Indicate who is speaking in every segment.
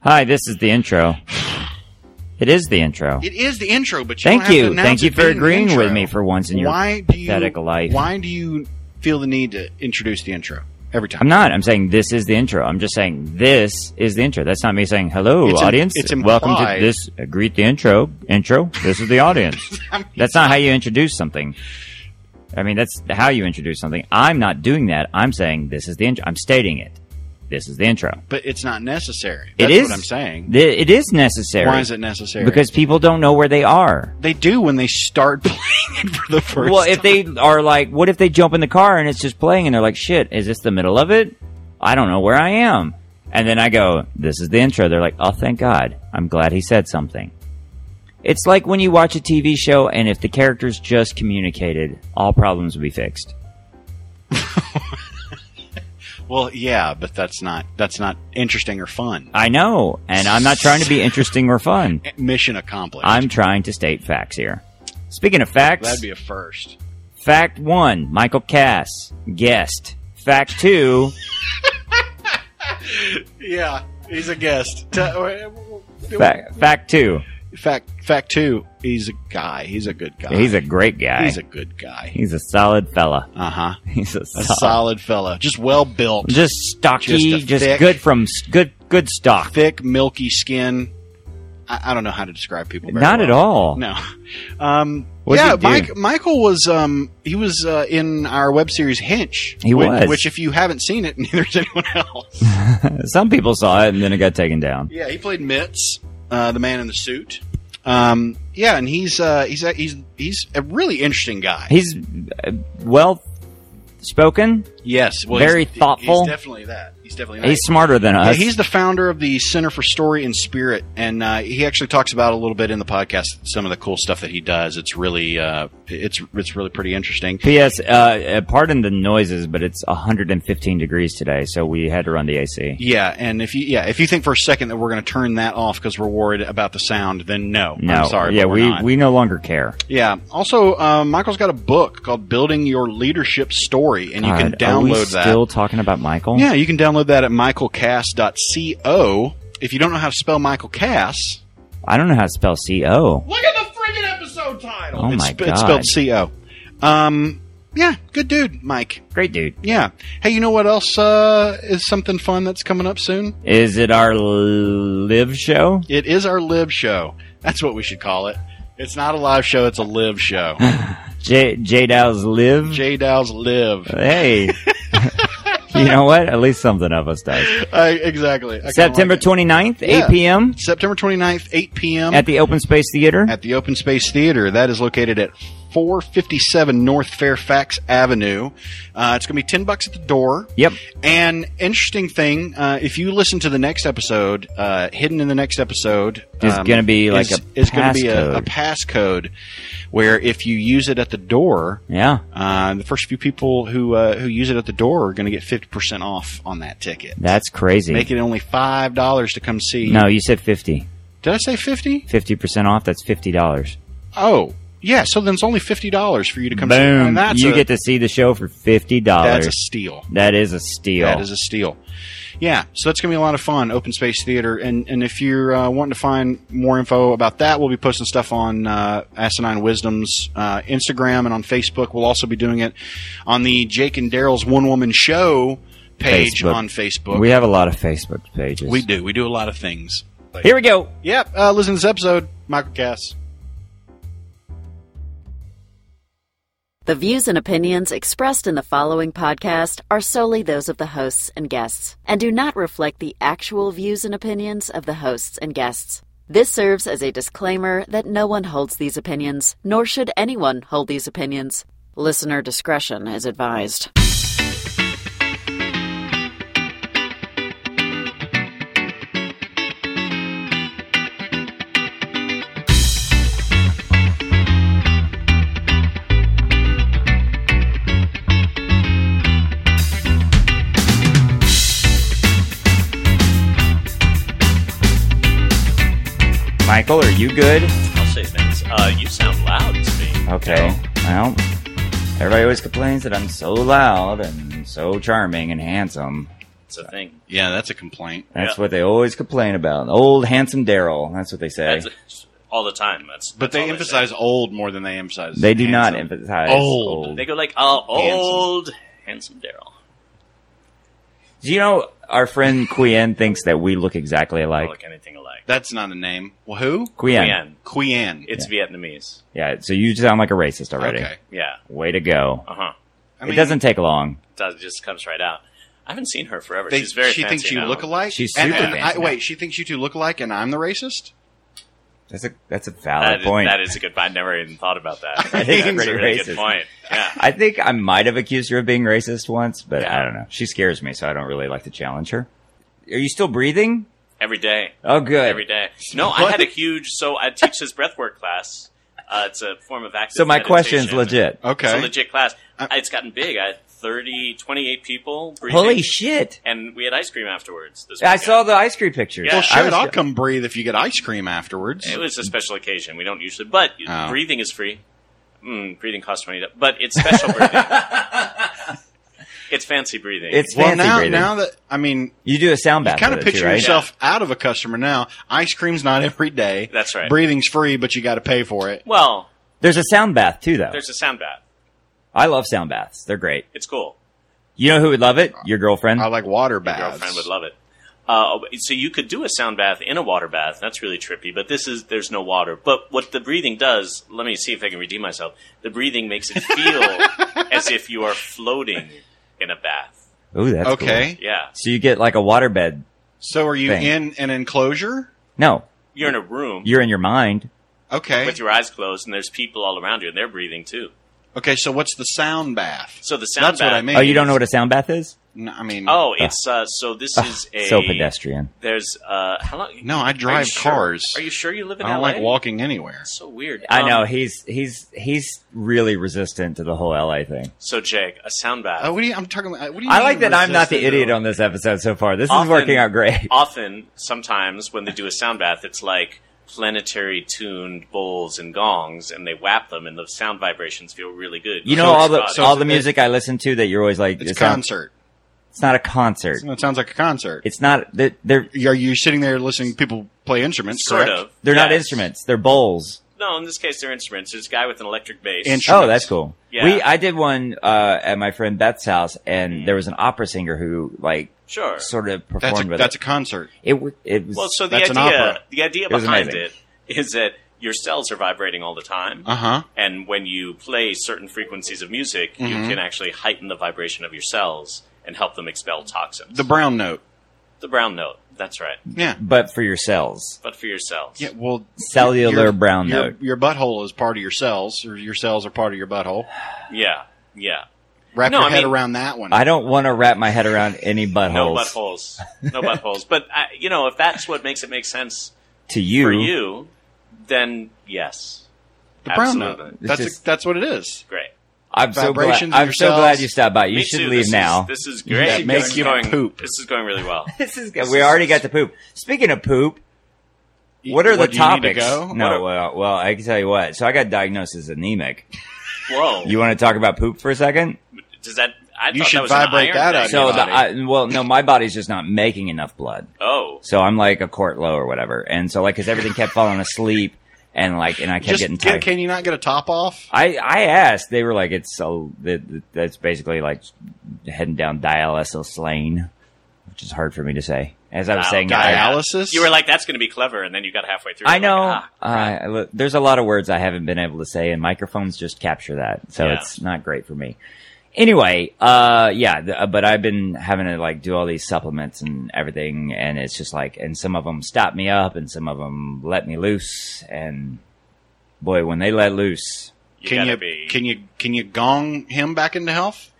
Speaker 1: Hi, this is the intro. It is the intro.
Speaker 2: It is the intro, but you
Speaker 1: Thank
Speaker 2: don't have to
Speaker 1: you.
Speaker 2: announce
Speaker 1: Thank you
Speaker 2: it
Speaker 1: for
Speaker 2: being the
Speaker 1: agreeing
Speaker 2: intro.
Speaker 1: with me for once in your
Speaker 2: why do you,
Speaker 1: pathetic life.
Speaker 2: Why do you feel the need to introduce the intro every time?
Speaker 1: I'm not. I'm saying this is the intro. I'm just saying this is the intro. That's not me saying hello,
Speaker 2: It's im-
Speaker 1: audience.
Speaker 2: it's
Speaker 1: Welcome to
Speaker 2: implied.
Speaker 1: this. uh, greet the intro. Intro. This is the audience.
Speaker 2: I mean,
Speaker 1: that's not how you introduce something. I mean, that's how you introduce something. I'm not doing that. I'm saying this is the intro. I'm stating it. This is the intro.
Speaker 2: but it's not necessary.
Speaker 1: It
Speaker 2: That's
Speaker 1: is-
Speaker 2: what I'm saying.
Speaker 1: Th- It is necessary.
Speaker 2: Why is it necessary?
Speaker 1: Because people don't know where they are.
Speaker 2: they do when they start playing it for the first.
Speaker 1: Well, if they are like, what if they jump in the car and it's just playing and they're like, shit, is this the middle of it? I don't know where I am. And then I go, this is the intro. They're like, oh, thank God. I'm glad he said something. It's like when you watch a TV show and if the characters just communicated, all problems would be fixed.
Speaker 2: time. well, yeah, but that's not that's not interesting or fun.
Speaker 1: I know. And I'm not trying to be interesting or fun.
Speaker 2: Mission accomplished.
Speaker 1: I'm trying to state facts here. Speaking of facts,
Speaker 2: That'd be a first.
Speaker 1: Fact one, Michael Cass, guest. Fact two,
Speaker 2: Yeah, he's a guest. Te-
Speaker 1: fa- fact two.
Speaker 2: fact, fact two, he's a guy. He's a good guy.
Speaker 1: He's a great guy.
Speaker 2: he's a good guy.
Speaker 1: He's a solid fella.
Speaker 2: Uh huh.
Speaker 1: He's a,
Speaker 2: A
Speaker 1: sol-
Speaker 2: solid fella, just well built,
Speaker 1: just stocky,
Speaker 2: Just
Speaker 1: just,
Speaker 2: a thick-
Speaker 1: good from good good stock.
Speaker 2: thick, milky skin. I, I don't know how to describe people. very
Speaker 1: Not at
Speaker 2: well.
Speaker 1: all.
Speaker 2: No. Um,
Speaker 1: What'd
Speaker 2: yeah,
Speaker 1: he do?
Speaker 2: Mike, Michael was um, he was uh, in our web series Hinch.
Speaker 1: He
Speaker 2: which,
Speaker 1: was.
Speaker 2: Which, if you haven't seen it, neither has anyone else.
Speaker 1: Some people saw it and then it got taken down.
Speaker 2: yeah, he played Mitz, uh, the man in the suit. Um, yeah, and he's uh, he's a, he's he's a really interesting guy.
Speaker 1: He's uh, well spoken.
Speaker 2: Yes, well,
Speaker 1: Very
Speaker 2: he's,
Speaker 1: thoughtful.
Speaker 2: He's definitely that. He's definitely that.
Speaker 1: He's smarter than
Speaker 2: Yeah,
Speaker 1: us.
Speaker 2: he's the founder of the Center for Story and Spirit, and uh, he actually talks about a little bit in the podcast some of the cool stuff that he does. It's really uh, it's it's really pretty interesting.
Speaker 1: P.S. Uh, uh, pardon the noises, but it's 115 degrees today, so we had to run the AC.
Speaker 2: Yeah, and if you yeah if you think for a second that we're going to turn that off because we're worried about the sound, then no,
Speaker 1: No,
Speaker 2: I'm sorry,
Speaker 1: yeah,
Speaker 2: but we're
Speaker 1: we
Speaker 2: not.
Speaker 1: we no longer care.
Speaker 2: yeah. Also, uh, Michael's got a book called "Building Your Leadership Story," and you can
Speaker 1: God, are we
Speaker 2: download that.
Speaker 1: Still talking about Michael?
Speaker 2: Yeah, you can download that at michaelcass.co. If you don't know how to spell Michael Cass,
Speaker 1: I don't know how to spell CO.
Speaker 2: Look at the friggin' episode title.
Speaker 1: Oh
Speaker 2: it's,
Speaker 1: my
Speaker 2: It's
Speaker 1: God.
Speaker 2: spelled C O. Um, yeah, good dude, Mike.
Speaker 1: Great dude.
Speaker 2: Yeah. Hey, you know what else uh, is something fun that's coming up soon?
Speaker 1: Is it our live show?
Speaker 2: It is our live show. That's what we should call it. It's not a live show; it's a live show.
Speaker 1: J J Dow's live.
Speaker 2: J Dow's live.
Speaker 1: hey, you know what? At least something of us does.
Speaker 2: Uh, exactly. I kinda
Speaker 1: September
Speaker 2: like it.
Speaker 1: 29th, 8
Speaker 2: Yeah.
Speaker 1: p.m.
Speaker 2: September 29th, eight p.m.
Speaker 1: at the Open Space Theater.
Speaker 2: at the Open Space Theater. That is located at 457 North Fairfax Avenue. Uh, it's going to be 10 bucks at the door.
Speaker 1: Yep.
Speaker 2: And interesting thing, uh, if you listen to the next episode, uh, hidden in the next episode, um,
Speaker 1: Is gonna be like
Speaker 2: is,
Speaker 1: a
Speaker 2: is gonna be a, a
Speaker 1: passcode.
Speaker 2: passcode where if you use it at the door,
Speaker 1: Yeah,
Speaker 2: uh, the first few people who uh, who use it at the door are going to get fifty percent off on that ticket.
Speaker 1: that's crazy.
Speaker 2: Make it only five dollars to come see.
Speaker 1: no, you said 50.
Speaker 2: did I say fifty?
Speaker 1: 50% off, that's $50.
Speaker 2: Oh, yeah. So then it's only fifty dollars for you to come. see.
Speaker 1: Boom.
Speaker 2: And that's
Speaker 1: you
Speaker 2: a,
Speaker 1: get to see the show for $50.
Speaker 2: that's a steal.
Speaker 1: That is a steal.
Speaker 2: That is a steal. Yeah, so that's going to be a lot of fun. Open Space Theater, and and if you're uh, wanting to find more info about that, we'll be posting stuff on uh, Asinine Wisdom's uh, Instagram and on Facebook. We'll also be doing it on the Jake and Daryl's One Woman Show page
Speaker 1: Facebook.
Speaker 2: on Facebook.
Speaker 1: we
Speaker 2: We,
Speaker 1: have a lot of Facebook pages.
Speaker 2: do. We do a lot of things. But-
Speaker 1: Here we go.
Speaker 2: Yep. Uh, listen to this episode, Michael Cass.
Speaker 3: The views and opinions expressed in the following podcast are solely those of the hosts and guests and do not reflect the actual views and opinions of the hosts and guests. This serves as a disclaimer that no one holds these opinions, nor should anyone hold these opinions. Listener discretion is advised.
Speaker 1: Michael, are you good?
Speaker 4: I'll say this. Uh, you sound loud to me.
Speaker 1: Okay. Well, everybody always complains that I'm so loud and so charming and handsome.
Speaker 4: It's a thing.
Speaker 2: Yeah, that's a complaint.
Speaker 1: That's
Speaker 4: Yeah.
Speaker 1: what they always complain about. Old handsome Daryl. That's what they say.
Speaker 4: That's all the time. That's
Speaker 2: But
Speaker 4: that's all
Speaker 2: they
Speaker 4: say.
Speaker 2: emphasize old more than they emphasize.
Speaker 1: they do not
Speaker 2: handsome.
Speaker 1: emphasize
Speaker 2: Old.
Speaker 1: old.
Speaker 4: They go like, "Oh,
Speaker 2: Handsome.
Speaker 4: old handsome Daryl."
Speaker 1: Do you know our friend Quien thinks that we look exactly
Speaker 4: I
Speaker 1: alike?
Speaker 4: don't look anything alike.
Speaker 2: That's not a name. Well, who?
Speaker 1: Quien.
Speaker 4: Quien.
Speaker 2: Quian.
Speaker 4: It's Vietnamese.
Speaker 1: Yeah, so you sound like a racist already.
Speaker 2: Okay.
Speaker 4: Yeah.
Speaker 1: Way to go.
Speaker 4: Uh huh.
Speaker 2: I mean,
Speaker 1: it doesn't take long.
Speaker 4: That just comes right out. I haven't seen her forever.
Speaker 2: They,
Speaker 4: She's very.
Speaker 2: she
Speaker 4: fancy
Speaker 2: thinks you
Speaker 4: now.
Speaker 2: look alike.
Speaker 1: She's
Speaker 2: And-
Speaker 1: super
Speaker 2: and I-
Speaker 1: fancy now.
Speaker 2: wait, she thinks you two look alike, and I'm the racist.
Speaker 1: That's a that's a
Speaker 4: That
Speaker 1: valid
Speaker 4: is,
Speaker 1: point.
Speaker 4: that is a good point. I never even thought about that.
Speaker 1: I think
Speaker 4: That's
Speaker 1: I'm
Speaker 4: a
Speaker 1: pretty
Speaker 4: really
Speaker 1: racist.
Speaker 4: good point. Yeah.
Speaker 1: I think I might have accused her of being racist once, but
Speaker 4: Yeah.
Speaker 1: I don't know. She scares me, so I don't really like to challenge her. Are you still breathing?
Speaker 4: Every day.
Speaker 1: Oh, good.
Speaker 4: Every day. No, I
Speaker 2: What?
Speaker 4: had a huge. So I teach this breathwork class. Uh, it's a form of active.
Speaker 1: so my question's
Speaker 4: meditation.
Speaker 1: legit.
Speaker 2: Okay. Uh,
Speaker 4: It's a legit class.
Speaker 2: I-
Speaker 4: it's gotten big. I had 30, 28 people. Breathing,
Speaker 1: Holy shit!
Speaker 4: And we had ice cream afterwards. This
Speaker 1: I
Speaker 4: weekend.
Speaker 1: saw the ice cream pictures.
Speaker 4: Yeah.
Speaker 2: well,
Speaker 1: I
Speaker 2: shit,
Speaker 1: was-
Speaker 2: I'll come breathe if you get ice cream afterwards.
Speaker 4: It was a special occasion. We don't usually, but
Speaker 2: Oh.
Speaker 4: breathing is free. Mm, breathing costs twenty, dollars, but it's special breathing. it's fancy breathing.
Speaker 1: It's
Speaker 2: well,
Speaker 1: fancy
Speaker 2: now
Speaker 1: breathing.
Speaker 2: now that I mean,
Speaker 1: you do a sound bath.
Speaker 2: kind
Speaker 1: with
Speaker 2: of
Speaker 1: it too,
Speaker 2: picture
Speaker 1: right?
Speaker 2: yourself out of a customer now. Ice cream's not every day.
Speaker 4: That's right.
Speaker 2: Breathing's free, but you got to pay for it.
Speaker 4: well,
Speaker 1: There's a sound bath too, though.
Speaker 4: there's a sound bath.
Speaker 1: I love sound baths. They're great.
Speaker 4: It's cool.
Speaker 1: You know who would love it? Your girlfriend.
Speaker 2: I like water
Speaker 4: Your
Speaker 2: baths.
Speaker 4: girlfriend would love it. Uh, so you could do a sound bath in a water bath. That's really trippy, but this is there's no water. But what the breathing does, let me see if I can redeem myself. The breathing makes it feel as if you are floating in a bath.
Speaker 1: Ooh, that's
Speaker 2: okay.
Speaker 1: cool.
Speaker 4: Yeah,
Speaker 1: So you get like a waterbed.
Speaker 2: So are you
Speaker 1: Thing.
Speaker 2: in an enclosure?
Speaker 1: No,
Speaker 4: you're in a room
Speaker 1: you're in your mind.
Speaker 2: Okay.
Speaker 4: with your eyes closed, and there's people all around you, and they're breathing too.
Speaker 2: okay. So what's the sound bath?
Speaker 4: So the sound
Speaker 2: That's what
Speaker 4: bath-
Speaker 2: I mean.
Speaker 1: Oh, you don't know what a sound bath is?
Speaker 2: N- I mean,
Speaker 4: Oh, it's uh, so this is a
Speaker 1: Ah. so pedestrian.
Speaker 4: There's uh, how long?
Speaker 2: no, I
Speaker 4: Are you
Speaker 2: drive
Speaker 4: sure-
Speaker 2: cars.
Speaker 4: Are you sure you live in
Speaker 2: I don't
Speaker 4: LA?
Speaker 2: like walking anywhere.
Speaker 4: That's so weird.
Speaker 1: I know
Speaker 4: Um,
Speaker 1: he's he's he's really resistant to the whole LA thing.
Speaker 4: So Jake, a sound bath.
Speaker 2: Uh, what do you, I'm talking about? What do you
Speaker 1: I
Speaker 2: mean uh,
Speaker 1: like that I'm not the
Speaker 2: resistant
Speaker 1: idiot
Speaker 2: to-
Speaker 1: on this episode so far. This
Speaker 4: Often-
Speaker 1: is working out great.
Speaker 4: Often, sometimes when they do a sound bath, it's like planetary tuned bowls and gongs, and they whap them, and the sound vibrations feel really good.
Speaker 1: You know
Speaker 2: So
Speaker 1: all
Speaker 2: it's
Speaker 1: the
Speaker 2: not- so
Speaker 1: all
Speaker 2: it's-
Speaker 1: the music I listen to that you're always like
Speaker 2: It's a
Speaker 1: not-
Speaker 2: concert.
Speaker 1: it's not a concert.
Speaker 2: It sounds like a concert.
Speaker 1: It's not they're they're,
Speaker 2: Are you sitting there listening to people play instruments?
Speaker 4: sort
Speaker 2: correct?
Speaker 4: of.
Speaker 1: they're not
Speaker 4: Yes.
Speaker 1: instruments. They're bowls.
Speaker 4: No, in this case, they're instruments. There's a guy with an electric bass.
Speaker 2: Instru-
Speaker 1: Oh,
Speaker 2: Instruments.
Speaker 1: that's cool.
Speaker 4: Yeah. Mm-hmm.
Speaker 1: We I did one uh, at my friend Beth's house, and there was an opera singer who like
Speaker 4: sure.
Speaker 1: sort of performed
Speaker 2: That's a,
Speaker 1: with
Speaker 2: that's a
Speaker 1: it.
Speaker 2: concert.
Speaker 1: it. w- It was
Speaker 4: well, so the
Speaker 2: That's an
Speaker 4: idea,
Speaker 2: opera.
Speaker 4: the idea
Speaker 1: It was
Speaker 4: behind it
Speaker 1: amazing. Uh-huh.
Speaker 4: is that your cells are vibrating all the time.
Speaker 2: Uh huh.
Speaker 4: And when you play certain frequencies of music, you
Speaker 1: Mm-hmm.
Speaker 4: can actually heighten the vibration of your cells and help them expel toxins.
Speaker 2: The brown note.
Speaker 4: The brown note, that's right.
Speaker 2: Yeah.
Speaker 1: but for your cells.
Speaker 4: But for your cells.
Speaker 2: Yeah. Well,
Speaker 1: Cellular
Speaker 2: your-
Speaker 1: brown
Speaker 2: your-
Speaker 1: note.
Speaker 2: Your butthole is part of your cells, or your cells are part of your butthole.
Speaker 4: Yeah. yeah.
Speaker 2: Wrap
Speaker 4: No,
Speaker 2: your
Speaker 4: I
Speaker 2: head
Speaker 4: mean-
Speaker 2: around that one.
Speaker 1: I don't want to wrap my head around any buttholes.
Speaker 4: No buttholes. No buttholes. But, I, you know, if that's what makes it make sense
Speaker 1: to you.
Speaker 4: for you, then yes.
Speaker 2: the brown
Speaker 4: Absolutely.
Speaker 2: note. That's
Speaker 1: It's just-
Speaker 2: a, that's what it is.
Speaker 4: Great.
Speaker 1: I'm so glad.
Speaker 2: Vibrations of
Speaker 1: I'm
Speaker 2: your
Speaker 1: so
Speaker 2: cells.
Speaker 1: glad you stopped by. You
Speaker 4: Me
Speaker 1: should
Speaker 4: too.
Speaker 1: leave
Speaker 4: This
Speaker 1: now.
Speaker 4: Is, this is great.
Speaker 2: That makes
Speaker 4: This is
Speaker 2: you
Speaker 4: going,
Speaker 2: poop.
Speaker 4: This is going really well.
Speaker 1: this is good. We already got to poop. Speaking of poop, what are the
Speaker 2: What, do you need to
Speaker 1: topics?
Speaker 2: go?
Speaker 1: No,
Speaker 4: What are-
Speaker 1: well, well, I can tell you what. So I got diagnosed as anemic.
Speaker 4: Whoa.
Speaker 1: You want to talk about poop for a second?
Speaker 4: Does that? I
Speaker 2: You
Speaker 4: thought
Speaker 2: should
Speaker 4: that was an
Speaker 2: vibrate
Speaker 4: iron
Speaker 2: that
Speaker 4: thing.
Speaker 2: out of
Speaker 1: So
Speaker 2: your
Speaker 1: the
Speaker 2: body.
Speaker 1: I, well, no, my body's just not making enough blood.
Speaker 4: Oh.
Speaker 1: So I'm like a quart low or whatever. And so like, cause everything kept falling asleep and like, and I kept
Speaker 2: Just
Speaker 1: getting
Speaker 2: can,
Speaker 1: tired.
Speaker 2: can you not get a top off?
Speaker 1: I, I asked, they were like, it's so, that, that's basically like heading down dialysis lane, which is hard for me to say. As I was
Speaker 4: Wow.
Speaker 1: saying, I-
Speaker 2: Dialysis.
Speaker 4: You were like, that's going to be clever, and then you got halfway through.
Speaker 1: I
Speaker 4: and you're
Speaker 1: know.
Speaker 4: like, ah.
Speaker 1: uh, look, there's a lot of words I haven't been able to say, and microphones just capture that, so
Speaker 4: Yeah.
Speaker 1: it's not great for me. Anyway, uh, yeah, th- uh, but I've been having to like do all these supplements and everything, and it's just like, and some of them stop me up, and some of them let me loose, and boy, when they let loose,
Speaker 4: You
Speaker 2: can
Speaker 4: gotta
Speaker 2: you
Speaker 4: be.
Speaker 2: can you can you gong him back into health?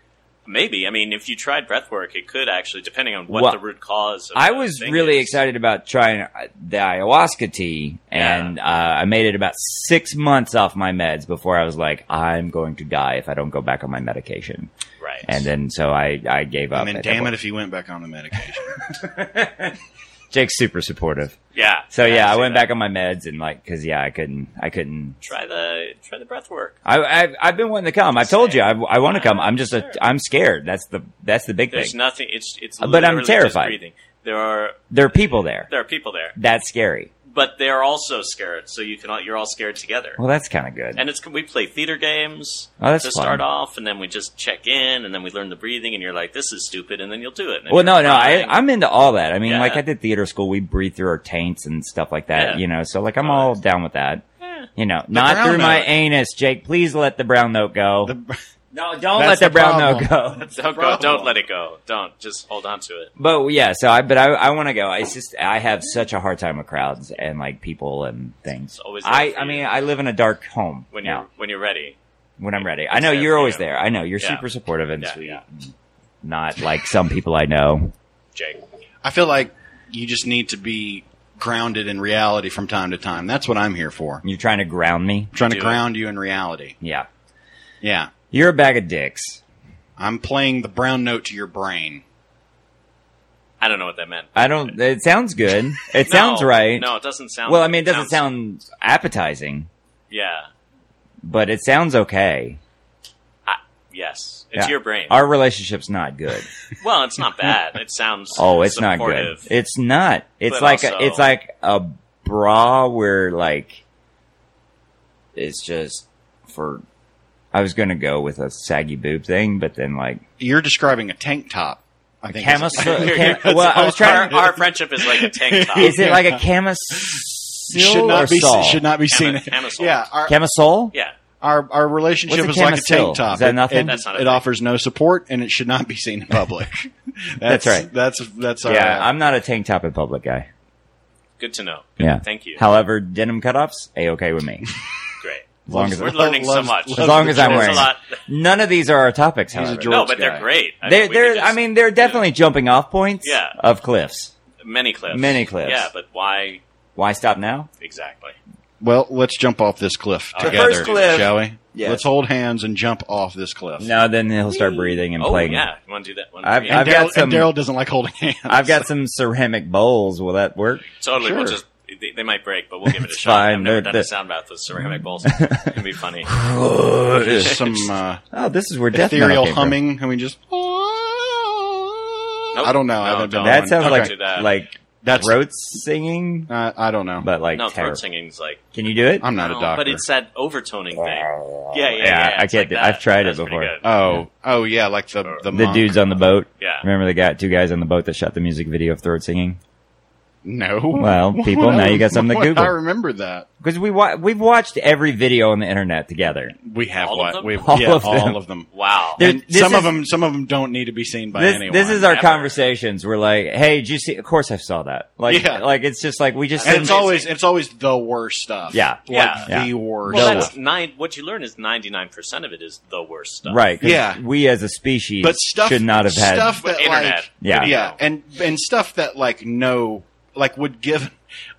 Speaker 4: Maybe. I mean, if you tried breath work, it could actually, depending on what
Speaker 1: Well,
Speaker 4: the root cause. Of
Speaker 1: I
Speaker 4: the
Speaker 1: was
Speaker 4: thing
Speaker 1: really
Speaker 4: is.
Speaker 1: excited about trying uh, the ayahuasca tea, and uh, I made it about six months off my meds before I was like, I'm going to die if I don't go back on my medication.
Speaker 4: Right.
Speaker 1: And then so I, I gave up.
Speaker 2: and then
Speaker 1: at
Speaker 2: damn
Speaker 1: that
Speaker 2: it if he went back on the medication.
Speaker 1: point. Jake's super supportive.
Speaker 4: Yeah.
Speaker 1: So yeah, I
Speaker 4: say
Speaker 1: went
Speaker 4: that.
Speaker 1: back on my meds and like, cause yeah, I couldn't, I couldn't.
Speaker 4: Try the try the breath work.
Speaker 1: I, I've, I've been wanting to come. I've told you, I, I want to come. I'm just, a, I'm scared. That's the, that's the big
Speaker 4: There's
Speaker 1: thing.
Speaker 4: nothing. It's it's.
Speaker 1: Uh, but I'm
Speaker 4: literally just
Speaker 1: terrified.
Speaker 4: breathing. There are
Speaker 1: There are people there.
Speaker 4: there are people there,
Speaker 1: That's scary.
Speaker 4: but they're also scared. So you can all, you're all scared together.
Speaker 1: Well, that's kind of good.
Speaker 4: And it's we play theater games
Speaker 1: Oh, that's
Speaker 4: to
Speaker 1: fun.
Speaker 4: start off, and then we just check in, and then we learn the breathing, and you're like, "This is stupid," and then you'll do it. And
Speaker 1: Well,
Speaker 4: if
Speaker 1: no,
Speaker 4: you're
Speaker 1: no, I,
Speaker 4: crying-
Speaker 1: I'm into all that. I mean,
Speaker 4: Yeah.
Speaker 1: like I did theater school, we breathe through our taints and stuff like that,
Speaker 4: Yeah.
Speaker 1: you know. So like, I'm
Speaker 4: Oh,
Speaker 1: all
Speaker 4: nice.
Speaker 1: down with that. You know, not
Speaker 2: brown
Speaker 1: through my
Speaker 2: note.
Speaker 1: anus, Jake. Please let the brown note go.
Speaker 2: The-
Speaker 1: no, don't let
Speaker 2: That's
Speaker 1: the,
Speaker 2: the
Speaker 1: brown note go.
Speaker 2: problem.
Speaker 4: don't go,
Speaker 2: Problem.
Speaker 4: don't let it go, don't just hold on to it.
Speaker 1: But yeah, so I but I, I want to go. I just I have such a hard time with crowds and like people and things.
Speaker 4: always there
Speaker 1: I
Speaker 4: for
Speaker 1: I
Speaker 4: you.
Speaker 1: mean I live in a dark home
Speaker 4: When
Speaker 1: now,
Speaker 4: you're when you're ready,
Speaker 1: when I'm ready.
Speaker 4: it's
Speaker 1: I know
Speaker 4: there
Speaker 1: you're
Speaker 4: for
Speaker 1: always
Speaker 4: you.
Speaker 1: there. I know you're
Speaker 4: Yeah.
Speaker 1: super supportive and
Speaker 4: Yeah,
Speaker 1: sweet.
Speaker 4: yeah.
Speaker 1: and Not like some people I know.
Speaker 4: Jake.
Speaker 2: I feel like you just need to be grounded in reality from time to time. That's what I'm here for.
Speaker 1: You're trying to ground me.
Speaker 2: I'm trying
Speaker 4: Do
Speaker 2: to
Speaker 4: it.
Speaker 2: ground you in reality.
Speaker 1: Yeah,
Speaker 2: Yeah.
Speaker 1: you're a bag of dicks.
Speaker 2: I'm playing the brown note to your brain.
Speaker 4: I don't know what that meant.
Speaker 1: I don't. It sounds good. It sounds
Speaker 4: No,
Speaker 1: right.
Speaker 4: No, it doesn't sound.
Speaker 1: Well, I mean, it doesn't
Speaker 4: sounds-
Speaker 1: sound appetizing,
Speaker 4: Yeah.
Speaker 1: but it sounds okay.
Speaker 4: I, yes, it's
Speaker 1: Yeah.
Speaker 4: your brain.
Speaker 1: Our relationship's not good.
Speaker 4: well, it's not bad. It sounds.
Speaker 1: Oh, it's
Speaker 4: supportive.
Speaker 1: not good. It's not. It's
Speaker 4: But
Speaker 1: like a,
Speaker 4: also-
Speaker 1: it's like a bra where like it's just for. I was gonna go with a saggy boob thing, but then like
Speaker 2: You're describing a tank top. I think
Speaker 1: camo.
Speaker 2: it's-
Speaker 1: cam- well, I was trying.
Speaker 4: our,
Speaker 1: to-
Speaker 4: our friendship is like a tank top.
Speaker 1: is it like a camisole
Speaker 2: should
Speaker 1: or
Speaker 2: not be
Speaker 1: sol?
Speaker 2: should not be seen.
Speaker 4: Camo- camisole.
Speaker 2: Yeah, our,
Speaker 1: camisole?
Speaker 4: yeah.
Speaker 2: our our relationship
Speaker 1: What's
Speaker 2: is
Speaker 1: a
Speaker 2: like a
Speaker 1: camisole?
Speaker 2: tank top.
Speaker 1: Is that
Speaker 2: It-
Speaker 1: nothing?
Speaker 2: It,
Speaker 4: That's not a
Speaker 2: it
Speaker 4: thing.
Speaker 2: offers no support, and it should not be seen in public.
Speaker 1: That's right.
Speaker 2: That's that's our,
Speaker 1: Yeah, I'm not a tank top in public guy.
Speaker 4: Good to know. Good.
Speaker 1: Yeah.
Speaker 4: Thank you.
Speaker 1: However, denim cutoffs, a okay with me.
Speaker 4: Great.
Speaker 1: As long as
Speaker 4: We're learning so
Speaker 2: loves-
Speaker 4: much.
Speaker 2: loves
Speaker 1: as long
Speaker 2: the
Speaker 1: as I'm
Speaker 4: There's
Speaker 1: wearing.
Speaker 4: a
Speaker 1: it.
Speaker 4: lot.
Speaker 1: None of these are our topics.
Speaker 2: He's a
Speaker 1: However.
Speaker 2: jerk.
Speaker 4: No, but
Speaker 2: guy.
Speaker 4: they're great. I
Speaker 1: They,
Speaker 4: mean, we
Speaker 1: they're,
Speaker 4: could just-
Speaker 1: I mean, they're definitely jumping off points
Speaker 4: Yeah.
Speaker 1: of cliffs.
Speaker 4: many clips.
Speaker 1: many clips.
Speaker 4: Yeah, but why
Speaker 1: Why stop now?
Speaker 4: exactly?
Speaker 2: Well, let's jump off this cliff
Speaker 4: All right.
Speaker 2: together,
Speaker 1: First cliff.
Speaker 2: shall we?
Speaker 1: Yes.
Speaker 2: Let's hold hands and jump off this cliff.
Speaker 1: No, then he'll start breathing and
Speaker 4: Oh
Speaker 1: playing.
Speaker 4: yeah, you want to do that one?
Speaker 1: I've-
Speaker 2: And
Speaker 4: yeah.
Speaker 1: I've got
Speaker 2: Daryl
Speaker 1: some-
Speaker 2: and Daryl doesn't like holding hands.
Speaker 1: I've got some ceramic bowls. Will that work?
Speaker 4: totally. We'll
Speaker 2: sure.
Speaker 4: just they, they might break, but we'll give it a
Speaker 1: It's
Speaker 4: shot.
Speaker 1: fine.
Speaker 4: I've never
Speaker 1: They're-
Speaker 4: done
Speaker 1: they're-
Speaker 4: a sound bath with ceramic bowls. it can be funny.
Speaker 2: There's some uh,
Speaker 1: Oh, this is where death metal
Speaker 2: ethereal
Speaker 1: came from.
Speaker 2: humming. Can we just? I don't know. I
Speaker 4: No,
Speaker 2: haven't been.
Speaker 4: don't.
Speaker 1: That sounds
Speaker 4: Don't
Speaker 1: like
Speaker 4: do that.
Speaker 1: like
Speaker 2: That's-
Speaker 1: throat singing,
Speaker 2: Uh, I don't know.
Speaker 1: but like
Speaker 4: No,
Speaker 1: terror.
Speaker 4: throat singing's like
Speaker 1: Can you do it?
Speaker 2: I'm not
Speaker 4: No,
Speaker 2: a doctor.
Speaker 4: But it's that overtoning thing. Yeah, yeah, yeah.
Speaker 1: Yeah, I
Speaker 4: it's
Speaker 1: can't
Speaker 4: like
Speaker 1: do-
Speaker 4: that.
Speaker 1: I've tried it
Speaker 4: That's pretty
Speaker 1: before.
Speaker 4: good.
Speaker 2: oh, oh yeah, like
Speaker 4: Uh,
Speaker 2: the the,
Speaker 1: the
Speaker 2: monk.
Speaker 1: dudes on the boat.
Speaker 4: Yeah.
Speaker 1: Remember the guy, two guys on the boat that shot the music video of throat singing?
Speaker 2: No.
Speaker 1: Well, people,
Speaker 2: What
Speaker 1: now
Speaker 2: I-
Speaker 1: you got something to
Speaker 2: what
Speaker 1: Google.
Speaker 2: I remember that.
Speaker 1: Because we wa- we've watched every video on the internet together.
Speaker 2: We have
Speaker 4: All of
Speaker 2: what
Speaker 4: them?
Speaker 2: we
Speaker 1: All
Speaker 2: yeah,
Speaker 1: of them.
Speaker 2: all of them.
Speaker 4: Wow.
Speaker 1: There-
Speaker 2: And
Speaker 1: this
Speaker 2: some
Speaker 1: is-
Speaker 2: of them, some of them don't need to be seen by
Speaker 1: this,
Speaker 2: anyone.
Speaker 1: this is our
Speaker 4: ever.
Speaker 1: conversations. We're like, hey, did you see? Of course, I saw that. Like,
Speaker 2: Yeah.
Speaker 1: like it's just like we just
Speaker 2: and
Speaker 1: sit-
Speaker 2: it's always it's always the worst stuff.
Speaker 1: Yeah.
Speaker 2: like
Speaker 4: Yeah.
Speaker 2: the
Speaker 1: Yeah.
Speaker 2: worst.
Speaker 4: well,
Speaker 2: stuff.
Speaker 4: that's nine. What you learn is ninety nine percent of it is the worst stuff.
Speaker 1: right. 'cause
Speaker 2: Yeah.
Speaker 1: we as a species
Speaker 2: but stuff
Speaker 1: should not have had.
Speaker 2: stuff that
Speaker 4: Internet.
Speaker 2: like
Speaker 1: Yeah.
Speaker 2: yeah, and and stuff that like no, like would give,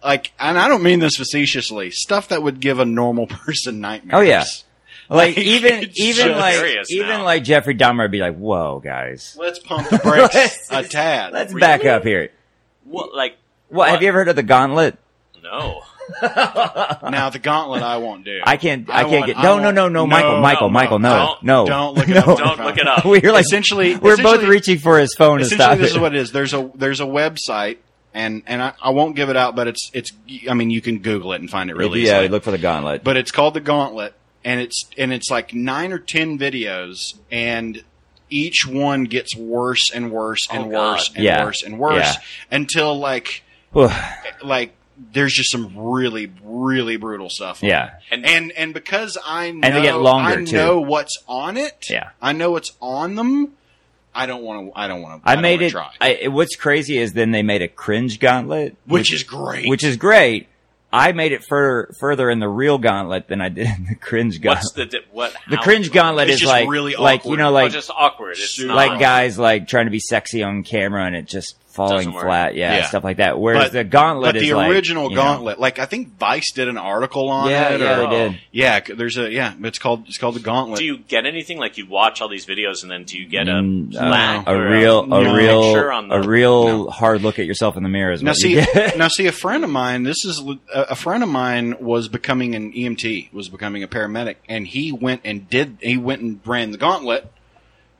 Speaker 2: like, and I don't mean this facetiously. Stuff that would give a normal person nightmares.
Speaker 1: Oh, yeah. like
Speaker 2: like,
Speaker 1: even
Speaker 2: it's
Speaker 1: even
Speaker 2: so
Speaker 1: like
Speaker 4: serious
Speaker 1: even
Speaker 4: now.
Speaker 1: like Jeffrey Dahmer would be like, whoa, guys,
Speaker 2: Let's pump the brakes
Speaker 1: Let's-
Speaker 2: a tad.
Speaker 1: let's back up here.
Speaker 4: What, like
Speaker 1: What, have you ever heard of the Gauntlet?
Speaker 4: No.
Speaker 2: now the gauntlet I won't do.
Speaker 1: I can't. I,
Speaker 2: I
Speaker 1: can't
Speaker 2: won't-
Speaker 1: get.
Speaker 2: I
Speaker 1: No, no,
Speaker 2: won't-
Speaker 1: no, no, Michael,
Speaker 2: no,
Speaker 1: Michael,
Speaker 2: no,
Speaker 1: Michael, no,
Speaker 4: don't-
Speaker 1: no.
Speaker 2: don't look it
Speaker 1: no.
Speaker 2: up,
Speaker 4: Don't look it up.
Speaker 1: We're like
Speaker 2: Essentially-
Speaker 1: we're both
Speaker 2: essentially-
Speaker 1: reaching for his phone to
Speaker 2: Essentially,
Speaker 1: stop
Speaker 2: this
Speaker 1: it.
Speaker 2: is what it is. There's a there's a website, and and I, I won't give it out, but it's it's. I mean, you can Google it and find it really
Speaker 1: yeah,
Speaker 2: easily.
Speaker 1: uh, look for the Gauntlet.
Speaker 2: but it's called the Gauntlet, and it's and it's like nine or ten videos, and each one gets worse and worse and
Speaker 4: Oh, God.
Speaker 2: worse and
Speaker 1: Yeah.
Speaker 2: worse and worse
Speaker 1: Yeah.
Speaker 2: until like like there's just some really really brutal stuff.
Speaker 1: yeah,
Speaker 2: And, and and because I know,
Speaker 1: they get longer,
Speaker 2: I
Speaker 1: too.
Speaker 2: know what's on it.
Speaker 1: Yeah.
Speaker 2: I know what's on them. I don't want to. I don't want to.
Speaker 1: I, made it.
Speaker 2: Try,
Speaker 1: I, what's crazy is then they made a cringe Gauntlet,
Speaker 2: which is great.
Speaker 1: which is great. I made it fur, further in the real Gauntlet than I did in the cringe Gauntlet.
Speaker 4: What's the di- what?
Speaker 1: the
Speaker 4: how-
Speaker 1: cringe Gauntlet
Speaker 2: It's
Speaker 1: is
Speaker 2: just
Speaker 1: like
Speaker 2: really
Speaker 1: like you
Speaker 2: awkward.
Speaker 1: know
Speaker 4: Oh,
Speaker 1: like
Speaker 4: just awkward. It's
Speaker 2: Super
Speaker 4: not
Speaker 1: like guys like trying to be sexy on camera and it just falling
Speaker 4: Doesn't work.
Speaker 1: flat, yeah,
Speaker 2: Yeah.
Speaker 1: stuff like that. Whereas
Speaker 2: But-
Speaker 1: the gauntlet
Speaker 2: But the
Speaker 1: is like,
Speaker 2: original
Speaker 1: you know-
Speaker 2: Gauntlet, uh, like I think Vice did an article on
Speaker 1: yeah,
Speaker 2: it.
Speaker 1: yeah,
Speaker 2: or,
Speaker 1: they did.
Speaker 2: yeah, c- there's a yeah. It's called it's called the Gauntlet.
Speaker 4: Do you get anything like you watch all these videos and then do you get a
Speaker 1: Mm, uh,
Speaker 4: flag
Speaker 1: a
Speaker 4: or
Speaker 1: real, a
Speaker 2: no.
Speaker 1: real,
Speaker 4: picture on the,
Speaker 1: a real hard look at yourself in the mirror is
Speaker 2: now
Speaker 1: what
Speaker 2: see,
Speaker 1: you get.
Speaker 2: now see, a friend of mine. This is a a friend of mine was becoming an EMT, was becoming a paramedic, and he went and did he went and ran the gauntlet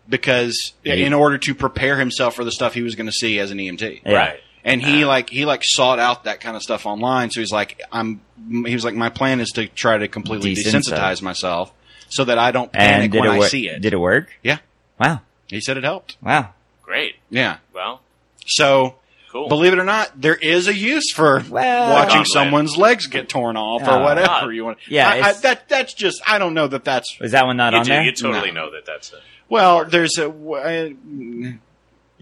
Speaker 2: because
Speaker 1: Yeah.
Speaker 2: in order to prepare himself for the stuff he was going to see as an EMT.
Speaker 1: Yeah.
Speaker 4: right?
Speaker 2: And he like he like sought out that kind of stuff online. So he's like, I'm. He was like, my plan is to try to completely
Speaker 1: Desensitize.
Speaker 2: desensitize myself so that I don't
Speaker 1: and
Speaker 2: panic
Speaker 1: did
Speaker 2: when
Speaker 1: it,
Speaker 2: I
Speaker 1: wor-
Speaker 2: see it.
Speaker 1: did it work?
Speaker 2: Yeah.
Speaker 1: Wow.
Speaker 2: He said it helped.
Speaker 1: Wow.
Speaker 4: Great.
Speaker 2: Yeah.
Speaker 4: Well,
Speaker 2: So
Speaker 4: cool.
Speaker 2: believe it or not, there is a use for
Speaker 1: Well-
Speaker 2: watching
Speaker 4: Gauntlet.
Speaker 2: someone's legs get torn off
Speaker 1: Oh,
Speaker 2: or whatever
Speaker 4: God.
Speaker 2: you want.
Speaker 1: Yeah,
Speaker 2: I- I-
Speaker 1: it's-
Speaker 2: that that's just I don't know that that's
Speaker 1: Is that one not
Speaker 4: you,
Speaker 1: on
Speaker 4: do-
Speaker 1: there?
Speaker 4: you totally know that that's it.
Speaker 2: well. There's a w-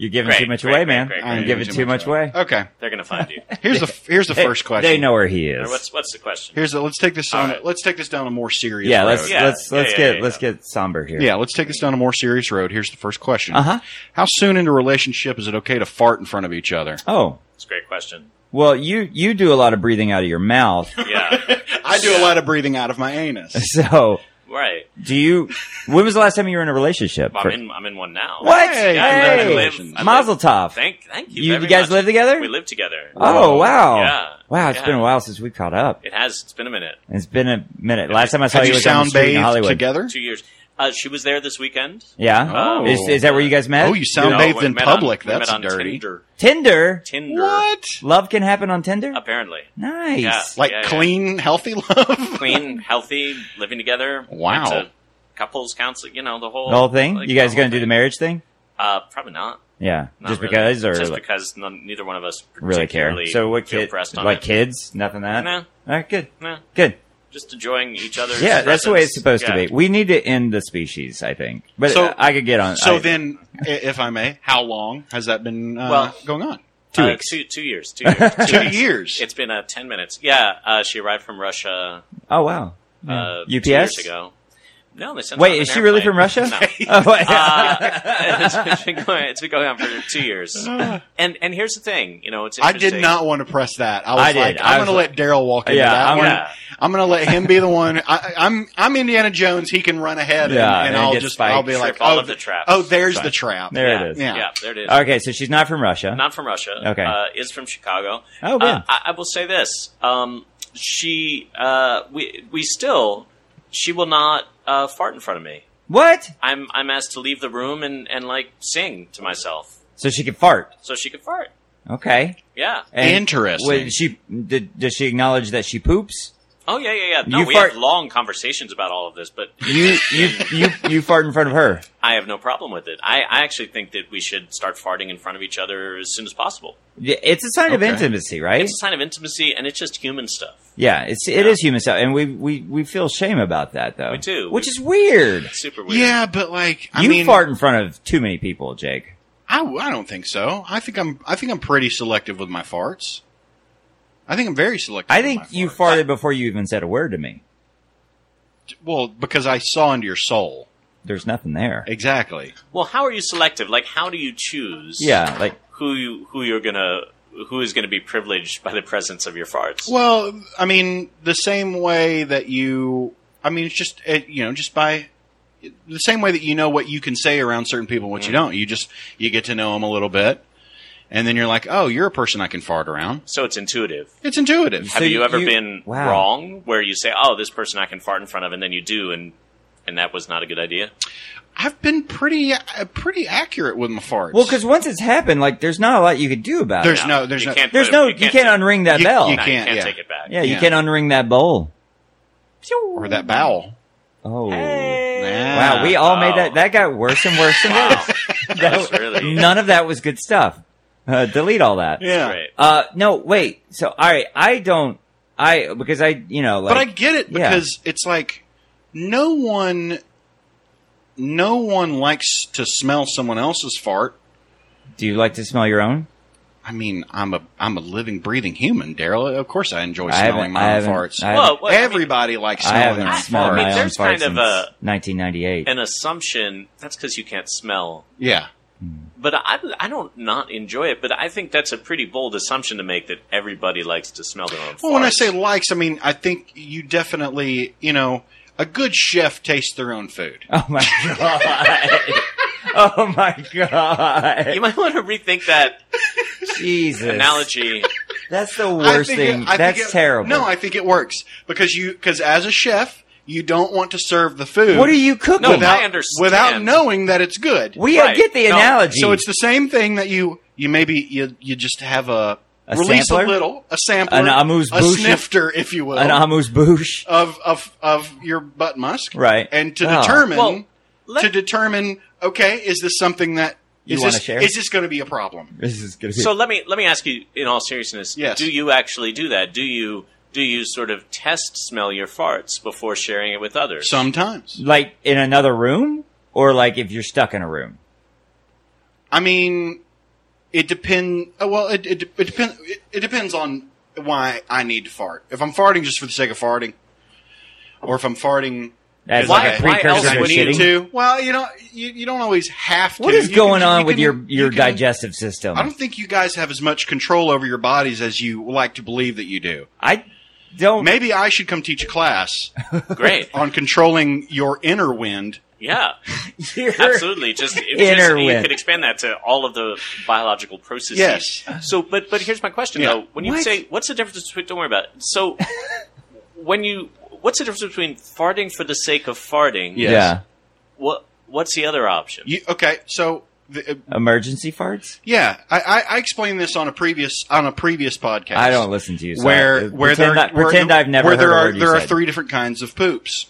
Speaker 1: You're giving
Speaker 4: Great,
Speaker 1: too much
Speaker 4: great,
Speaker 1: away,
Speaker 4: great,
Speaker 1: man.
Speaker 4: great,
Speaker 2: I-
Speaker 4: great.
Speaker 1: You're giving too much away.
Speaker 2: Okay,
Speaker 4: They're going to find you.
Speaker 2: here's the f- here's the first question.
Speaker 1: They know where he
Speaker 4: Or
Speaker 1: is.
Speaker 4: what's what's the question?
Speaker 2: Here's the, let's take this
Speaker 4: All
Speaker 2: on.
Speaker 4: right.
Speaker 2: Let's take this down a more serious.
Speaker 1: yeah,
Speaker 2: road.
Speaker 1: let's
Speaker 4: Yeah,
Speaker 1: let's
Speaker 4: yeah,
Speaker 1: let's
Speaker 4: yeah,
Speaker 1: get
Speaker 4: yeah,
Speaker 1: let's
Speaker 4: yeah.
Speaker 1: get somber here.
Speaker 2: yeah. Let's take this down a more serious road. Here's the first question.
Speaker 1: Uh huh.
Speaker 2: How soon into a relationship is it okay to fart in front of each other?
Speaker 1: Oh.
Speaker 4: It's a great question.
Speaker 1: Well, you you do a lot of breathing out of your mouth.
Speaker 4: Yeah.
Speaker 2: I do a lot of breathing out of my anus.
Speaker 1: So,
Speaker 4: right.
Speaker 1: do you? When was the last time you were in a relationship?
Speaker 4: Well,
Speaker 1: For-
Speaker 4: I'm in. I'm in one now.
Speaker 1: what?
Speaker 2: Hey,
Speaker 4: Yeah, I live- I
Speaker 1: hey,
Speaker 4: live- I
Speaker 1: Mazel tov.
Speaker 4: Thank, thank you.
Speaker 1: You-
Speaker 4: very
Speaker 1: you guys
Speaker 4: much.
Speaker 1: live together?
Speaker 4: We live together.
Speaker 1: Oh wow!
Speaker 4: Yeah.
Speaker 1: Wow, it's
Speaker 4: Yeah.
Speaker 1: been a while since we caught up.
Speaker 4: It has. It's been a minute.
Speaker 1: It's been a minute. Last time I saw
Speaker 2: Had
Speaker 1: you
Speaker 2: you
Speaker 1: was on the
Speaker 2: sound
Speaker 1: street in
Speaker 2: bathed
Speaker 1: Hollywood.
Speaker 2: together?
Speaker 4: Two years. Uh, she was there this weekend.
Speaker 1: Yeah.
Speaker 2: Oh.
Speaker 1: Is, is that where you guys met?
Speaker 2: Oh, you sound
Speaker 4: No,
Speaker 2: bathed
Speaker 4: we
Speaker 2: in
Speaker 4: met
Speaker 2: public.
Speaker 4: On, we
Speaker 2: That's
Speaker 4: met on
Speaker 2: dirty.
Speaker 4: Tinder.
Speaker 1: Tinder.
Speaker 4: Tinder.
Speaker 2: What?
Speaker 1: Love can happen on Tinder.
Speaker 4: Apparently.
Speaker 1: Nice.
Speaker 4: Uh, Yeah.
Speaker 2: Like
Speaker 4: yeah.
Speaker 2: clean, healthy love?
Speaker 4: Clean, healthy, living together.
Speaker 2: Wow.
Speaker 4: Went to couples counseling. You know the whole
Speaker 1: The whole thing.
Speaker 4: like,
Speaker 1: you guys
Speaker 4: whole
Speaker 1: going to do the
Speaker 4: thing.
Speaker 1: marriage thing?
Speaker 4: Uh, probably not.
Speaker 1: Yeah.
Speaker 4: Not
Speaker 1: just
Speaker 4: really.
Speaker 1: because, or
Speaker 4: just
Speaker 1: like,
Speaker 4: because none, neither one of us
Speaker 1: really
Speaker 4: particularly
Speaker 1: care. So what?
Speaker 4: feel
Speaker 1: Kid,
Speaker 4: pressed on
Speaker 1: like
Speaker 4: it.
Speaker 1: kids? Nothing that.
Speaker 4: No,
Speaker 1: All right. Good.
Speaker 4: no.
Speaker 1: Good.
Speaker 4: Just enjoying each other's.
Speaker 1: Yeah, that's the way it's
Speaker 4: presence.
Speaker 1: supposed
Speaker 4: Yeah.
Speaker 1: to be. We need to end the species, I think. But
Speaker 2: So-
Speaker 1: uh, I could get on.
Speaker 2: So
Speaker 1: I-
Speaker 2: then, i- if I may, how long has that been uh,
Speaker 4: Well-
Speaker 2: going on?
Speaker 1: Two
Speaker 4: Uh,
Speaker 1: weeks.
Speaker 4: Two, two years. Two years.
Speaker 2: Two years.
Speaker 4: It's been uh, ten minutes. Yeah, uh, she arrived from Russia
Speaker 1: Oh wow.
Speaker 4: uh,
Speaker 1: Yeah.
Speaker 4: two
Speaker 1: UPS?
Speaker 4: years ago. No, they sent her on
Speaker 1: Wait,
Speaker 4: an
Speaker 1: is she really
Speaker 4: airplane.
Speaker 1: from Russia?
Speaker 4: No.
Speaker 1: Oh, wait.
Speaker 4: Uh, it's it's been going. It's been going on for two years. And and here's the thing. You know, it's.
Speaker 2: I did
Speaker 4: interesting.
Speaker 2: not want to press that. I was
Speaker 1: I did.
Speaker 2: like,
Speaker 1: I
Speaker 2: I'm
Speaker 1: was
Speaker 2: going to let Daryl walk into
Speaker 1: Yeah,
Speaker 2: that
Speaker 1: I'm
Speaker 2: one.
Speaker 4: gonna-
Speaker 2: I'm going to let him be the one. I, I'm I'm Indiana Jones. He can run ahead,
Speaker 1: Yeah, and
Speaker 2: and, and I'll
Speaker 1: get
Speaker 2: just
Speaker 1: spiked.
Speaker 2: I'll be
Speaker 4: Trip
Speaker 2: like,
Speaker 4: all
Speaker 2: oh,
Speaker 4: of the traps.
Speaker 2: oh, there's
Speaker 1: Fine.
Speaker 2: the trap.
Speaker 1: There
Speaker 4: Yeah.
Speaker 1: it is.
Speaker 2: Yeah.
Speaker 4: Yeah. there it is.
Speaker 1: Okay, so she's not from Russia.
Speaker 4: Not from Russia.
Speaker 1: Okay.
Speaker 4: Uh, is from Chicago.
Speaker 1: Oh, good.
Speaker 4: uh, I, I will say this. Um, she, uh, we, we still, she will not uh, fart in front of me.
Speaker 1: what?
Speaker 4: I'm, I'm asked to leave the room and, and like sing to myself
Speaker 1: So she could fart.
Speaker 4: so she can fart.
Speaker 1: Okay.
Speaker 4: Yeah.
Speaker 2: Interesting.
Speaker 1: Wait, she did, does she acknowledge that she poops?
Speaker 4: Oh yeah, yeah, yeah. No,
Speaker 1: You
Speaker 4: we
Speaker 1: fart-
Speaker 4: had long conversations about all of this, but
Speaker 1: You you you you fart in front of her.
Speaker 4: I have no problem with it. I, I actually think that we should start farting in front of each other as soon as possible.
Speaker 1: Yeah, It's a sign of
Speaker 2: Okay.
Speaker 1: intimacy, right?
Speaker 4: It's a sign of intimacy, and it's just human stuff.
Speaker 1: yeah, it's it is human stuff, and we, we we feel shame about that though.
Speaker 4: We do.
Speaker 1: which is weird.
Speaker 4: Super weird.
Speaker 2: yeah, but like, I
Speaker 1: you
Speaker 2: mean,
Speaker 1: fart in front of too many people, Jake.
Speaker 2: I, I don't think so. I think I'm I think I'm pretty selective with my farts. I think I'm very selective.
Speaker 1: I
Speaker 2: with
Speaker 1: think
Speaker 2: Oh my
Speaker 1: you
Speaker 2: farts.
Speaker 1: farted before you even said a word to me.
Speaker 2: Well, because I saw into your soul.
Speaker 1: There's nothing there.
Speaker 2: Exactly.
Speaker 4: Well, how are you selective? Like, how do you choose?
Speaker 1: Yeah, like
Speaker 4: who you who you're gonna who is gonna be privileged by the presence of your farts.
Speaker 2: Well, I mean, the same way that you, I mean, it's just it, you know, just by the same way that you know what you can say around certain people, and what you don't. You just you get to know them a little bit, and then you're like, oh, you're a person I can fart around.
Speaker 4: so it's intuitive.
Speaker 2: It's intuitive.
Speaker 1: So
Speaker 4: Have you,
Speaker 1: you-
Speaker 4: ever
Speaker 1: you-
Speaker 4: been
Speaker 1: wow.
Speaker 4: wrong where you say, "Oh, this person I can fart in front of," and then you do, and and that was not a good idea?
Speaker 2: I've been pretty uh, pretty accurate with my farts.
Speaker 1: well, because once it's happened, like there's not a lot you could do about
Speaker 2: there's
Speaker 1: it.
Speaker 2: no, there's
Speaker 4: you
Speaker 2: no.
Speaker 4: can't
Speaker 1: There's
Speaker 4: put-
Speaker 1: no you can't, unring that
Speaker 2: You-
Speaker 1: bell.
Speaker 2: you
Speaker 4: no, you
Speaker 2: can't,
Speaker 4: can't
Speaker 2: yeah.
Speaker 4: take it back.
Speaker 1: yeah, you
Speaker 2: yeah.
Speaker 1: can't unring that bowl.
Speaker 2: or that bowel.
Speaker 1: Oh.
Speaker 2: Yeah.
Speaker 1: Wow, we all made that.
Speaker 4: Wow.
Speaker 1: That got worse and worse and
Speaker 4: Wow.
Speaker 1: worse.
Speaker 4: That's really
Speaker 1: None of that was good stuff. Uh, delete all that.
Speaker 2: Yeah.
Speaker 4: great.
Speaker 1: Uh, no, wait. So, all right, I don't. I because I, you know, like,
Speaker 2: but I get it
Speaker 1: yeah.
Speaker 2: because it's like no one, no one likes to smell someone else's fart.
Speaker 1: do you like to smell your own?
Speaker 2: I mean, I'm a I'm a living, breathing human, Daryl. Of course, I enjoy
Speaker 1: I haven't-
Speaker 2: smelling
Speaker 1: I
Speaker 2: my own
Speaker 1: haven't-
Speaker 2: farts.
Speaker 1: I haven't-
Speaker 4: Well, what- I mean-
Speaker 2: Everybody likes
Speaker 1: I
Speaker 2: smelling their
Speaker 1: haven't
Speaker 2: own
Speaker 1: smelled
Speaker 4: I mean,
Speaker 1: my
Speaker 2: farts.
Speaker 1: own
Speaker 4: there's
Speaker 1: fart
Speaker 4: kind
Speaker 1: since
Speaker 4: of a-
Speaker 1: 1998.
Speaker 4: An assumption that's because you can't smell.
Speaker 2: Yeah,
Speaker 4: but I, I don't not enjoy it. But I think that's a pretty bold assumption to make that everybody likes to smell their own.
Speaker 2: Well, when I
Speaker 4: farts.
Speaker 2: say likes, I mean I think you definitely, you know, a good chef tastes their own food.
Speaker 1: Oh my god. Oh my god.
Speaker 4: you might want to rethink that
Speaker 1: Jesus.
Speaker 4: analogy.
Speaker 1: That's the
Speaker 2: I
Speaker 1: worst
Speaker 2: think it-
Speaker 1: thing.
Speaker 2: I think
Speaker 1: That's
Speaker 2: it-
Speaker 1: terrible.
Speaker 2: No, I think it works because you because as a chef, you don't want to serve the food.
Speaker 1: what are you cooking?
Speaker 4: No,
Speaker 2: without,
Speaker 4: I understand.
Speaker 2: without knowing that it's good.
Speaker 1: we
Speaker 4: Right.
Speaker 1: get the
Speaker 4: No.
Speaker 1: analogy.
Speaker 2: so it's the same thing that you you maybe you you just have a,
Speaker 1: A
Speaker 2: release
Speaker 1: sampler?
Speaker 2: a little a sampler
Speaker 1: An amuse
Speaker 2: a
Speaker 1: bouche?
Speaker 2: snifter if you will
Speaker 1: an amuse bouche.
Speaker 2: of of of your butt musk
Speaker 1: Right.
Speaker 2: and to
Speaker 1: Oh.
Speaker 2: determine
Speaker 4: Well, let-
Speaker 2: to determine okay is this something that
Speaker 1: You
Speaker 2: is
Speaker 1: wanna
Speaker 2: this
Speaker 1: share?
Speaker 2: is this going to be a problem
Speaker 1: This is gonna be
Speaker 4: So let me let me ask you in all seriousness.
Speaker 2: Yes.
Speaker 4: Do you actually do that? Do you do you sort of test smell your farts before sharing it with others?
Speaker 2: sometimes
Speaker 1: like in another room, or like if you're stuck in a room.
Speaker 2: I mean it depend oh, well it it, it depends it, it depends on why I need to fart if I'm farting just for the sake of farting or if I'm farting
Speaker 1: As
Speaker 4: Why-
Speaker 1: like a
Speaker 4: why else
Speaker 1: precursor to
Speaker 4: would you
Speaker 1: shitting.
Speaker 2: to. Well, you know, you, you don't always have to.
Speaker 1: What is
Speaker 2: You can-
Speaker 1: going
Speaker 2: you
Speaker 1: on
Speaker 2: can-
Speaker 1: with your
Speaker 2: you
Speaker 1: your
Speaker 2: can-
Speaker 1: digestive system?
Speaker 2: I don't think you guys have as much control over your bodies as you like to believe that you do.
Speaker 1: I don't.
Speaker 2: Maybe I should come teach a class
Speaker 4: Great.
Speaker 2: on controlling your inner wind.
Speaker 4: Yeah.
Speaker 1: You're-
Speaker 4: Absolutely. Just, it-
Speaker 1: Inner
Speaker 4: just- you
Speaker 1: wind.
Speaker 4: could expand that to all of the biological processes.
Speaker 2: Yes.
Speaker 4: So, but but here's my question
Speaker 2: Yeah.
Speaker 4: though. When you
Speaker 1: What?
Speaker 4: say what's the difference between don't worry about it. So when you what's the difference between farting for the sake of farting?
Speaker 2: Yes.
Speaker 1: Yeah.
Speaker 4: What what's the other option?
Speaker 2: You, okay, so the, uh,
Speaker 1: Emergency farts.
Speaker 2: yeah, I, I, I explained this on a previous on a previous podcast.
Speaker 1: I don't listen to you. So
Speaker 2: where
Speaker 1: I- uh,
Speaker 2: where
Speaker 1: pretend,
Speaker 2: there
Speaker 1: I, pretend
Speaker 2: where,
Speaker 1: I've never
Speaker 2: where
Speaker 1: heard
Speaker 2: there
Speaker 1: a
Speaker 2: are
Speaker 1: word you
Speaker 2: there are
Speaker 1: said.
Speaker 2: three different kinds of poops.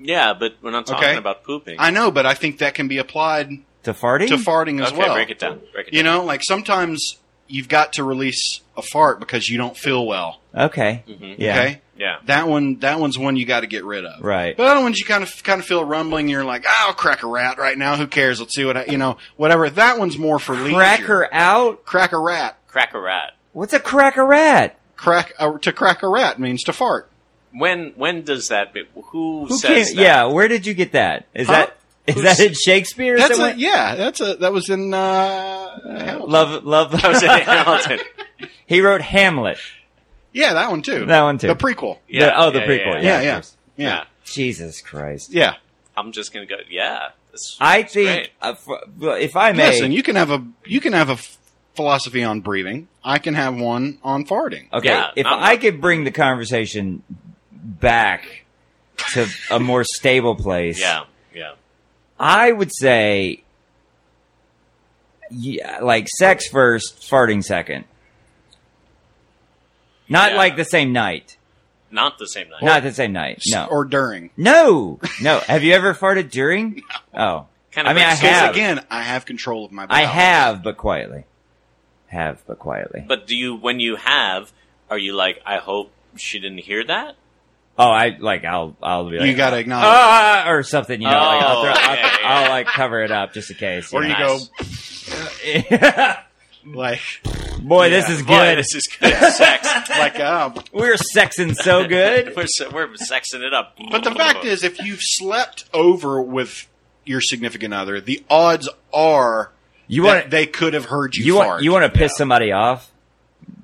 Speaker 4: yeah, but we're not talking
Speaker 2: Okay.
Speaker 4: about pooping.
Speaker 2: I know, but I think that can be applied
Speaker 1: to farting.
Speaker 2: to farting as
Speaker 4: okay,
Speaker 2: well.
Speaker 4: break it down. Break it
Speaker 2: You
Speaker 4: down.
Speaker 2: know, like sometimes you've got to release a fart because you don't feel well.
Speaker 1: Okay.
Speaker 4: Mm-hmm.
Speaker 1: Yeah.
Speaker 2: Okay,
Speaker 4: Yeah.
Speaker 2: that one, that one's one you got to get rid of.
Speaker 1: Right.
Speaker 2: But other ones you kind of kind of feel rumbling. You're like, "Ah, I'll crack a rat right now. Who cares? Let's see what I, you know, whatever. That one's more for leisure.
Speaker 1: Crack her out.
Speaker 2: crack a rat,
Speaker 4: Crack a rat.
Speaker 1: What's a cracker rat?
Speaker 2: crack a, to crack a rat means to fart.
Speaker 4: When when does that? be- Who,
Speaker 1: Who
Speaker 4: says
Speaker 1: came-
Speaker 4: that?
Speaker 1: Yeah. Where did you get that? Is
Speaker 2: Huh?
Speaker 1: that is that in Shakespeare? or
Speaker 2: That's a,
Speaker 1: somewhere?
Speaker 2: yeah. That's a that was in uh, Hamilton.
Speaker 1: Love, love.
Speaker 4: That was in Hamilton.
Speaker 1: he wrote Hamlet.
Speaker 2: yeah, that one too.
Speaker 1: That one, too.
Speaker 2: The prequel.
Speaker 4: Yeah,
Speaker 1: The- oh, the
Speaker 4: yeah, yeah,
Speaker 1: prequel.
Speaker 4: yeah.
Speaker 2: Yeah,
Speaker 1: of
Speaker 2: yeah,
Speaker 1: course.
Speaker 2: yeah,
Speaker 1: Jesus Christ.
Speaker 2: yeah.
Speaker 4: I'm just gonna go. Yeah. This-
Speaker 1: I
Speaker 4: it's
Speaker 1: think
Speaker 4: great.
Speaker 1: uh, for, well, if I may.
Speaker 2: Listen, you can have a you can have a f- philosophy on breathing. I can have one on farting.
Speaker 1: Okay,
Speaker 4: Yeah,
Speaker 1: if
Speaker 4: I'm
Speaker 1: I
Speaker 4: not-
Speaker 1: could bring the conversation back to a more stable place,
Speaker 4: Yeah. Yeah.
Speaker 1: I would say, yeah, like sex first, farting second. Not
Speaker 4: Yeah.
Speaker 1: like the same night.
Speaker 4: Not the same night.
Speaker 1: Not the same night. No.
Speaker 2: or during.
Speaker 1: no. No. Have you ever farted during? Oh.
Speaker 4: Kind of
Speaker 1: I mean, I
Speaker 4: breaks-
Speaker 2: Because
Speaker 1: have.
Speaker 2: again, I have control of my bowels.
Speaker 1: I have, but quietly. Have, but quietly.
Speaker 4: But do you, when you have, are you like, I hope she didn't hear that?
Speaker 1: Oh, I like I'll I'll be like
Speaker 2: You gotta acknowledge.
Speaker 1: ah or something, you know. like, I'll,
Speaker 4: Oh,
Speaker 1: throw, I'll,
Speaker 4: yeah, yeah.
Speaker 1: I'll like cover it up just in case.
Speaker 2: Or you
Speaker 1: know.
Speaker 2: go
Speaker 4: Nice.
Speaker 2: like,
Speaker 1: boy, this is
Speaker 4: Boy,
Speaker 1: good.
Speaker 4: this is good sex.
Speaker 2: like, uh,
Speaker 1: We're sexing so good.
Speaker 4: we're, se- we're sexing it up.
Speaker 2: but the fact is, if you've slept over with your significant other, the odds are
Speaker 1: You
Speaker 2: that
Speaker 1: want
Speaker 2: they could have heard you,
Speaker 1: you
Speaker 2: fart.
Speaker 1: want you want to piss somebody off.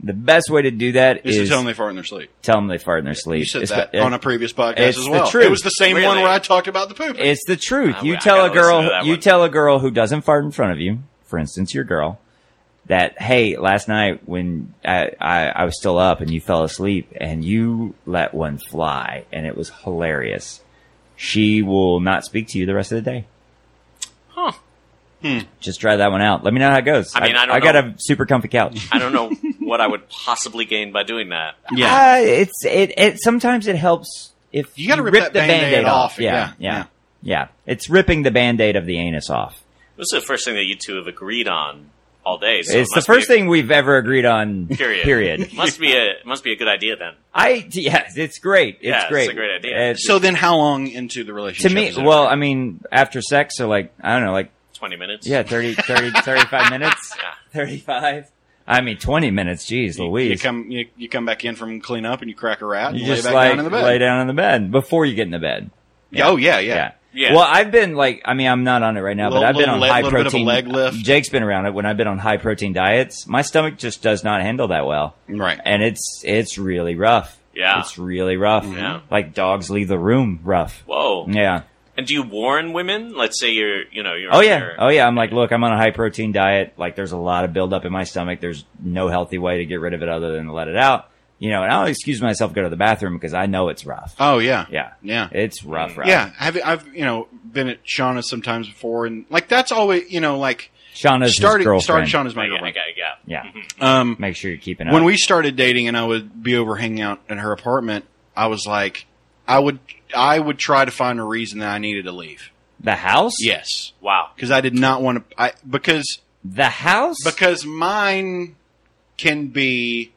Speaker 1: The best way to do that
Speaker 2: is,
Speaker 1: is,
Speaker 2: to tell them they fart in their sleep.
Speaker 1: tell them they fart in their sleep.
Speaker 2: You said
Speaker 1: It's-
Speaker 2: that
Speaker 1: it-
Speaker 2: on a previous podcast
Speaker 1: it's
Speaker 2: as
Speaker 1: the
Speaker 2: well.
Speaker 1: truth.
Speaker 2: It was the same one
Speaker 4: Really?
Speaker 2: where I talked about the poop.
Speaker 1: It's the truth.
Speaker 4: I-
Speaker 1: You
Speaker 4: I
Speaker 1: tell a
Speaker 4: gotta listen to
Speaker 1: girl,
Speaker 4: that
Speaker 1: you
Speaker 4: one.
Speaker 1: tell a girl who doesn't fart in front of you, for instance, your girl, that hey, last night when I, I I was still up and you fell asleep and you let one fly and it was hilarious. She will not speak to you the rest of the day.
Speaker 4: Huh. Hmm.
Speaker 1: Just try that one out. Let me know how it goes.
Speaker 4: I mean, I don't
Speaker 1: got
Speaker 4: know.
Speaker 1: a super comfy couch.
Speaker 4: I don't know what I would possibly gain by doing that.
Speaker 1: Uh,
Speaker 2: yeah,
Speaker 1: it's it, it. Sometimes it helps if
Speaker 2: You gotta rip that
Speaker 1: the
Speaker 2: Band-Aid
Speaker 1: Band-Aid
Speaker 2: off.
Speaker 1: Yeah,
Speaker 2: Yeah,
Speaker 1: yeah,
Speaker 2: yeah.
Speaker 1: yeah. It's ripping the band-aid of the anus off.
Speaker 4: This is the first thing that you two have agreed on all day. So
Speaker 1: it's the first thing we've ever agreed on.
Speaker 4: Period.
Speaker 1: Period.
Speaker 4: Must be a must be a good idea then.
Speaker 1: I yes, it's great. It's
Speaker 4: Yeah, it's
Speaker 1: great.
Speaker 4: a great idea.
Speaker 1: It's-
Speaker 2: So then, how long into the
Speaker 1: to
Speaker 2: relationship?
Speaker 1: me,
Speaker 2: is it?
Speaker 1: well, I mean, after sex, so like I don't know, like
Speaker 4: Twenty minutes. Ah,
Speaker 1: yeah, 30, 30 35 minutes,
Speaker 4: Yeah.
Speaker 1: thirty-five. I mean, twenty minutes. Jeez,
Speaker 2: you, you
Speaker 1: Louise,
Speaker 2: come you, you come back in from clean up and you crack a rat and
Speaker 1: You
Speaker 2: lay
Speaker 1: just
Speaker 2: back
Speaker 1: like
Speaker 2: down in the bed.
Speaker 1: lay down in the bed before you get in the bed.
Speaker 2: Oh yeah, yeah.
Speaker 1: Yeah.
Speaker 4: Yeah.
Speaker 1: Well, I've been like, I mean, I'm not on it right now,
Speaker 2: Little-
Speaker 1: but I've been
Speaker 2: little
Speaker 1: on
Speaker 2: leg-
Speaker 1: high
Speaker 2: little bit of a
Speaker 1: protein.
Speaker 2: leg lift.
Speaker 1: Jake's been around it when I've been on high protein diets. My stomach just does not handle that well,
Speaker 2: Right.
Speaker 1: and it's it's really rough.
Speaker 4: Yeah.
Speaker 1: it's really rough.
Speaker 4: Yeah.
Speaker 1: like dogs leave the room rough.
Speaker 4: Whoa.
Speaker 1: Yeah.
Speaker 4: And do you warn women? Let's say you're, you know, you're.
Speaker 1: Oh
Speaker 4: on
Speaker 1: yeah.
Speaker 4: your-
Speaker 1: Oh yeah. I'm like, look, I'm on a high protein diet. Like, there's a lot of buildup in my stomach. There's no healthy way to get rid of it other than to let it out. You know, and I'll excuse myself, go to the bathroom because I know it's rough.
Speaker 2: Oh yeah.
Speaker 1: Yeah.
Speaker 2: Yeah.
Speaker 1: It's
Speaker 4: Mm.
Speaker 1: rough, rough.
Speaker 2: Yeah, I've, I've you know been at Shauna's sometimes before, and like that's always you know like
Speaker 1: Shauna's
Speaker 2: started
Speaker 1: his girlfriend.
Speaker 2: started Shauna's my
Speaker 4: I got, I
Speaker 2: girlfriend.
Speaker 4: got, yeah.
Speaker 1: Yeah.
Speaker 2: Um,
Speaker 1: Make sure you're keeping up.
Speaker 2: when we started dating, and I would be over hanging out at her apartment, I was like, I would I would try to find a reason that I needed to leave.
Speaker 1: the house?
Speaker 2: Yes,
Speaker 4: Wow.
Speaker 2: because I did not want to. I because
Speaker 1: The house?
Speaker 2: because mine can be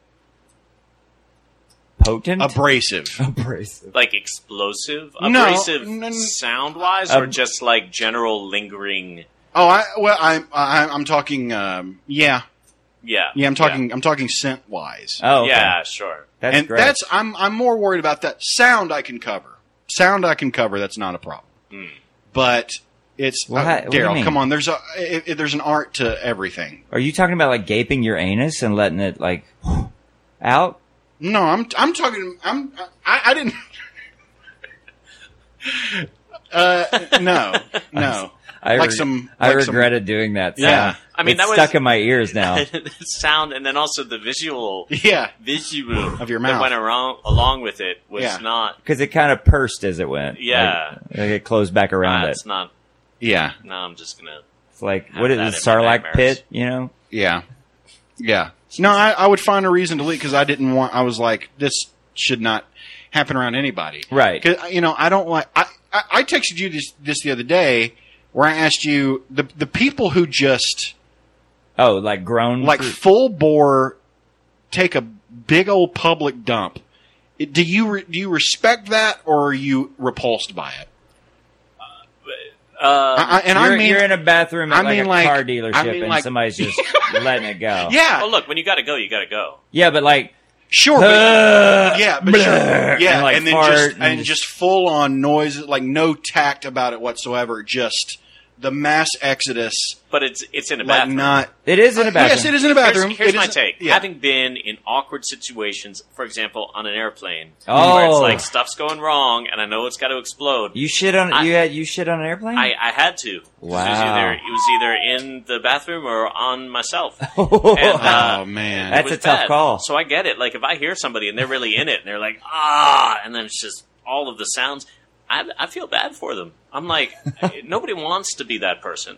Speaker 1: Potent?
Speaker 2: abrasive.
Speaker 1: abrasive.
Speaker 4: Like explosive,
Speaker 2: No,
Speaker 4: abrasive
Speaker 2: n- n-
Speaker 4: sound wise, or
Speaker 1: Ab-
Speaker 4: just like general lingering?
Speaker 2: Oh, I well, I, I I'm talking. Um, yeah,
Speaker 4: Yeah.
Speaker 2: yeah, I'm talking. I'm talking scent wise.
Speaker 1: Oh, okay.
Speaker 4: Yeah, sure.
Speaker 1: That's
Speaker 2: and
Speaker 1: great.
Speaker 2: that's I'm I'm more worried about that sound I can cover. Sound I can cover. That's not a problem.
Speaker 1: Hmm.
Speaker 2: But it's
Speaker 1: Well,
Speaker 2: uh,
Speaker 1: how- what do you
Speaker 2: Daryl.
Speaker 1: mean?
Speaker 2: Come on, there's a i i there's an art to everything.
Speaker 1: Are you talking about like gaping your anus and letting it like out?
Speaker 2: No, I'm I'm talking. I'm I, I didn't. uh, no, no.
Speaker 1: I
Speaker 2: like
Speaker 1: reg-
Speaker 2: some.
Speaker 1: I
Speaker 2: like some-
Speaker 1: regretted doing that. Sound.
Speaker 2: Yeah.
Speaker 4: I mean,
Speaker 1: it's
Speaker 4: that was-
Speaker 1: stuck in my ears now.
Speaker 4: sound, and then also the visual,
Speaker 2: yeah.
Speaker 4: visual
Speaker 2: Of your
Speaker 4: that
Speaker 2: mouth.
Speaker 4: went around, along with it was
Speaker 2: Yeah.
Speaker 4: not.
Speaker 1: Because it kind of pursed as it went.
Speaker 4: Yeah.
Speaker 1: Like, like it closed back
Speaker 2: Ah,
Speaker 1: around it.
Speaker 4: That's not.
Speaker 2: Yeah.
Speaker 4: No, I'm just gonna.
Speaker 1: It's like,
Speaker 4: Not
Speaker 1: what is
Speaker 4: that
Speaker 1: it,
Speaker 4: in my
Speaker 1: Sarlacc
Speaker 4: nightmares.
Speaker 1: pit, you know?
Speaker 2: Yeah. Yeah. No, I, I would find a reason to leave because I didn't want. I was like, this should not happen around anybody.
Speaker 1: Right.
Speaker 2: 'Cause, uh, you know, I don't like. I, I, I texted you this this the other day where I asked you the the people who just
Speaker 1: Oh, like grown.
Speaker 2: like full bore take a big old public dump. It- Do you re- do you respect that or are you repulsed by it?
Speaker 4: Uh,
Speaker 2: I, I, and
Speaker 1: you're,
Speaker 2: I mean,
Speaker 1: you're in a bathroom at
Speaker 2: I mean,
Speaker 1: like
Speaker 2: like-
Speaker 1: a car dealership
Speaker 2: I mean,
Speaker 1: and
Speaker 2: like-
Speaker 1: somebody's just letting it go.
Speaker 2: yeah,
Speaker 4: oh, look, when you gotta go, you gotta go.
Speaker 1: Yeah, but like,
Speaker 2: sure, but, yeah, but sure,
Speaker 1: bleh,
Speaker 2: yeah,
Speaker 1: and,
Speaker 2: and,
Speaker 1: like,
Speaker 2: then
Speaker 1: fart
Speaker 2: just
Speaker 1: and
Speaker 2: and, just full on noise, like no tact about it whatsoever. Just the mass exodus,
Speaker 4: But it's it's in a
Speaker 2: like
Speaker 4: bathroom.
Speaker 2: not.
Speaker 1: it is in a bathroom.
Speaker 2: Yes, it is in a
Speaker 4: Here's-
Speaker 2: bathroom.
Speaker 4: Here's,
Speaker 2: It
Speaker 4: my
Speaker 2: is-
Speaker 4: take.
Speaker 2: yeah.
Speaker 4: Having been in awkward situations, for example, on an airplane,
Speaker 1: Oh.
Speaker 4: where it's like stuff's going wrong and I know it's got to explode.
Speaker 1: You shit on
Speaker 4: I-
Speaker 1: you had you shit on an airplane.
Speaker 4: I, I had to. 'Cause It was,
Speaker 1: Wow.
Speaker 4: either, it was either in the bathroom or on myself. It
Speaker 1: oh,
Speaker 4: Uh,
Speaker 2: oh man,
Speaker 1: That's
Speaker 4: was
Speaker 1: a tough
Speaker 4: bad.
Speaker 1: call.
Speaker 4: So I get it. Like if I hear somebody and they're really in it and they're like, ah, and then it's just all of the sounds, I, I feel bad for them. I'm like, nobody wants to be that person.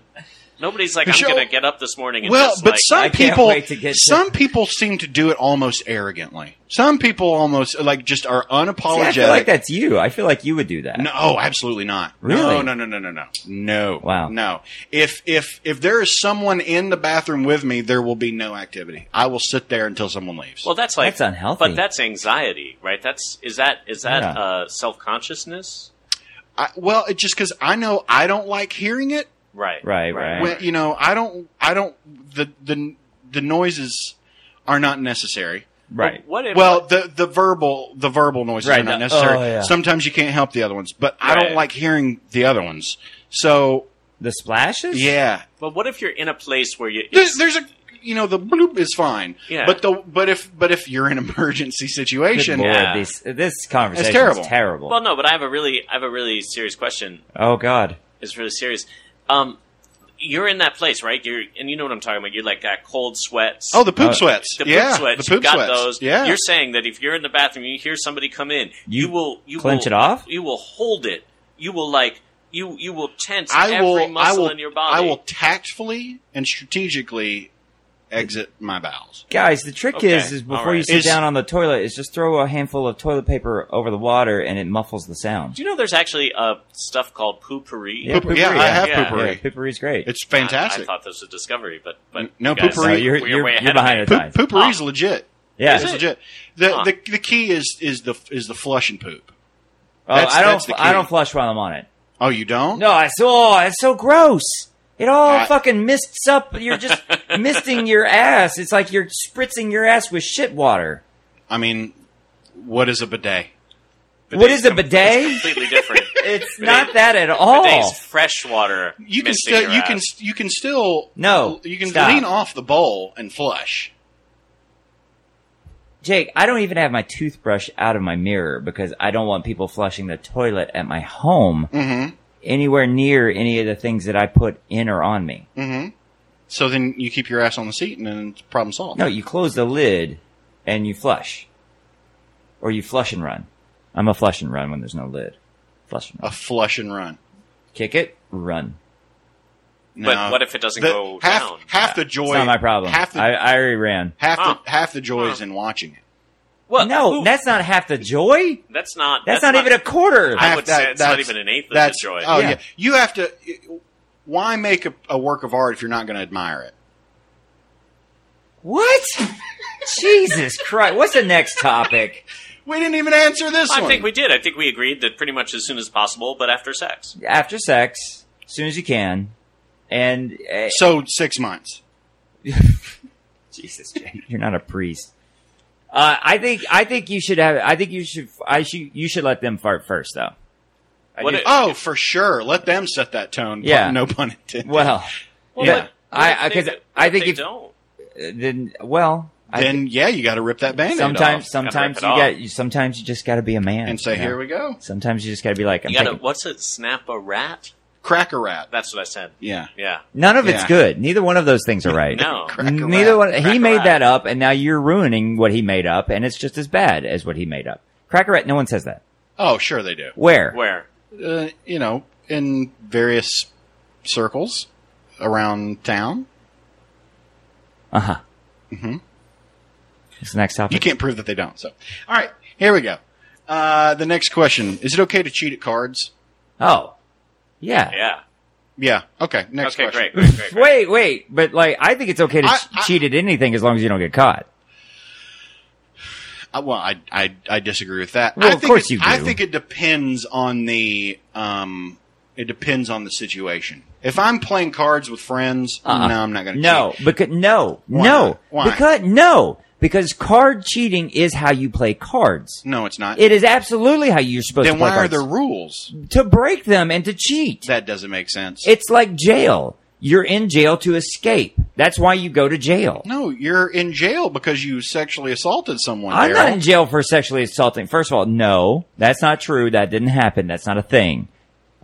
Speaker 4: Nobody's like, I'm
Speaker 2: Sure.
Speaker 4: going to get up this morning and
Speaker 2: Well,
Speaker 4: just
Speaker 2: but
Speaker 4: like,
Speaker 2: some
Speaker 1: I can't
Speaker 2: people,
Speaker 1: wait to get to-
Speaker 2: some people seem to do it almost arrogantly. Some people almost like just are
Speaker 1: See, I
Speaker 2: unapologetic.
Speaker 1: feel like that's you. I feel like you would do that.
Speaker 2: no, oh, absolutely not.
Speaker 1: Really?
Speaker 2: No, no, no, no, no, no, no.
Speaker 1: Wow.
Speaker 2: No. If if if there is someone in the bathroom with me, there will be no activity. I will sit there until someone leaves.
Speaker 4: Well, that's like
Speaker 1: That's unhealthy.
Speaker 4: But that's anxiety, right? That's is that is that
Speaker 1: Yeah.
Speaker 4: uh, self consciousness,
Speaker 2: I, well, it's just because I know I don't like hearing it.
Speaker 4: right?
Speaker 1: Right, right.
Speaker 2: When, you know, I don't. I don't. The the the noises are not necessary.
Speaker 1: right.
Speaker 4: What if?
Speaker 2: Well, the the verbal the verbal noises
Speaker 1: Right,
Speaker 2: are not
Speaker 1: the-
Speaker 2: necessary.
Speaker 1: oh, yeah.
Speaker 2: Sometimes you can't help the other ones, but I
Speaker 4: Right.
Speaker 2: don't like hearing the other ones. So
Speaker 1: The splashes.
Speaker 2: yeah,
Speaker 4: but what if you're in a place where you?
Speaker 2: there's, there's a you know the bloop is fine.
Speaker 4: Yeah.
Speaker 2: But the but if but if you're in an emergency
Speaker 1: Good
Speaker 2: situation,
Speaker 1: lord,
Speaker 4: Yeah.
Speaker 1: this this conversation
Speaker 2: It's terrible.
Speaker 1: is terrible.
Speaker 4: well, no, but I have a really I have a really serious question.
Speaker 1: oh god.
Speaker 4: It's really serious. Um, you're in that place, right? You're and you know what I'm talking about. You're like got cold sweats.
Speaker 2: oh the poop
Speaker 1: Uh,
Speaker 2: sweats,
Speaker 4: the poop
Speaker 2: yeah,
Speaker 4: sweats.
Speaker 2: the poop
Speaker 4: you got
Speaker 2: sweats,
Speaker 4: those.
Speaker 2: yeah.
Speaker 4: You're saying that if you're in the bathroom, you hear somebody come in,
Speaker 1: You
Speaker 4: you, will you
Speaker 1: clench
Speaker 4: will,
Speaker 1: it off?
Speaker 4: You will hold it. You will like you you will tense
Speaker 2: I
Speaker 4: every
Speaker 2: will I
Speaker 4: muscle
Speaker 2: will
Speaker 4: in your body.
Speaker 2: I will tactfully and strategically exit my bowels.
Speaker 1: Guys, the trick
Speaker 4: Okay,
Speaker 1: is, is
Speaker 4: all
Speaker 1: before
Speaker 4: right.
Speaker 1: you sit
Speaker 2: Is-
Speaker 1: down on the toilet, is just throw a handful of toilet paper over the water, and it muffles the sound.
Speaker 4: Do you know there's actually uh, stuff called poopery?
Speaker 1: Yeah,
Speaker 2: Poop- yeah,
Speaker 1: poopery,
Speaker 2: I
Speaker 1: yeah.
Speaker 2: have
Speaker 4: Yeah.
Speaker 1: Yeah,
Speaker 2: poopery.
Speaker 1: poopery's great.
Speaker 2: It's
Speaker 4: I- I,
Speaker 2: fantastic.
Speaker 4: thought this was Discovery, but but
Speaker 2: No,
Speaker 4: guys,
Speaker 2: poopery-
Speaker 1: no, you're
Speaker 4: we're
Speaker 1: you're,
Speaker 4: way ahead
Speaker 1: you're
Speaker 4: of
Speaker 1: behind
Speaker 4: me.
Speaker 1: the
Speaker 2: Poop,
Speaker 1: times.
Speaker 2: poopery's
Speaker 4: Huh.
Speaker 2: legit.
Speaker 1: Yeah.
Speaker 4: Is
Speaker 2: It's
Speaker 4: it?
Speaker 2: legit. The,
Speaker 4: Huh.
Speaker 2: the the key is is the is the flush and poop.
Speaker 1: Oh,
Speaker 2: That's-
Speaker 1: I
Speaker 2: that's
Speaker 1: don't.
Speaker 2: the
Speaker 1: I
Speaker 2: key.
Speaker 1: don't flush while I'm on it.
Speaker 2: Oh, you don't?
Speaker 1: No, it's oh, it's so gross. It all
Speaker 2: I-
Speaker 1: fucking mists up. You're just misting your ass. It's like you're spritzing your ass with shit water.
Speaker 2: I mean, what is a bidet?
Speaker 1: What is a
Speaker 4: com-
Speaker 1: bidet?
Speaker 4: It's completely different.
Speaker 1: It's
Speaker 4: Bidet-
Speaker 1: not that at all.
Speaker 4: Bidet's fresh water.
Speaker 2: Oh. You can
Speaker 4: misting
Speaker 2: still
Speaker 4: your
Speaker 2: you
Speaker 4: ass.
Speaker 2: can s- you can still
Speaker 1: No,
Speaker 2: you can
Speaker 1: stop.
Speaker 2: lean off the bowl and flush.
Speaker 1: Jake, I don't even have my toothbrush out of my mirror because I don't want people flushing the toilet at my home anywhere near any of the things that I put in or on me.
Speaker 2: So then you keep your ass on the seat and then it's problem solved.
Speaker 1: No, you close the lid and you flush. Or you flush and run. I'm a flush and run when there's no lid. Flush and run.
Speaker 2: a flush and run.
Speaker 1: Kick it, run.
Speaker 4: But
Speaker 2: No.
Speaker 4: what if it doesn't
Speaker 2: The-
Speaker 4: go
Speaker 2: half,
Speaker 4: down?
Speaker 2: Half the joy.
Speaker 1: It's not my problem.
Speaker 2: Half the
Speaker 1: I, I already ran.
Speaker 2: half
Speaker 4: Huh.
Speaker 2: the half the joy is in watching it.
Speaker 4: Well,
Speaker 1: No,
Speaker 4: who-
Speaker 1: that's not half the joy.
Speaker 4: that's not.
Speaker 1: That's, not, even a quarter.
Speaker 4: I
Speaker 2: Half
Speaker 4: would
Speaker 2: that-
Speaker 4: say it's not
Speaker 2: that's-
Speaker 4: even an eighth of the
Speaker 2: that's,
Speaker 4: joy.
Speaker 2: Oh yeah.
Speaker 1: Yeah.
Speaker 2: you have to. Why make a, a work of art if you're not going to admire it?
Speaker 1: what? Jesus Christ. What's the next topic?
Speaker 2: We didn't even answer this
Speaker 4: I
Speaker 2: one.
Speaker 4: think we did. I think we agreed that pretty much as soon as possible, but after sex.
Speaker 1: After sex, as soon as you can. And uh,
Speaker 2: so six months.
Speaker 1: Jesus, Jake, you're not a priest. Uh, I think I think you should have. I think you should. I should. You should let them fart first, though. I
Speaker 4: What
Speaker 1: do-
Speaker 4: if-
Speaker 2: Oh, for sure. Let them set that tone.
Speaker 1: Yeah.
Speaker 2: No pun intended.
Speaker 1: well,
Speaker 2: Yeah.
Speaker 1: but I
Speaker 4: What if
Speaker 1: because
Speaker 4: they- what
Speaker 1: I
Speaker 4: if
Speaker 1: think
Speaker 4: they
Speaker 1: if
Speaker 4: don't.
Speaker 1: then well, I
Speaker 2: then yeah, you got to rip that band
Speaker 1: sometimes
Speaker 2: off
Speaker 1: sometimes you
Speaker 4: Gotta rip it off.
Speaker 1: got you- sometimes you just got to be a man
Speaker 2: and say,
Speaker 1: you know?
Speaker 2: "Here we go,
Speaker 1: Sometimes you just got to be like, I'm
Speaker 4: You gotta,
Speaker 1: taking-
Speaker 4: what's it? Snap a rat?
Speaker 2: crack a rat."
Speaker 4: That's what I said.
Speaker 2: Yeah.
Speaker 4: Yeah.
Speaker 1: none of it's
Speaker 2: Yeah.
Speaker 1: good. Neither one of those things are right.
Speaker 4: No.
Speaker 2: Crack a
Speaker 1: Neither
Speaker 2: rat.
Speaker 1: one.
Speaker 4: Cracker
Speaker 1: he made
Speaker 4: Rat.
Speaker 1: that up, and now you're ruining what he made up, and it's just as bad as what he made up. Cracker Rat. No one says that.
Speaker 2: Oh, sure they do.
Speaker 1: Where?
Speaker 4: Where?
Speaker 2: uh, you know, in various circles around town.
Speaker 1: Uh huh. Mm-hmm. What's the next topic?
Speaker 2: You can't prove that they don't. So, all right, here we go. Uh, the next question: Is it okay to cheat at cards?
Speaker 1: Oh, yeah.
Speaker 4: Yeah.
Speaker 2: Yeah. Okay. Next
Speaker 4: okay,
Speaker 2: question.
Speaker 4: great, great, great, great.
Speaker 1: Wait, wait, but like, I think it's okay to
Speaker 2: I-
Speaker 1: ch-
Speaker 2: I-
Speaker 1: cheat at anything as long as you don't get caught.
Speaker 2: Uh, well, I, I I disagree with that.
Speaker 1: Well,
Speaker 2: I
Speaker 1: of
Speaker 2: think
Speaker 1: course
Speaker 2: it,
Speaker 1: you do.
Speaker 2: I think it depends on the um. It depends on the situation. If I'm playing cards with friends,
Speaker 1: Uh-uh.
Speaker 2: no, I'm not going to.
Speaker 1: No, because no,
Speaker 2: Why
Speaker 1: no,
Speaker 2: not? Why?
Speaker 1: because no, because card cheating is how you play cards.
Speaker 2: No, it's not.
Speaker 1: It is absolutely how you're supposed
Speaker 2: then
Speaker 1: to play
Speaker 2: why are
Speaker 1: cards.
Speaker 2: there rules?
Speaker 1: to break them and to cheat.
Speaker 2: That doesn't make sense.
Speaker 1: It's like jail. You're in jail to escape. That's why you go to jail.
Speaker 2: no, you're in jail because you sexually assaulted someone.
Speaker 1: I'm
Speaker 2: Daryl.
Speaker 1: not in jail for sexually assaulting. First of all, no, that's not true. That didn't happen. That's not a thing.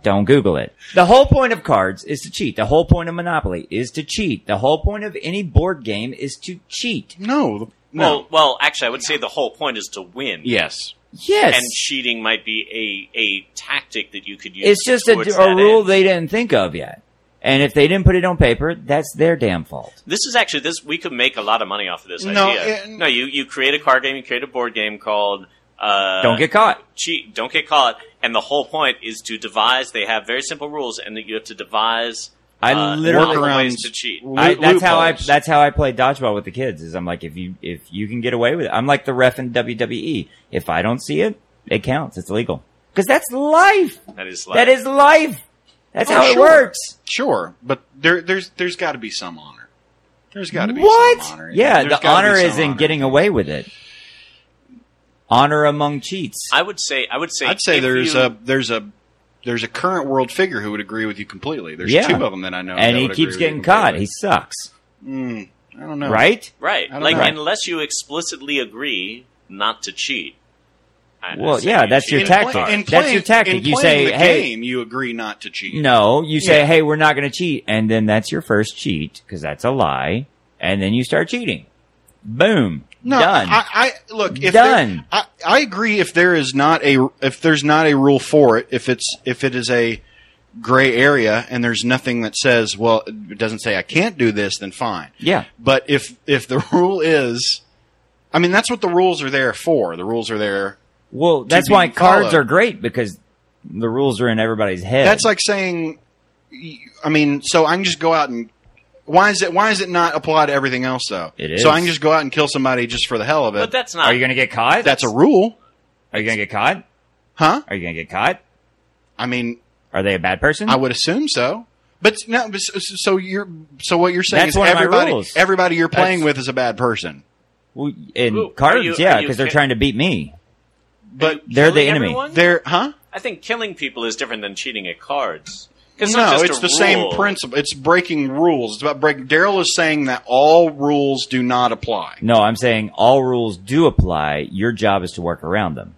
Speaker 1: Don't Google it. The whole point of cards is to cheat. The whole point of Monopoly is to cheat. The whole point of any board game is to cheat.
Speaker 2: No. the- No.
Speaker 4: Well, well, actually, I would say the whole point is to win.
Speaker 2: yes.
Speaker 1: Yes.
Speaker 4: And cheating might be a, a tactic that you could use.
Speaker 1: it's just a,
Speaker 4: towards
Speaker 1: a
Speaker 4: that
Speaker 1: rule
Speaker 4: end.
Speaker 1: they didn't think of yet. And if they didn't put it on paper, that's their damn fault.
Speaker 4: This is actually this. We could make a lot of money off of this
Speaker 2: No,
Speaker 4: idea.
Speaker 2: it-
Speaker 4: no, you you create a card game. You create a board game called uh,
Speaker 1: Don't get caught.
Speaker 4: cheat. Don't get caught. And the whole point is to devise. They have very simple rules, and that you have to devise.
Speaker 1: I
Speaker 4: uh,
Speaker 1: literally-
Speaker 4: novel ways
Speaker 2: Workarounds.
Speaker 4: to cheat.
Speaker 1: I,
Speaker 2: Loo-
Speaker 1: that's how I.
Speaker 2: loopholes.
Speaker 1: That's how I play dodgeball with the kids. Is I'm like, if you if you can get away with it, I'm like the ref in WWE. If I don't see it, it counts. It's legal because that's life.
Speaker 4: That is like,
Speaker 1: That is life. That's
Speaker 2: Oh,
Speaker 1: how it
Speaker 2: sure.
Speaker 1: works.
Speaker 2: Sure, but there, there's there's got to be some honor. There's got to be
Speaker 1: What?
Speaker 2: Some honor.
Speaker 1: yeah,
Speaker 2: There's
Speaker 1: the
Speaker 2: gotta be
Speaker 1: honor
Speaker 2: some
Speaker 1: is in getting away with it. Honor among cheats.
Speaker 4: I would say. I would say.
Speaker 2: I'd say
Speaker 4: if
Speaker 2: there's
Speaker 4: you-
Speaker 2: a there's a there's a current world figure who would agree with you completely. There's
Speaker 1: Yeah.
Speaker 2: two of them that I know,
Speaker 1: and
Speaker 2: that
Speaker 1: he
Speaker 2: would
Speaker 1: keeps
Speaker 2: agree with
Speaker 1: getting
Speaker 2: you
Speaker 1: caught. He
Speaker 2: completely. Oh.
Speaker 1: sucks,
Speaker 2: I don't know.
Speaker 1: right?
Speaker 4: right.
Speaker 2: I don't
Speaker 4: Like
Speaker 2: know.
Speaker 4: unless you explicitly agree not to cheat. I- I'd
Speaker 1: Well,
Speaker 4: say
Speaker 1: yeah,
Speaker 4: you
Speaker 1: that's
Speaker 4: cheat
Speaker 1: your
Speaker 4: in
Speaker 2: In
Speaker 1: tactic.
Speaker 2: play- in
Speaker 1: That's your
Speaker 2: playing-
Speaker 1: tactic.
Speaker 2: in
Speaker 1: You
Speaker 2: playing
Speaker 1: say,
Speaker 2: the
Speaker 1: "Hey."
Speaker 2: game, you agree not to cheat.
Speaker 1: No, you say,
Speaker 2: Yeah.
Speaker 1: "Hey, we're not going to cheat," and then that's your first cheat because that's a lie, and then you start cheating. Boom,
Speaker 2: No,
Speaker 1: done.
Speaker 2: I, I look if
Speaker 1: Done.
Speaker 2: there- I, I agree if there is not a if there's not a rule for it if it's if it is a gray area and there's nothing that says well it doesn't say I can't do this then fine.
Speaker 1: yeah,
Speaker 2: But if if the rule is, I mean that's what the rules are there for. The rules are there.
Speaker 1: well, that's
Speaker 2: be
Speaker 1: why cards
Speaker 2: followed.
Speaker 1: are great because the rules are in everybody's head.
Speaker 2: That's like saying, I mean, so I can just go out and. Why is it? Why is it not apply to everything else though?
Speaker 1: It
Speaker 2: So
Speaker 1: is.
Speaker 2: I can just go out and kill somebody just for the hell of it.
Speaker 4: But that's not.
Speaker 1: are you going to get caught?
Speaker 2: that's a rule,
Speaker 1: are you going to get caught?
Speaker 2: huh?
Speaker 1: Are you going to get caught?
Speaker 2: I mean,
Speaker 1: Are they a bad person?
Speaker 2: I would assume so. But no, but so- so you're so what you're saying
Speaker 1: That's
Speaker 2: is
Speaker 1: one of my
Speaker 2: everybody
Speaker 1: rules.
Speaker 2: everybody you're playing
Speaker 1: That's-
Speaker 2: with is a bad person.
Speaker 1: well, in
Speaker 4: Ooh, are
Speaker 1: cards,
Speaker 4: you-
Speaker 1: yeah,
Speaker 4: are you
Speaker 1: because they're
Speaker 4: ki-
Speaker 1: trying to beat me.
Speaker 2: but
Speaker 1: They're the
Speaker 4: Killing
Speaker 1: enemy.
Speaker 4: everyone?
Speaker 2: they're huh?
Speaker 4: I think killing people is different than cheating at cards. 'Cause
Speaker 2: no,
Speaker 4: not just
Speaker 2: it's
Speaker 4: a
Speaker 2: the same
Speaker 4: rule.
Speaker 2: principle. It's breaking rules. It's about breaking. Daryl is saying that all rules do not apply,
Speaker 1: No, I'm saying all rules do apply. Your job is to work around them.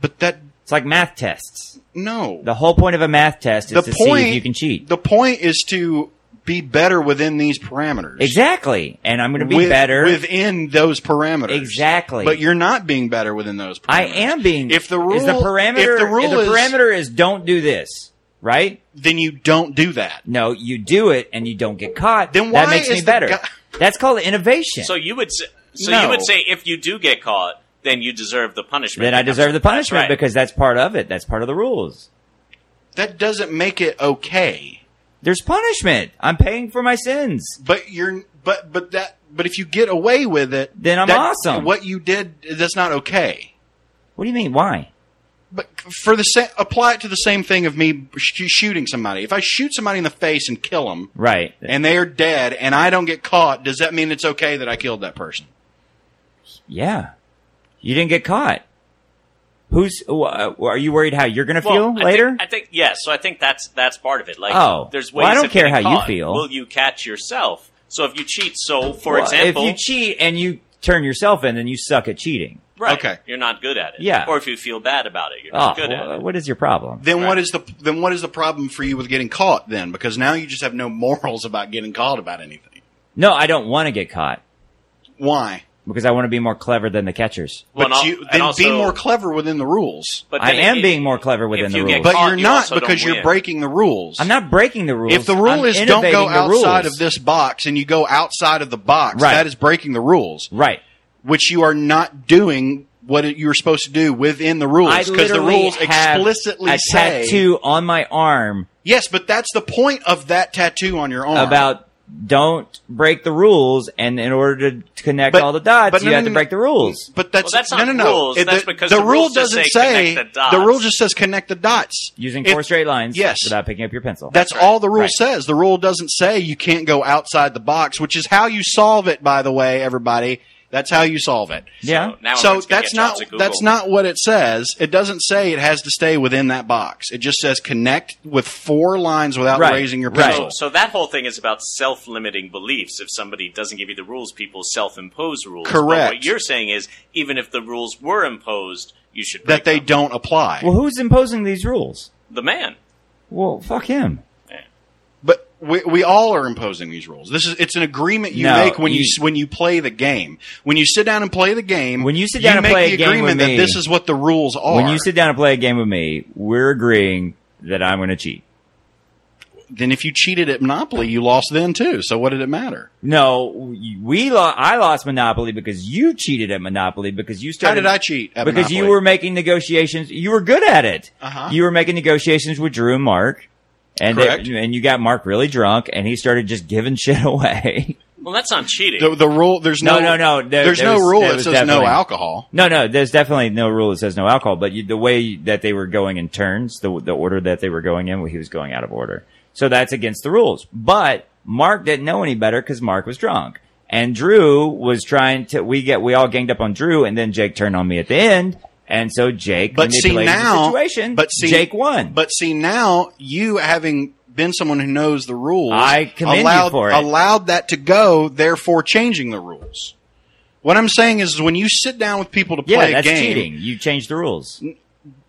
Speaker 2: but that
Speaker 1: It's like math tests.
Speaker 2: no.
Speaker 1: The whole point of a math test is to see if you can cheat.
Speaker 2: The point is to be better within these parameters.
Speaker 1: exactly. And I'm going to be
Speaker 2: With-
Speaker 1: better.
Speaker 2: within those parameters.
Speaker 1: Exactly.
Speaker 2: But you're not being better within those. parameters.
Speaker 1: I am being.
Speaker 2: If the rule,
Speaker 1: is the parameter,
Speaker 2: if the rule
Speaker 1: if the
Speaker 2: is,
Speaker 1: parameter is don't do this, right?
Speaker 2: then you don't do that.
Speaker 1: No, you do it and you don't get caught.
Speaker 2: Then
Speaker 1: that
Speaker 2: why
Speaker 1: makes
Speaker 2: is
Speaker 1: me
Speaker 2: the
Speaker 1: better.
Speaker 2: guy-
Speaker 1: That's called innovation.
Speaker 4: So you would say, so
Speaker 2: No.
Speaker 4: you would say if you do get caught, then you deserve the punishment.
Speaker 1: then I
Speaker 4: that comes
Speaker 1: deserve the
Speaker 4: with that.
Speaker 1: punishment
Speaker 4: Right.
Speaker 1: because that's part of it. That's part of the rules.
Speaker 2: That doesn't make it okay.
Speaker 1: There's punishment. I'm paying for my sins.
Speaker 2: But you're but but that but if you get away with it,
Speaker 1: Then I'm
Speaker 2: that-
Speaker 1: awesome.
Speaker 2: What you did that's not okay.
Speaker 1: What do you mean? Why?
Speaker 2: But for the sa- apply it to the same thing of me sh- shooting somebody. If I shoot somebody in the face and kill them,
Speaker 1: Right.
Speaker 2: and they are dead, and I don't get caught, does that mean it's okay that I killed that person?
Speaker 1: yeah. You didn't get caught. Who's? wh- Uh, are you worried how you're going to
Speaker 4: Well,
Speaker 1: feel later?
Speaker 4: I think, I think yes. So I think that's that's part of it. Like,
Speaker 1: Oh.
Speaker 4: there's ways.
Speaker 1: Well, I don't
Speaker 4: of getting
Speaker 1: care how you
Speaker 4: caught.
Speaker 1: feel.
Speaker 4: Will you catch yourself? So if you cheat, so for
Speaker 1: Well,
Speaker 4: example,
Speaker 1: if you cheat and you turn yourself in, then you suck at cheating.
Speaker 4: right,
Speaker 2: Okay.
Speaker 4: you're not good at it.
Speaker 1: Yeah.
Speaker 4: Or if you feel bad about it, you're
Speaker 1: Oh,
Speaker 4: not good at
Speaker 1: wh-
Speaker 4: it.
Speaker 1: what is your problem?
Speaker 2: Then what
Speaker 4: Right.
Speaker 2: is the then what is the problem for you with getting caught then? Because now you just have no morals about getting caught about anything.
Speaker 1: No, I don't want to get caught
Speaker 2: Why?
Speaker 1: because I want to be more clever than the catchers.
Speaker 4: Well,
Speaker 2: but
Speaker 4: and al-
Speaker 2: you,
Speaker 4: and
Speaker 2: then be
Speaker 4: also-
Speaker 2: more clever within the rules.
Speaker 4: But
Speaker 1: I
Speaker 4: then
Speaker 1: am
Speaker 4: if-
Speaker 1: being more clever within
Speaker 4: if
Speaker 1: the
Speaker 4: you
Speaker 1: rules.
Speaker 4: get
Speaker 2: But
Speaker 4: caught,
Speaker 2: you're
Speaker 4: you
Speaker 2: not
Speaker 4: also don't
Speaker 2: because you're
Speaker 4: win.
Speaker 2: breaking the rules.
Speaker 1: I'm not breaking the rules.
Speaker 2: If the rule
Speaker 1: I'm
Speaker 2: is don't
Speaker 1: innovating
Speaker 2: go
Speaker 1: the
Speaker 2: outside
Speaker 1: rules.
Speaker 2: of this box and you go outside of the box,
Speaker 1: Right.
Speaker 2: that is breaking the rules,
Speaker 1: right?
Speaker 2: which you are not doing what it- you were supposed to do within the rules
Speaker 1: I
Speaker 2: because the
Speaker 1: literally
Speaker 2: rules
Speaker 1: have
Speaker 2: explicitly
Speaker 1: a
Speaker 2: say
Speaker 1: tattoo on my arm
Speaker 2: Yes, but that's the point of that tattoo on your arm.
Speaker 1: about don't break the rules, and in order to connect
Speaker 2: But-
Speaker 1: all the dots,
Speaker 2: but no,
Speaker 1: you
Speaker 2: no,
Speaker 1: have to
Speaker 2: no,
Speaker 1: break the rules.
Speaker 2: But that's,
Speaker 4: Well, that's
Speaker 2: no,
Speaker 4: not
Speaker 2: no, no.
Speaker 4: rules.
Speaker 2: It-
Speaker 4: That's
Speaker 2: the,
Speaker 4: because
Speaker 2: the,
Speaker 4: the
Speaker 2: rule
Speaker 4: rules just
Speaker 2: doesn't
Speaker 4: say connect the
Speaker 2: the rule
Speaker 4: dots.
Speaker 2: just says connect the dots
Speaker 1: Using
Speaker 2: It-
Speaker 1: four straight lines,
Speaker 2: Yes.
Speaker 1: without picking up your pencil.
Speaker 2: That's all the rule
Speaker 1: Right.
Speaker 2: says. The rule doesn't say you can't go outside the box, which is how you solve it. By the way, everybody, that's how you solve it.
Speaker 1: yeah.
Speaker 4: So, now
Speaker 2: so
Speaker 4: everyone's gonna
Speaker 2: that's
Speaker 4: get
Speaker 2: not
Speaker 4: jobs at Google.
Speaker 2: that's not what it says. It doesn't say it has to stay within that box. It just says connect with four lines without
Speaker 1: Right.
Speaker 2: raising your
Speaker 1: Right.
Speaker 2: pencil.
Speaker 4: So that whole thing is about self-limiting beliefs. If somebody doesn't give you the rules, people self-impose rules. But
Speaker 2: Correct.
Speaker 4: what you're saying is, even if the rules were imposed, you should
Speaker 2: That
Speaker 4: break
Speaker 2: they
Speaker 4: them.
Speaker 2: don't apply.
Speaker 1: well, who's imposing these rules?
Speaker 4: the man.
Speaker 1: Well, fuck him.
Speaker 2: But we, we all are imposing these rules. This is it's an agreement you
Speaker 1: No,
Speaker 2: make when you,
Speaker 1: you-
Speaker 2: s when you play the game. When you sit down and play the game,
Speaker 1: When you sit down and
Speaker 2: make
Speaker 1: play
Speaker 2: the
Speaker 1: a game with
Speaker 2: agreement
Speaker 1: me-
Speaker 2: that this is what the rules are.
Speaker 1: When you sit down and play a game with me, we're agreeing that I'm going to cheat.
Speaker 2: then if you cheated at Monopoly, you lost then too. So what did it matter?
Speaker 1: No, we lo- I lost Monopoly because you cheated at Monopoly because you
Speaker 2: How
Speaker 1: started.
Speaker 2: did I cheat at
Speaker 1: because
Speaker 2: Monopoly?
Speaker 1: you were making negotiations. You were good at it.
Speaker 2: Uh-huh.
Speaker 1: You were making negotiations with Drew and Mark, and they-
Speaker 2: Correct.
Speaker 1: and you got Mark really drunk, and he started just giving shit away.
Speaker 4: Well, that's not cheating.
Speaker 2: the, the rule. There's no
Speaker 1: No, no, no, there-
Speaker 2: there's
Speaker 1: there
Speaker 2: no
Speaker 1: was-
Speaker 2: rule
Speaker 1: there
Speaker 2: that
Speaker 1: was
Speaker 2: says no
Speaker 1: definitely-
Speaker 2: alcohol.
Speaker 1: no, no, there's definitely no rule that says no alcohol, but you, the way that they were going in turns, the the order that they were going in, he was going out of order, so that's against the rules. But Mark didn't know any better because Mark was drunk. And Drew was trying to. We get we all ganged up on Drew, and then Jake turned on me at the end, and so Jake
Speaker 2: But see
Speaker 1: manipulated
Speaker 2: now,
Speaker 1: the situation.
Speaker 2: but see,
Speaker 1: Jake won.
Speaker 2: But see now, you having been someone who knows the rules,
Speaker 1: I commend you
Speaker 2: allowed,
Speaker 1: for it.
Speaker 2: allowed that to go, therefore changing the rules. What I'm saying is, when you sit down with people to play
Speaker 1: yeah,
Speaker 2: a
Speaker 1: that's
Speaker 2: game,
Speaker 1: cheating. You changed the rules.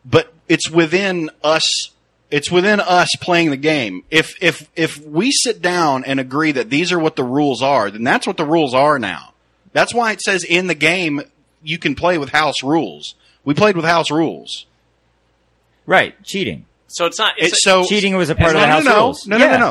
Speaker 2: but it's within us. It's within us playing the game. If if if we sit down and agree that these are what the rules are, then that's what the rules are now. That's why it says in the game you can play with house rules. We played with house rules.
Speaker 1: Right, cheating.
Speaker 4: so it's not. It's
Speaker 2: It's
Speaker 4: a-
Speaker 2: so
Speaker 1: Cheating was a part of
Speaker 2: no,
Speaker 1: the
Speaker 2: no,
Speaker 1: house
Speaker 2: no,
Speaker 1: rules.
Speaker 2: No,
Speaker 1: Yeah.
Speaker 2: no, no,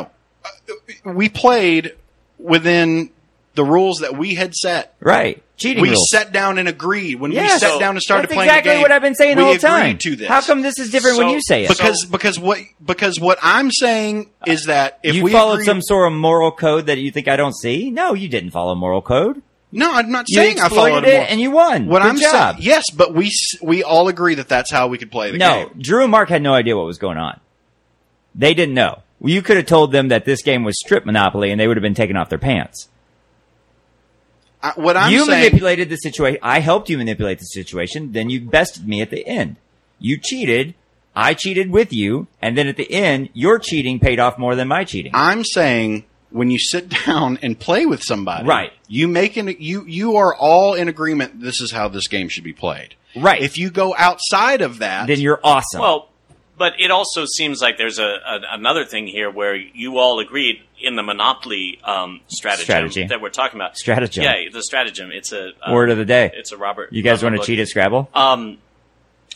Speaker 2: no. Uh, We played within the rules that we had set.
Speaker 1: Right, cheating.
Speaker 2: We
Speaker 1: rules.
Speaker 2: sat down and agreed when we
Speaker 1: Yes.
Speaker 2: sat down and started
Speaker 1: That's
Speaker 2: playing
Speaker 1: exactly
Speaker 2: the game.
Speaker 1: what I've been saying the
Speaker 2: we
Speaker 1: whole
Speaker 2: agreed
Speaker 1: time.
Speaker 2: To this.
Speaker 1: How come this is different when
Speaker 4: So-
Speaker 1: you say it?
Speaker 2: because
Speaker 4: So-
Speaker 2: because what because what I'm saying is that if
Speaker 1: you
Speaker 2: we
Speaker 1: followed
Speaker 2: agree-
Speaker 1: some sort of moral code that you think I don't see? No, you didn't follow moral code.
Speaker 2: no, I'm not
Speaker 1: You
Speaker 2: saying I
Speaker 1: exploited
Speaker 2: followed
Speaker 1: it
Speaker 2: more.
Speaker 1: and you won.
Speaker 2: What
Speaker 1: Good
Speaker 2: I'm
Speaker 1: job.
Speaker 2: saying, yes, but we s- we all agree that that's how we could play the
Speaker 1: no,
Speaker 2: game.
Speaker 1: Drew and Mark had no idea what was going on. They didn't know. You could have told them that this game was strip monopoly, and they would have been taken off their pants.
Speaker 2: I, what I'm
Speaker 1: you
Speaker 2: saying,
Speaker 1: manipulated the situation. I helped you manipulate the situation. Then you bested me at the end. You cheated. I cheated with you. And then at the end, your cheating paid off more than my cheating.
Speaker 2: I'm saying when you sit down and play with somebody,
Speaker 1: Right.
Speaker 2: You make an you you are all in agreement. This is how this game should be played.
Speaker 1: Right.
Speaker 2: If you go outside of that,
Speaker 1: then you're awesome.
Speaker 4: Well, but it also seems like there's a, a another thing here where you all agreed in the monopoly um, stratagem
Speaker 1: Strategy.
Speaker 4: that we're talking about.
Speaker 1: Stratagem.
Speaker 4: Yeah, the stratagem. It's a uh,
Speaker 1: Word of the day.
Speaker 4: It's a Robert.
Speaker 1: you guys
Speaker 4: Robert
Speaker 1: want to
Speaker 4: Bloch.
Speaker 1: cheat at Scrabble?
Speaker 4: Um,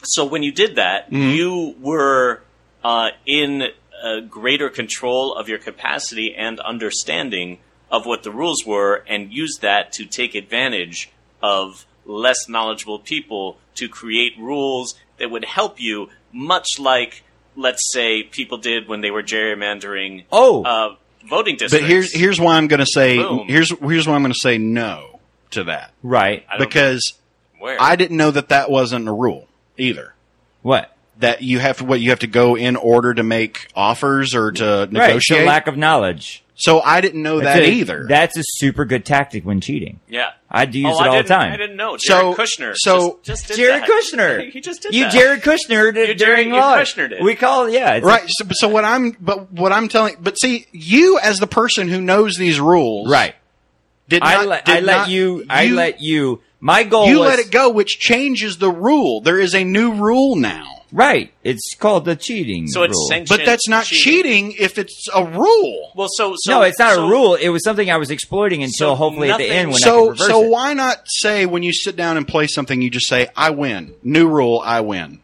Speaker 4: so when you did that,
Speaker 2: Mm-hmm.
Speaker 4: you were uh, in uh, greater control of your capacity and understanding of what the rules were, and used that to take advantage of less knowledgeable people to create rules that would help you, much like, let's say, people did when they were gerrymandering
Speaker 1: Oh.
Speaker 4: uh, voting districts.
Speaker 2: but here's here's why I'm going to say
Speaker 4: Boom.
Speaker 2: here's here's why I'm going to say no to that
Speaker 1: right.
Speaker 4: I don't-
Speaker 2: because
Speaker 4: where
Speaker 2: I didn't know that that wasn't a rule either.
Speaker 1: What?
Speaker 2: That you have to what you have to go in order to make offers or to
Speaker 1: Right. So
Speaker 2: negotiate.
Speaker 1: lack of knowledge.
Speaker 2: so I didn't know that
Speaker 1: That's a-
Speaker 2: either.
Speaker 1: That's a super good tactic when cheating.
Speaker 4: yeah.
Speaker 1: I do use it
Speaker 4: oh, I
Speaker 1: all the
Speaker 4: didn't-
Speaker 1: time.
Speaker 4: I didn't know.
Speaker 2: So-
Speaker 4: Jared Kushner.
Speaker 2: so-
Speaker 4: just, just did
Speaker 1: Jared
Speaker 4: that.
Speaker 1: Kushner.
Speaker 4: he just did
Speaker 1: you
Speaker 4: that.
Speaker 1: Jared Kushner did
Speaker 4: You Jared-
Speaker 1: during
Speaker 4: you
Speaker 1: lunch.
Speaker 4: Kushner did.
Speaker 1: We call yeah it's-
Speaker 2: right. So, so what I'm but what I'm telling but see you as the person who knows these rules
Speaker 1: right.
Speaker 2: did
Speaker 1: I
Speaker 2: not,
Speaker 1: let
Speaker 2: did
Speaker 1: I let
Speaker 2: not-
Speaker 1: you, I let you. My goal
Speaker 2: you
Speaker 1: was
Speaker 2: let it go which changes the rule. There is a new rule now.
Speaker 1: right. It's called the cheating.
Speaker 4: So it's
Speaker 1: rule.
Speaker 4: sanctioned.
Speaker 2: But that's not cheating. if it's a rule.
Speaker 4: Well, so, so
Speaker 1: no, it's not
Speaker 4: so-
Speaker 1: a rule. It was something I was exploiting until
Speaker 4: So
Speaker 1: hopefully at the
Speaker 4: nothing-
Speaker 1: end when I could
Speaker 2: so
Speaker 1: reverse
Speaker 2: so
Speaker 1: it.
Speaker 2: why not say when you sit down and play something you just say I win. New rule, I win.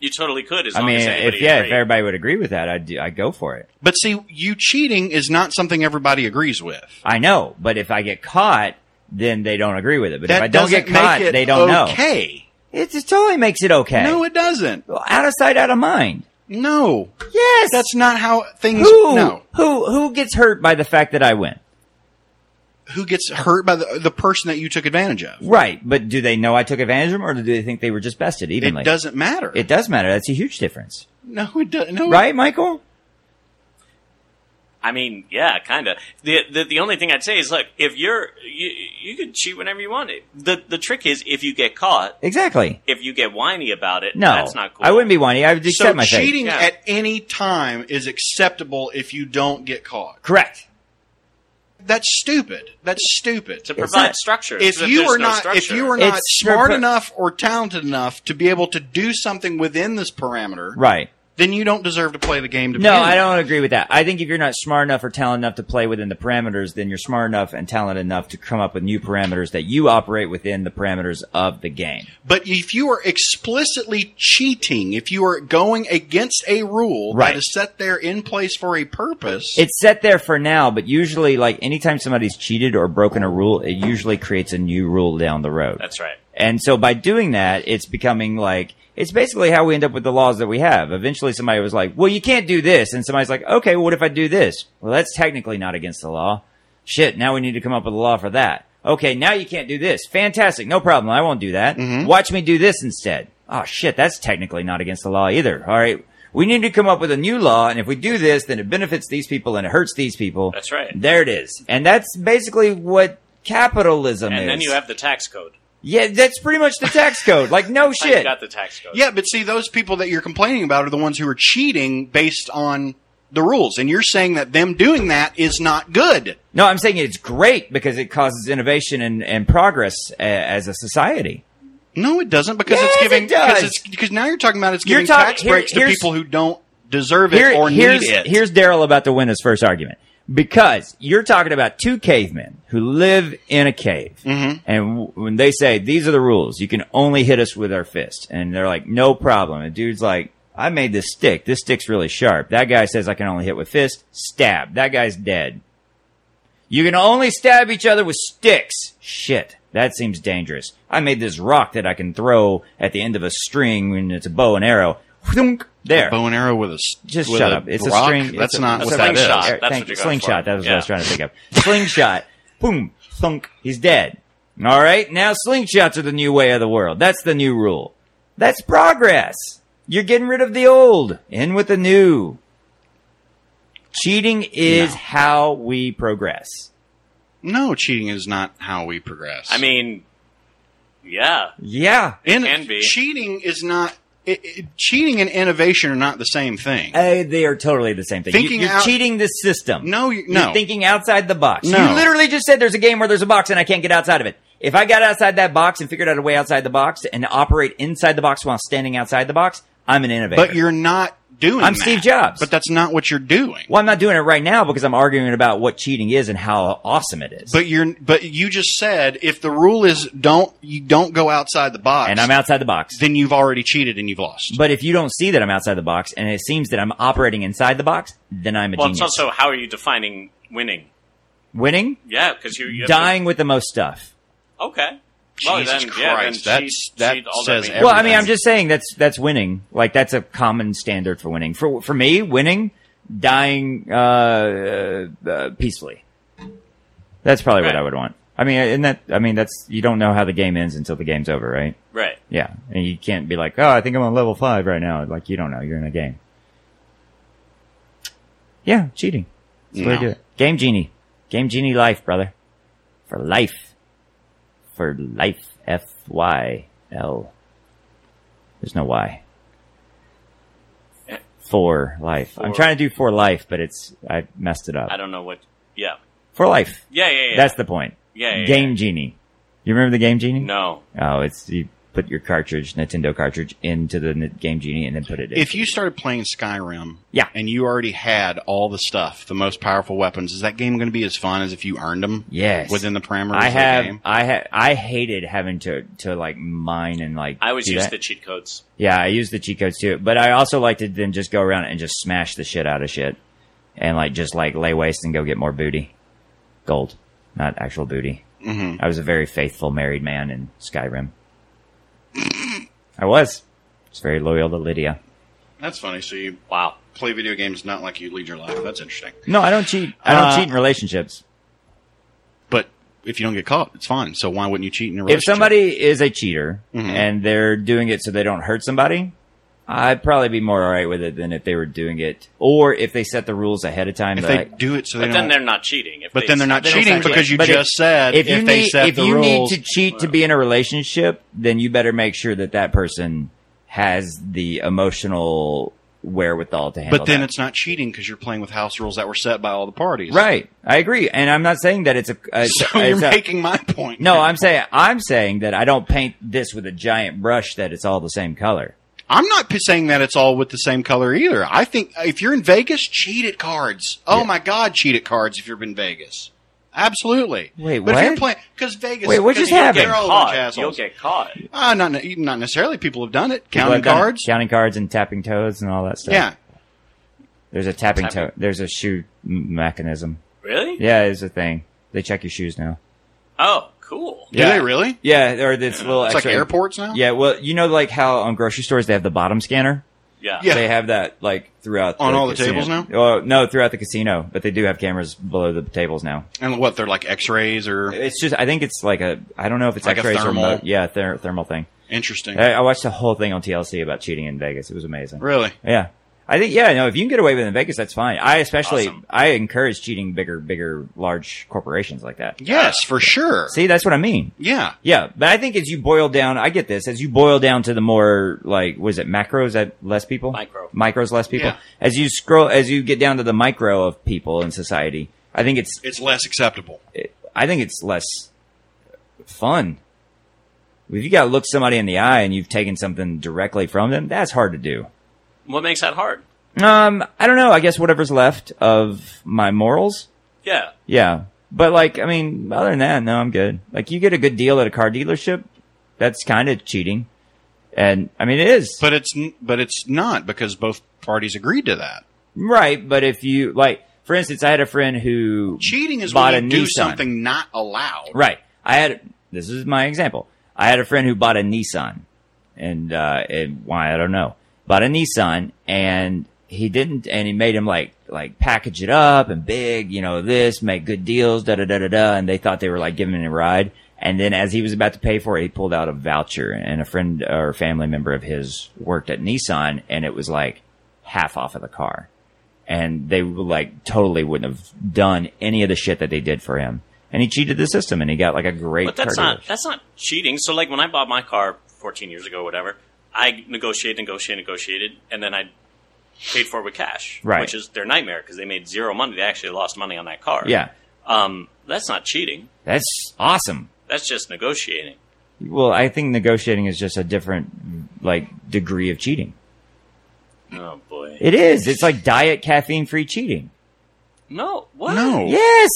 Speaker 4: You totally could. As
Speaker 1: I
Speaker 4: long
Speaker 1: mean,
Speaker 4: as
Speaker 1: if
Speaker 4: anybody
Speaker 1: yeah, if
Speaker 4: agreed.
Speaker 1: everybody would agree with that, I'd do, I'd go for it.
Speaker 2: But see, you cheating is not something everybody agrees with.
Speaker 1: I know, but if I get caught, then they don't agree with it. But
Speaker 2: that
Speaker 1: if I don't
Speaker 2: doesn't
Speaker 1: get caught,
Speaker 2: make it
Speaker 1: they don't know.
Speaker 2: okay.
Speaker 1: It just totally makes it okay.
Speaker 2: No, it doesn't.
Speaker 1: Well, out of sight, out of mind.
Speaker 2: No.
Speaker 1: Yes,
Speaker 2: That's not how things
Speaker 1: who
Speaker 2: no.
Speaker 1: who who gets hurt by the fact that I win.
Speaker 2: Who gets hurt by the the person that you took advantage of?
Speaker 1: Right, but do they know I took advantage of them, or do they think they were just bested
Speaker 2: It
Speaker 1: evenly?
Speaker 2: doesn't matter.
Speaker 1: It does matter. That's a huge difference,
Speaker 2: no, it doesn't. No,
Speaker 1: right, Michael?
Speaker 4: I mean, yeah, kind of. The, the the only thing I'd say is, look, if you're you, you can cheat whenever you want. It the the trick is if you get caught,
Speaker 1: Exactly.
Speaker 4: if you get whiny about it,
Speaker 1: No,
Speaker 4: that's not cool.
Speaker 1: I wouldn't be whiny. I would accept
Speaker 2: So
Speaker 1: my fate.
Speaker 2: cheating
Speaker 4: Yeah.
Speaker 2: at any time is acceptable if you don't get caught.
Speaker 1: Correct.
Speaker 2: That's stupid. That's stupid.
Speaker 4: to provide
Speaker 1: not-
Speaker 4: structure.
Speaker 2: if
Speaker 4: so
Speaker 2: you
Speaker 4: there's
Speaker 2: are
Speaker 4: no
Speaker 2: not
Speaker 4: structure,
Speaker 2: if you are not
Speaker 1: It's
Speaker 2: smart
Speaker 1: per-
Speaker 2: enough or talented enough to be able to do something within this parameter,
Speaker 1: Right.
Speaker 2: then you don't deserve to play the game. To
Speaker 1: No,
Speaker 2: begin
Speaker 1: I
Speaker 2: with.
Speaker 1: don't agree with that. I think if you're not smart enough or talented enough to play within the parameters, then you're smart enough and talented enough to come up with new parameters that you operate within the parameters of the game.
Speaker 2: But if you are explicitly cheating, if you are going against a rule
Speaker 1: Right.
Speaker 2: that is set there in place for a purpose,
Speaker 1: It's set there for now, but usually, like anytime somebody's cheated or broken a rule, it usually creates a new rule down the road.
Speaker 4: that's right.
Speaker 1: And so by doing that, it's becoming like, it's basically how we end up with the laws that we have. Eventually somebody was like, well, you can't do this. And somebody's like, okay, well, what if I do this? Well, that's technically not against the law. Shit, now we need to come up with a law for that. Okay, now you can't do this. Fantastic. No problem. I won't do that. Watch me do this instead. Oh shit, that's technically not against the law either. All right. We need to come up with a new law. And if we do this, then it benefits these people and it hurts these people.
Speaker 4: That's right.
Speaker 1: There it is. And that's basically what capitalism is.
Speaker 4: And then you have the tax code.
Speaker 1: Yeah, that's pretty much the tax code. Like, no
Speaker 4: That's how You
Speaker 1: shit.
Speaker 4: got the tax code.
Speaker 2: yeah. But see, those people that you're complaining about are the ones who are cheating based on the rules, and you're saying that them doing that is not good.
Speaker 1: No, I'm saying it's great because it causes innovation and, and progress a, as a society.
Speaker 2: No, it doesn't because
Speaker 1: Yes,
Speaker 2: it's giving
Speaker 1: it does.
Speaker 2: because it's because now you're talking about it's
Speaker 1: You're
Speaker 2: giving
Speaker 1: talking-
Speaker 2: tax
Speaker 1: here-
Speaker 2: breaks to
Speaker 1: here's-
Speaker 2: people who don't deserve it
Speaker 1: Here-
Speaker 2: or
Speaker 1: here's,
Speaker 2: need it.
Speaker 1: Here's Daryl about to win his first argument. Because you're talking about two cavemen who live in a cave.
Speaker 2: Mm-hmm.
Speaker 1: And w- when they say, these are the rules, you can only hit us with our fist. And they're like, no problem. And dude's like, I made this stick. This stick's really sharp. That guy says I can only hit with fist. Stab. That guy's dead. You can only stab each other with sticks. Shit. That seems dangerous. I made this rock that I can throw at the end of a string when it's a bow and arrow. Thunk. There.
Speaker 2: bow and arrow with a s-
Speaker 1: Just
Speaker 2: with
Speaker 1: shut
Speaker 2: a
Speaker 1: up. It's
Speaker 2: rock?
Speaker 1: a string. it's
Speaker 2: That's
Speaker 1: a-
Speaker 2: not
Speaker 1: it's
Speaker 2: what
Speaker 1: a
Speaker 2: that is.
Speaker 4: slingshot. That's
Speaker 1: Thank-
Speaker 4: what you're going
Speaker 1: slingshot.
Speaker 4: for.
Speaker 1: That was what I
Speaker 4: Yeah.
Speaker 1: was trying to think of. Slingshot. Boom. Thunk. He's dead. All right. Now slingshots are the new way of the world. That's the new rule. That's progress. You're getting rid of the old. In with the new. Cheating is how we progress.
Speaker 2: No, cheating is not how we progress.
Speaker 4: I mean, yeah,
Speaker 1: Yeah.
Speaker 2: In-
Speaker 4: can be.
Speaker 2: cheating is not. It, it- cheating and innovation are not the same thing.
Speaker 1: Uh, they are totally the same thing.
Speaker 2: Thinking
Speaker 1: you, are
Speaker 2: out-
Speaker 1: cheating the system.
Speaker 2: No, you-
Speaker 1: You're
Speaker 2: no.
Speaker 1: thinking outside the box.
Speaker 2: No.
Speaker 1: You literally just said there's a game where there's a box and I can't get outside of it. If I got outside that box and figured out a way outside the box and operate inside the box while standing outside the box, I'm an innovator.
Speaker 2: but you're not doing.
Speaker 1: I'm
Speaker 2: that.
Speaker 1: Steve Jobs.
Speaker 2: But that's not what you're doing.
Speaker 1: well, I'm not doing it right now because I'm arguing about what cheating is and how awesome it is.
Speaker 2: But you're. But you just said if the rule is don't you don't go outside the box,
Speaker 1: and I'm outside the box.
Speaker 2: then you've already cheated and you've lost.
Speaker 1: But if you don't see that I'm outside the box and it seems that I'm operating inside the box, then I'm a
Speaker 4: well,
Speaker 1: genius.
Speaker 4: it's also how are you defining winning?
Speaker 1: Winning,
Speaker 4: Yeah, because you you have to-
Speaker 1: dying with the most stuff.
Speaker 4: Okay. Well,
Speaker 2: Jesus
Speaker 4: then, yeah, then
Speaker 2: Christ, that's-
Speaker 4: cheat,
Speaker 2: that
Speaker 4: cheat all
Speaker 2: says
Speaker 4: means.
Speaker 2: everything.
Speaker 1: Well, I mean,
Speaker 2: Everything.
Speaker 1: I'm just saying that's that's winning. Like that's a common standard for winning. For for me, winning, dying uh, uh, peacefully. That's probably what
Speaker 4: Right.
Speaker 1: I would want. I mean, and that I mean that's you don't know how the game ends until the game's over, right?
Speaker 4: right.
Speaker 1: Yeah, and you can't be like, oh, I think I'm on level five right now. Like you don't know, you're in a game. Yeah, cheating. That's the way to
Speaker 2: No.
Speaker 1: do it. Game genie, game genie, life, brother, for life, for life. F Y L. There's no Y. For life. I'm
Speaker 4: For-
Speaker 1: trying to do for life, but it's I messed it up.
Speaker 4: I don't know what. Yeah.
Speaker 1: For life.
Speaker 4: Yeah, yeah, yeah.
Speaker 1: That's the point.
Speaker 4: Yeah, yeah,
Speaker 1: game genie. You remember the game genie?
Speaker 4: no.
Speaker 1: Oh, it's you put your cartridge, Nintendo cartridge, into the N- Game Genie and then put it in.
Speaker 2: if you started playing Skyrim,
Speaker 1: Yeah.
Speaker 2: and you already had all the stuff, the most powerful weapons, is that game going to be as fun as if you earned them?
Speaker 1: yes,
Speaker 2: within the parameters
Speaker 1: I
Speaker 2: of the
Speaker 1: have,
Speaker 2: game.
Speaker 1: I have, I hated having to to like mine and like.
Speaker 4: I always
Speaker 1: do
Speaker 4: use
Speaker 1: that.
Speaker 4: the cheat codes.
Speaker 1: Yeah, I use the cheat codes too, but I also like to then just go around and just smash the shit out of shit, and like just like lay waste and go get more booty, gold, not actual booty. Mm-hmm. I was a very faithful married man in Skyrim. I was. It's very loyal to Lydia.
Speaker 2: That's funny. So you
Speaker 4: Wow.
Speaker 2: play video games not like you lead your life. That's interesting.
Speaker 1: No, I don't cheat. I don't
Speaker 2: Uh,
Speaker 1: cheat in relationships.
Speaker 2: But if you don't get caught, it's fine. So why wouldn't you cheat in a
Speaker 1: if
Speaker 2: relationship?
Speaker 1: somebody is a cheater
Speaker 2: Mm-hmm.
Speaker 1: and they're doing it so they don't hurt somebody, I'd probably be more alright with it than if they were doing it or if they set the rules ahead of time.
Speaker 2: if
Speaker 1: they're
Speaker 2: they
Speaker 1: like,
Speaker 2: do it, so they
Speaker 4: But
Speaker 2: don't.
Speaker 4: then they're not cheating. If
Speaker 2: but
Speaker 4: they-
Speaker 2: then they're not
Speaker 4: they don't
Speaker 2: cheating
Speaker 4: set-
Speaker 2: because you
Speaker 1: But if-
Speaker 2: just said
Speaker 1: if
Speaker 2: if,
Speaker 1: you need,
Speaker 2: they set
Speaker 1: if
Speaker 2: the
Speaker 1: you
Speaker 2: rules.
Speaker 1: need to cheat to be in a relationship, then you better make sure that that person has the emotional wherewithal to handle.
Speaker 2: but then
Speaker 1: that.
Speaker 2: it's not cheating because you're playing with house rules that were set by all the parties.
Speaker 1: right. I agree, and I'm not saying that it's a. a
Speaker 2: So
Speaker 1: it's
Speaker 2: you're
Speaker 1: a-
Speaker 2: making my point.
Speaker 1: no, I'm saying I'm saying that I don't paint this with a giant brush that it's all the same color.
Speaker 2: I'm not p- saying that it's all with the same color either. I think uh, if you're in Vegas, cheat at cards. Oh my God, cheat at cards if you're in Vegas. Absolutely.
Speaker 1: Wait,
Speaker 2: but If you're
Speaker 1: what?
Speaker 2: playing because Vegas.
Speaker 1: Wait, what
Speaker 2: 'cause
Speaker 1: just
Speaker 2: you're-
Speaker 1: happened?
Speaker 2: they're all a bunch of
Speaker 4: Caught. You'll
Speaker 2: assholes.
Speaker 4: get caught.
Speaker 2: Uh, not ne- not necessarily. People have done it.
Speaker 1: People
Speaker 2: Counting
Speaker 1: have done it.
Speaker 2: cards.
Speaker 1: counting cards, and tapping toes, and all that stuff.
Speaker 2: Yeah.
Speaker 1: there's a tapping
Speaker 4: Tapping.
Speaker 1: toe. There's a shoe m- mechanism.
Speaker 4: Really?
Speaker 1: Yeah, it's a thing. They check your shoes now.
Speaker 4: Oh, cool.
Speaker 2: Do they really?
Speaker 1: Yeah, or this little
Speaker 2: It's like
Speaker 1: extra
Speaker 2: airports now.
Speaker 1: Yeah, well, you know, like how on grocery stores they have the bottom scanner.
Speaker 4: Yeah.
Speaker 2: Yeah.
Speaker 1: They have that like throughout
Speaker 2: On all the
Speaker 1: casino.
Speaker 2: tables now?
Speaker 1: Oh, no, throughout the casino, but they do have cameras below the tables now.
Speaker 2: And what they're like X-rays or
Speaker 1: It's just, I think it's like a, I don't know if it's
Speaker 2: Like a
Speaker 1: X-rays or
Speaker 2: thermal?
Speaker 1: remote. yeah, ther- thermal thing.
Speaker 2: interesting.
Speaker 1: I, I watched the whole thing on TLC about cheating in Vegas. It was amazing.
Speaker 2: Really?
Speaker 1: Yeah. I think yeah, no, if you can get away with it in Vegas, that's fine. I especially
Speaker 4: Awesome.
Speaker 1: I encourage cheating bigger, bigger, large corporations like that.
Speaker 2: Yes, for sure.
Speaker 1: See, that's what I mean.
Speaker 2: Yeah.
Speaker 1: Yeah, but I think as you boil down, I get this. As you boil down to the more like, was it macros that less people?
Speaker 4: Micro.
Speaker 1: Micros less people.
Speaker 2: Yeah.
Speaker 1: As you scroll, as you get down to the micro of people in society, I think it's,
Speaker 2: It's less acceptable.
Speaker 1: I think it's less fun. If you gotta look somebody in the eye and you've taken something directly from them, that's hard to do.
Speaker 4: What makes that hard?
Speaker 1: Um, I don't know. I guess whatever's left of my morals.
Speaker 4: Yeah.
Speaker 1: Yeah. But like, I mean, other than that, no, I'm good. Like you get a good deal at a car dealership. That's kind of cheating. And I mean, it is.
Speaker 2: But it's n- but it's not because both parties agreed to that.
Speaker 1: right. But if you like, for instance, I had a friend who
Speaker 2: Cheating is
Speaker 1: bought
Speaker 2: when you
Speaker 1: a
Speaker 2: do
Speaker 1: Nissan.
Speaker 2: something not allowed.
Speaker 1: Right. I had this is my example. I had a friend who bought a Nissan, and uh, and why I don't know, bought a Nissan, and he didn't, and he made him like like package it up and big, you know, this make good deals, da da da da da, and they thought they were like giving him a ride. And then as he was about to pay for it, he pulled out a voucher, and a friend or family member of his worked at Nissan, and it was like half off of the car and they like totally wouldn't have done any of the shit that they did for him. and he cheated the system, and he got like a great.
Speaker 4: But that's
Speaker 1: car
Speaker 4: not
Speaker 1: dealership.
Speaker 4: that's not cheating. So like when I bought my car 14 years ago, or whatever, I negotiated, negotiated, negotiated, and then I paid for it with cash,
Speaker 1: Right.
Speaker 4: Which is their nightmare because they made zero money. They actually lost money on that car.
Speaker 1: Yeah,
Speaker 4: Um, that's not cheating.
Speaker 1: that's awesome.
Speaker 4: That's just negotiating.
Speaker 1: Well, I think negotiating is just a different like degree of cheating.
Speaker 4: Oh boy.
Speaker 1: It is. It's like diet caffeine free cheating.
Speaker 4: no. What?
Speaker 2: No.
Speaker 1: Yes.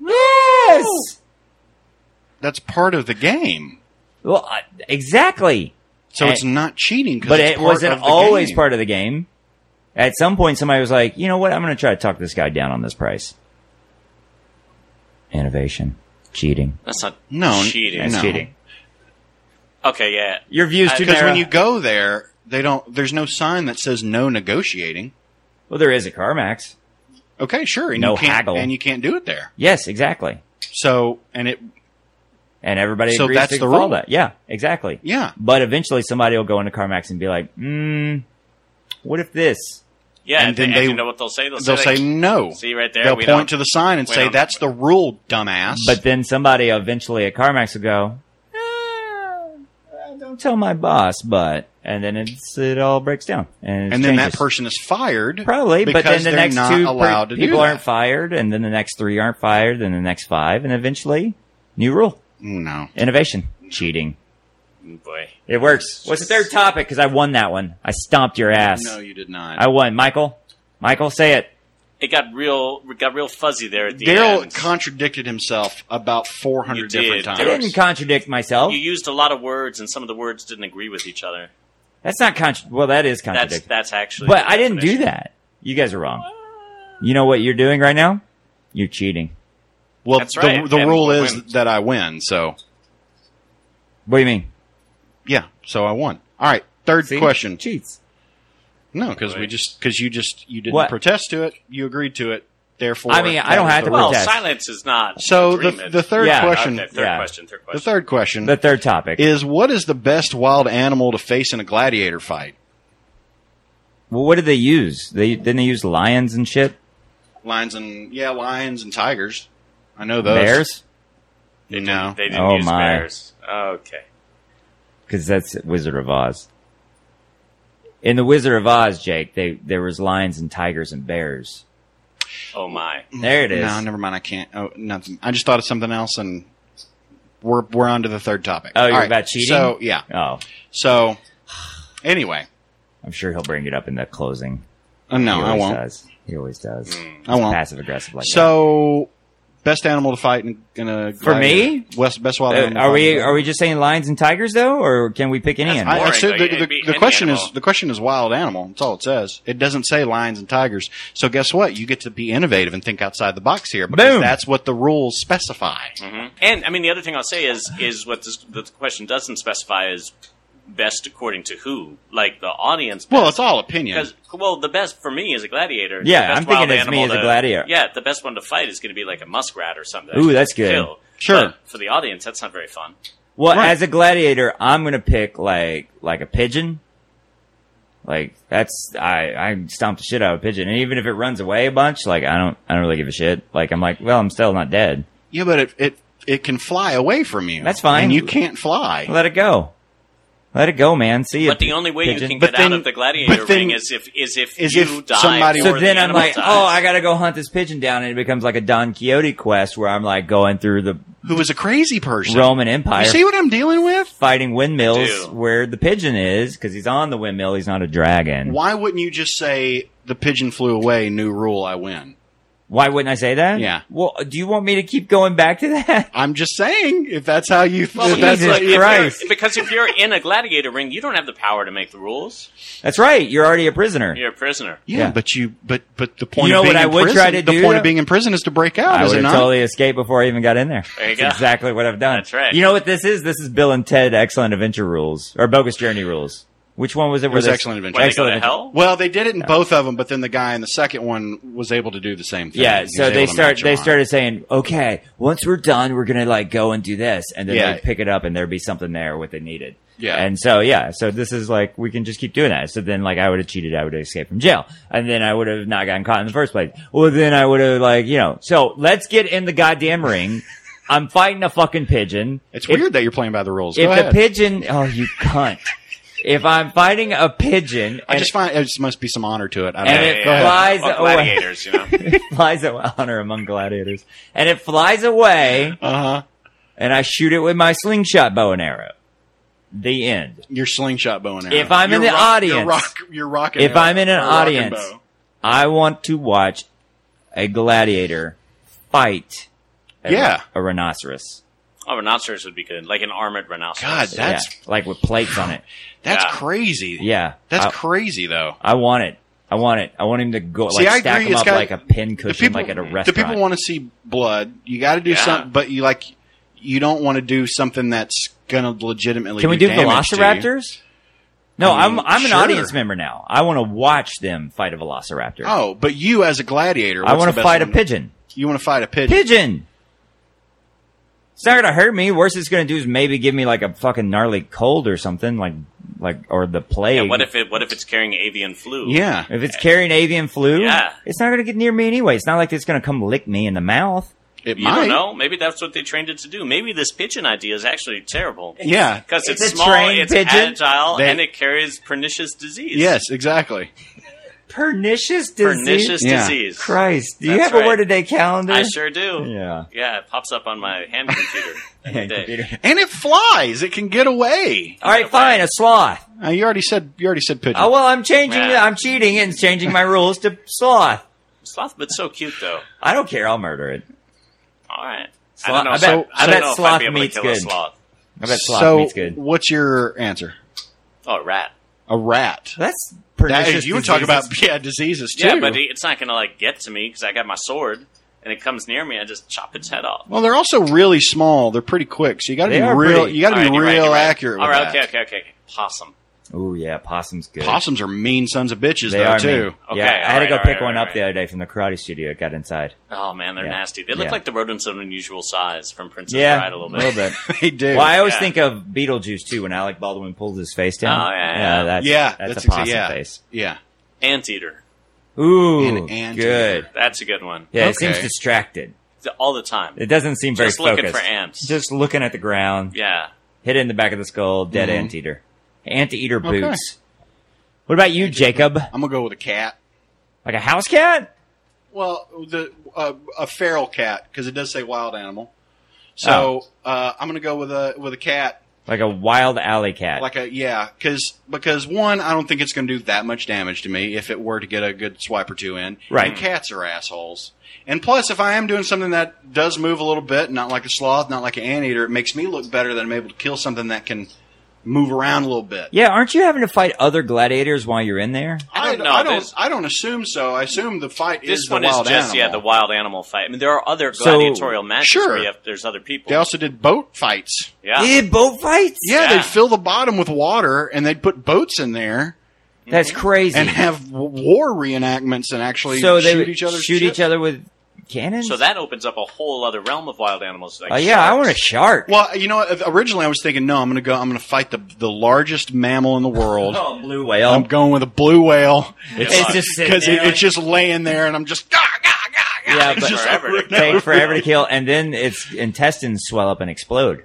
Speaker 1: Yes.
Speaker 2: That's part of the game.
Speaker 1: Well, I- exactly.
Speaker 2: So
Speaker 1: And-
Speaker 2: it's not cheating. 'cause
Speaker 1: But
Speaker 2: it's
Speaker 1: it
Speaker 2: part
Speaker 1: wasn't
Speaker 2: of the
Speaker 1: always
Speaker 2: game.
Speaker 1: part of the game. At some point, somebody was like, "You know what? I'm going to try to talk this guy down on this price." Innovation, cheating.
Speaker 4: That's not
Speaker 2: No,
Speaker 4: cheating.
Speaker 1: That's
Speaker 2: No.
Speaker 1: cheating.
Speaker 4: Okay. Yeah.
Speaker 1: Your views too
Speaker 2: Because
Speaker 1: narrow.
Speaker 2: Uh, when you go there, they don't. There's no sign that says no negotiating.
Speaker 1: well, there is a CarMax.
Speaker 2: Okay, sure. And
Speaker 1: No
Speaker 2: you can't,
Speaker 1: haggle.
Speaker 2: and you can't do it there.
Speaker 1: Yes, exactly.
Speaker 2: So and it,
Speaker 1: And everybody
Speaker 2: So
Speaker 1: agrees
Speaker 2: that's
Speaker 1: to
Speaker 2: the
Speaker 1: follow
Speaker 2: rule.
Speaker 1: that. Yeah, exactly.
Speaker 2: yeah,
Speaker 1: But eventually, somebody will go into CarMax and be like, "Hmm, what if this?"
Speaker 4: Yeah.
Speaker 2: And
Speaker 4: And, then
Speaker 2: then
Speaker 4: and
Speaker 2: they-
Speaker 4: you know what they'll say? They'll,
Speaker 2: they'll
Speaker 4: say,
Speaker 2: say no.
Speaker 4: See right there.
Speaker 2: They'll
Speaker 4: we
Speaker 2: point
Speaker 4: don't-
Speaker 2: to the sign and
Speaker 4: we
Speaker 2: say
Speaker 4: don't-
Speaker 2: that's the rule, dumbass.
Speaker 1: But then somebody eventually at CarMax will go, "Ah, "Don't tell my boss," but and then it's it all breaks down, and, it
Speaker 2: and then that
Speaker 1: changes.
Speaker 2: person is fired.
Speaker 1: probably,
Speaker 2: because
Speaker 1: but then the
Speaker 2: they're
Speaker 1: next
Speaker 2: not
Speaker 1: two per-
Speaker 2: allowed to do
Speaker 1: people
Speaker 2: that.
Speaker 1: aren't fired, and then the next three aren't fired, then the next five, and eventually, new rule,
Speaker 2: Mm, No,
Speaker 1: innovation, cheating.
Speaker 4: Mm, boy.
Speaker 1: It works. What's the third topic? Because I won that one. I stomped your ass.
Speaker 2: no, you did not.
Speaker 1: I won, Michael. Michael, say it.
Speaker 4: It got real. It got real fuzzy there at the
Speaker 2: Daryl
Speaker 4: end.
Speaker 2: contradicted himself about 400
Speaker 4: You
Speaker 2: different
Speaker 4: did.
Speaker 1: I
Speaker 2: times.
Speaker 1: didn't contradict myself.
Speaker 4: you used a lot of words, and some of the words didn't agree with each other.
Speaker 1: That's not contra. Well, that is
Speaker 4: That's
Speaker 1: contradicting.
Speaker 4: that's actually.
Speaker 1: But
Speaker 4: the
Speaker 1: I didn't do
Speaker 4: definition.
Speaker 1: that. You guys are wrong. You know what you're doing right now? You're cheating.
Speaker 2: Well,
Speaker 4: That's
Speaker 2: the,
Speaker 4: right,
Speaker 2: the
Speaker 4: and
Speaker 2: rule
Speaker 4: we'll
Speaker 2: is
Speaker 4: win.
Speaker 2: that I win. So
Speaker 1: What do you mean?
Speaker 2: yeah, so I won. All right, third
Speaker 1: See?
Speaker 2: question.
Speaker 1: Cheats.
Speaker 2: No, because we just because you just you didn't
Speaker 1: What?
Speaker 2: protest to it. You agreed to it. Therefore,
Speaker 1: I mean, I
Speaker 2: that
Speaker 1: don't
Speaker 2: is
Speaker 1: have
Speaker 2: the
Speaker 1: to
Speaker 2: rule.
Speaker 4: Well,
Speaker 1: protest.
Speaker 4: silence is not.
Speaker 2: So the
Speaker 4: agreement.
Speaker 2: the third
Speaker 1: Yeah.
Speaker 2: question,
Speaker 4: Okay, third
Speaker 1: Yeah.
Speaker 4: question. Third
Speaker 2: the
Speaker 4: question.
Speaker 2: third question
Speaker 1: The third topic.
Speaker 2: is what is the best wild animal to face in a gladiator fight?
Speaker 1: well, what did they use? They didn't they use lions and shit?
Speaker 2: Lions and yeah, lions and tigers. I know those.
Speaker 1: Bears?
Speaker 2: No.
Speaker 4: They didn't
Speaker 1: Oh,
Speaker 4: use
Speaker 1: my.
Speaker 4: bears. Okay.
Speaker 1: Because that's Wizard of Oz. In the Wizard of Oz, Jake, they there was lions and tigers and bears.
Speaker 4: Oh my.
Speaker 1: There it is.
Speaker 2: No, never mind. Mm. I can't. Oh, nothing. I just thought of something else, and we're we're on to the third topic.
Speaker 1: Oh, you're
Speaker 2: All right.
Speaker 1: about cheating?
Speaker 2: So yeah.
Speaker 1: Oh,
Speaker 2: So anyway,
Speaker 1: I'm sure he'll bring it up in the closing.
Speaker 2: Uh, no,
Speaker 1: he
Speaker 2: I
Speaker 1: always
Speaker 2: won't. Mm.
Speaker 1: Does. He always does.
Speaker 4: Mm-hmm.
Speaker 2: I won't.
Speaker 1: Passive aggressive uh, like that.
Speaker 2: So best animal to fight in, in a
Speaker 1: For
Speaker 2: gladiator.
Speaker 1: me?
Speaker 2: West, best wild.
Speaker 1: Uh,
Speaker 2: animal to
Speaker 1: are
Speaker 2: fight in
Speaker 1: we
Speaker 2: a
Speaker 1: are we just saying lions and tigers though, or can we pick any
Speaker 4: That's
Speaker 1: animal?
Speaker 2: I, I
Speaker 4: Boring,
Speaker 2: said the,
Speaker 4: though.
Speaker 2: the,
Speaker 4: It'd be
Speaker 2: the
Speaker 4: any
Speaker 2: question
Speaker 4: animal.
Speaker 2: is the question is wild animal. That's all it says. It doesn't say lions and tigers. So guess what? You get to be innovative and think outside the box here because
Speaker 1: Boom.
Speaker 2: that's what the rules specify.
Speaker 4: And I mean, the other thing I'll say is is what this, the question doesn't specify is best according to who, like the audience.
Speaker 2: Well, it's all opinion.
Speaker 4: Because well, the best for me is a gladiator.
Speaker 1: Yeah,
Speaker 4: The best
Speaker 1: I'm thinking
Speaker 4: wild
Speaker 1: it's me
Speaker 4: animal
Speaker 1: as a
Speaker 4: to-
Speaker 1: gladiator.
Speaker 4: Yeah, the best one to fight is going to be like a muskrat or something. that
Speaker 1: Ooe,
Speaker 4: you
Speaker 1: that's
Speaker 4: can
Speaker 1: good.
Speaker 4: kill.
Speaker 2: Sure.
Speaker 4: But for the audience, that's not very fun.
Speaker 1: Well,
Speaker 2: Right.
Speaker 1: as a gladiator, I'm gonna pick like like a pigeon. Like that's I I stomp the shit out of a pigeon, and even if it runs away a bunch, like I don't I don't really give a shit. Like I'm like, well, I'm still not dead.
Speaker 2: Yeah, but it it it can fly away from you.
Speaker 1: That's fine.
Speaker 2: And you can't fly.
Speaker 1: Let it go, let it go, man. See ya,
Speaker 4: But the only way
Speaker 1: pigeon.
Speaker 4: you can
Speaker 2: But
Speaker 4: get
Speaker 2: then-
Speaker 4: out of the gladiator
Speaker 2: but then-
Speaker 4: ring is if is if
Speaker 2: is
Speaker 4: you
Speaker 2: if
Speaker 4: die.
Speaker 2: somebody-
Speaker 4: or
Speaker 1: so
Speaker 4: the
Speaker 1: then I'm
Speaker 4: animal
Speaker 1: like,
Speaker 4: dies.
Speaker 1: oh, I gotta go hunt this pigeon down, and it becomes like a Don Quixote quest where I'm like going through the
Speaker 2: Who is a crazy person?
Speaker 1: Roman Empire,
Speaker 2: You see what I'm dealing with?
Speaker 1: fighting windmills
Speaker 4: Dude.
Speaker 1: where the pigeon is because he's on the windmill. He's not a dragon.
Speaker 2: Why wouldn't you just say the pigeon flew away? New rule. I win.
Speaker 1: Why wouldn't I say that?
Speaker 2: Yeah.
Speaker 1: Well, do you want me to keep going back to that?
Speaker 2: I'm just saying. If that's how you,
Speaker 4: Well,
Speaker 2: if that's
Speaker 4: because,
Speaker 1: Jesus
Speaker 2: what
Speaker 4: like, if
Speaker 2: you-
Speaker 4: you're-
Speaker 1: Christ.
Speaker 4: because if you're in a gladiator ring, you don't have the power to make the rules.
Speaker 1: That's right. You're already a prisoner.
Speaker 4: You're a prisoner.
Speaker 2: Yeah,
Speaker 1: Yeah.
Speaker 2: but you, but but the point.
Speaker 1: You know
Speaker 2: of being
Speaker 1: what I
Speaker 2: in
Speaker 1: would
Speaker 2: prison,
Speaker 1: try to
Speaker 2: the
Speaker 1: do,
Speaker 2: point
Speaker 1: though?
Speaker 2: of being in prison is to break out.
Speaker 1: I
Speaker 2: is
Speaker 1: would
Speaker 2: it
Speaker 1: have
Speaker 2: not?
Speaker 1: totally escaped before I even got in there.
Speaker 4: There you
Speaker 1: That's
Speaker 4: go.
Speaker 1: exactly what I've done.
Speaker 4: That's right.
Speaker 1: You know what this is? This is Bill and Ted Excellent Adventure rules or Bogus Journey rules. Which one was it? where
Speaker 2: was
Speaker 1: they-
Speaker 2: Excellent Adventure.
Speaker 4: When they go
Speaker 1: Excellent
Speaker 4: to
Speaker 1: Adventure.
Speaker 4: hell,
Speaker 2: Well, they did it in both of them, but then the guy in the second one was able to do the same thing. He
Speaker 1: Yeah,
Speaker 2: was
Speaker 1: so
Speaker 2: able
Speaker 1: they
Speaker 2: to
Speaker 1: start
Speaker 2: match
Speaker 1: they
Speaker 2: him on.
Speaker 1: started saying, "Okay, once we're done, we're going to like go and do this." And then
Speaker 2: Yeah.
Speaker 1: they'd pick it up and there'd be something there what they needed.
Speaker 2: Yeah.
Speaker 1: And so, yeah, so this is like, we can just keep doing that. So then, like, I would have cheated. I would have escaped from jail. And then I would have not gotten caught in the first place. Well, then I would have, like, you know, so let's get in the goddamn ring. I'm fighting a fucking pigeon.
Speaker 2: It's
Speaker 1: If-
Speaker 2: weird that you're playing by the rules.
Speaker 1: If
Speaker 2: Go
Speaker 1: the
Speaker 2: ahead.
Speaker 1: pigeon, oh, you cunt. If I'm fighting a pigeon
Speaker 2: I
Speaker 1: and,
Speaker 2: just find it just must be some honor to it. I don't
Speaker 1: And
Speaker 2: know.
Speaker 1: it
Speaker 2: Go ahead.
Speaker 1: flies
Speaker 4: Fuck
Speaker 1: away.
Speaker 4: gladiators, you know.
Speaker 1: it flies away, honor among gladiators, and it flies away,
Speaker 2: Uh-huh.
Speaker 1: and I shoot it with my slingshot bow and arrow. The end.
Speaker 2: Your slingshot bow and arrow.
Speaker 1: If I'm in
Speaker 2: You're
Speaker 1: the
Speaker 2: you're
Speaker 1: audience-
Speaker 2: rock, you're rocking.
Speaker 1: If
Speaker 2: arrow.
Speaker 1: I'm in an
Speaker 2: Or rock and
Speaker 1: audience,
Speaker 2: bow.
Speaker 1: I want to watch a gladiator fight a,
Speaker 2: Yeah.
Speaker 1: a rhinoceros.
Speaker 4: Oh, rhinoceros would be good, like an armored rhinoceros.
Speaker 2: God, that's
Speaker 1: yeah, like with plates on it.
Speaker 2: that's
Speaker 4: Yeah.
Speaker 2: crazy.
Speaker 1: Yeah.
Speaker 2: that's
Speaker 1: I,
Speaker 2: crazy though.
Speaker 1: I want it. I want it. I want him to go
Speaker 2: See,
Speaker 1: like
Speaker 2: I
Speaker 1: stack
Speaker 2: agree,
Speaker 1: him
Speaker 2: it's
Speaker 1: up
Speaker 2: gotta-
Speaker 1: like a pin
Speaker 2: The
Speaker 1: cushion
Speaker 2: people,
Speaker 1: like at a
Speaker 2: the
Speaker 1: restaurant.
Speaker 2: people want to see blood. You got to do
Speaker 4: Yeah.
Speaker 2: something, but you like you don't want to do something that's gonna legitimately.
Speaker 1: Can we do
Speaker 2: damage to you.
Speaker 1: velociraptors? No,
Speaker 2: I mean,
Speaker 1: I'm I'm an
Speaker 2: sure.
Speaker 1: audience member now. I want to watch them fight a velociraptor.
Speaker 2: Oh, but you as a gladiator,
Speaker 1: I
Speaker 2: what's
Speaker 1: want
Speaker 2: the
Speaker 1: to
Speaker 2: best
Speaker 1: fight a
Speaker 2: one?
Speaker 1: pigeon.
Speaker 2: You want to fight a pigeon?
Speaker 1: Pigeon. It's not gonna hurt me. Worst it's gonna do is maybe give me like a fucking gnarly cold or something, like like or the plague.
Speaker 4: And what if it? What if it's carrying avian flu?
Speaker 2: Yeah,
Speaker 1: If it's carrying avian flu?
Speaker 4: Yeah.
Speaker 1: It's not gonna get near me anyway. It's not like it's gonna come lick me in the mouth.
Speaker 2: it
Speaker 4: You
Speaker 2: might.
Speaker 4: don't know. Maybe that's what they trained it to do. Maybe this pigeon idea is actually terrible.
Speaker 2: Yeah.
Speaker 4: Because it's,
Speaker 1: It's a
Speaker 4: small,
Speaker 1: trained
Speaker 4: it's
Speaker 1: pigeon.
Speaker 4: agile,
Speaker 2: They-
Speaker 4: and it carries pernicious disease.
Speaker 2: Yes, exactly.
Speaker 1: Pernicious disease.
Speaker 4: Pernicious
Speaker 2: Yeah.
Speaker 4: disease.
Speaker 1: Christ. Do you
Speaker 4: That's
Speaker 1: have a
Speaker 4: right.
Speaker 1: word of day calendar?
Speaker 4: I sure do.
Speaker 1: Yeah.
Speaker 4: Yeah, it pops up on my hand computer every day.
Speaker 2: And it flies. It can get away.
Speaker 1: All right, fine, a sloth.
Speaker 2: Uh, you already said. You already said pigeon.
Speaker 1: Oh well, I'm changing.
Speaker 4: Yeah.
Speaker 1: I'm cheating and changing my rules to sloth.
Speaker 4: Sloth, but so cute though.
Speaker 1: I don't care. I'll murder it.
Speaker 4: All right.
Speaker 1: Sloth-
Speaker 4: I don't know.
Speaker 1: I
Speaker 4: if I,
Speaker 1: bet-
Speaker 4: I
Speaker 1: I
Speaker 4: don't
Speaker 1: bet
Speaker 4: know if I'd
Speaker 1: sloth
Speaker 4: be able to
Speaker 1: meat's
Speaker 4: kill a
Speaker 1: good.
Speaker 4: sloth.
Speaker 1: I bet sloth
Speaker 2: so,
Speaker 1: meat's good.
Speaker 2: what's your answer?
Speaker 4: Oh, rat.
Speaker 2: A rat.
Speaker 1: That's
Speaker 2: That,
Speaker 1: pernicious.
Speaker 2: you would talk
Speaker 1: diseases.
Speaker 2: about yeah diseases too.
Speaker 4: Yeah, but it- it's not going to like get to me because I got my sword, and it comes near me, I just chop its head off.
Speaker 2: well, they're also really small. They're pretty quick, so you got to
Speaker 1: They
Speaker 2: be
Speaker 1: are
Speaker 2: real.
Speaker 1: pretty.
Speaker 2: You got to
Speaker 4: All
Speaker 2: be
Speaker 4: right, you're right,
Speaker 2: real
Speaker 4: you're right.
Speaker 2: accurate.
Speaker 4: All
Speaker 2: with
Speaker 4: right,
Speaker 2: that.
Speaker 4: okay, okay, okay, okay. Possum.
Speaker 1: Ooh yeah, possum's good.
Speaker 2: Possums are mean sons of bitches,
Speaker 1: They
Speaker 2: though,
Speaker 1: are
Speaker 2: too.
Speaker 1: mean.
Speaker 4: Okay,
Speaker 1: yeah, I had to
Speaker 4: alright,
Speaker 1: go pick
Speaker 4: alright,
Speaker 1: one up
Speaker 4: alright.
Speaker 1: the other day from the karate studio. It got inside.
Speaker 4: Oh man, they're
Speaker 1: Yeah.
Speaker 4: nasty. They look
Speaker 1: Yeah.
Speaker 4: like the rodents of an unusual size from Princess
Speaker 1: yeah,
Speaker 4: Bride a little bit.
Speaker 2: They do.
Speaker 1: well, I always
Speaker 4: Yeah.
Speaker 1: think of Beetlejuice too when Alec Baldwin pulls his face down.
Speaker 4: Oh, yeah, yeah.
Speaker 1: that's
Speaker 2: yeah,
Speaker 1: that's, a
Speaker 2: exa-
Speaker 1: possum
Speaker 2: yeah,
Speaker 1: face.
Speaker 2: Yeah,
Speaker 4: Anteater.
Speaker 1: Ooh,
Speaker 2: An anteater.
Speaker 1: good.
Speaker 4: That's a good one.
Speaker 1: Yeah, it
Speaker 2: Okay.
Speaker 1: seems distracted.
Speaker 4: Th- All the time.
Speaker 1: It doesn't seem very
Speaker 4: Just looking
Speaker 1: focused.
Speaker 4: for ants.
Speaker 1: Just looking at the ground.
Speaker 4: yeah.
Speaker 1: Hit it in the back of the skull, dead
Speaker 2: Mhm.
Speaker 1: anteater. Anteater
Speaker 2: Okay.
Speaker 1: boots. What about you, Jacob?
Speaker 2: I'm gonna go with a cat.
Speaker 1: Like a house cat?
Speaker 2: Well, the uh, a feral cat because it does say wild animal. So
Speaker 1: Oh.
Speaker 2: uh, I'm gonna go with a with a cat,
Speaker 1: Like a wild alley cat.
Speaker 2: like a yeah, because because one, I don't think it's gonna do that much damage to me if it were to get a good swipe or two in.
Speaker 1: Right.
Speaker 2: And cats are assholes. And plus, if I am doing something that does move a little bit, not like a sloth, not like an anteater, it makes me look better that I'm able to kill something that can move around a little bit.
Speaker 1: yeah, aren't you having to fight other gladiators while you're in there?
Speaker 4: I
Speaker 2: I
Speaker 4: don't
Speaker 2: don't,
Speaker 4: know.
Speaker 2: I don't,
Speaker 4: This-
Speaker 2: I don't assume so. I assume the fight
Speaker 4: This
Speaker 2: is
Speaker 4: one
Speaker 2: the
Speaker 4: is
Speaker 2: wild
Speaker 4: just
Speaker 2: animal.
Speaker 4: yeah the wild animal fight. I mean, there are other
Speaker 1: So-
Speaker 4: gladiatorial matches
Speaker 2: Sure.
Speaker 4: where you have, there's other people.
Speaker 2: They also did boat fights.
Speaker 4: yeah,
Speaker 1: Eh, boat fights?
Speaker 2: Yeah,
Speaker 4: Yeah.
Speaker 2: they'd fill the bottom with water and they'd put boats in there
Speaker 1: That's
Speaker 4: Mm-hmm.
Speaker 1: crazy.
Speaker 2: and have w- war reenactments and actually
Speaker 1: so they
Speaker 2: shoot
Speaker 1: would
Speaker 2: each other.
Speaker 1: shoot each other with cannons?
Speaker 4: so that opens up a whole other realm of wild animals. Like
Speaker 1: Oh, yeah, I want a
Speaker 4: sharks.
Speaker 1: shark.
Speaker 2: Well, you know, what, originally I was thinking, no, I'm going to go. I'm going to fight the the largest mammal in the world.
Speaker 1: Oh, blue whale.
Speaker 2: I'm going with a blue whale
Speaker 1: it's just sitting
Speaker 2: because
Speaker 1: there.
Speaker 2: it, it's just laying there, and I'm just
Speaker 1: ah,
Speaker 2: gah, gah, gah, gah.
Speaker 1: Yeah,
Speaker 2: It's
Speaker 1: but-
Speaker 2: just
Speaker 4: Forever to
Speaker 2: over and
Speaker 4: kill.
Speaker 1: take
Speaker 2: over.
Speaker 1: forever to kill, and then its intestines swell up and explode.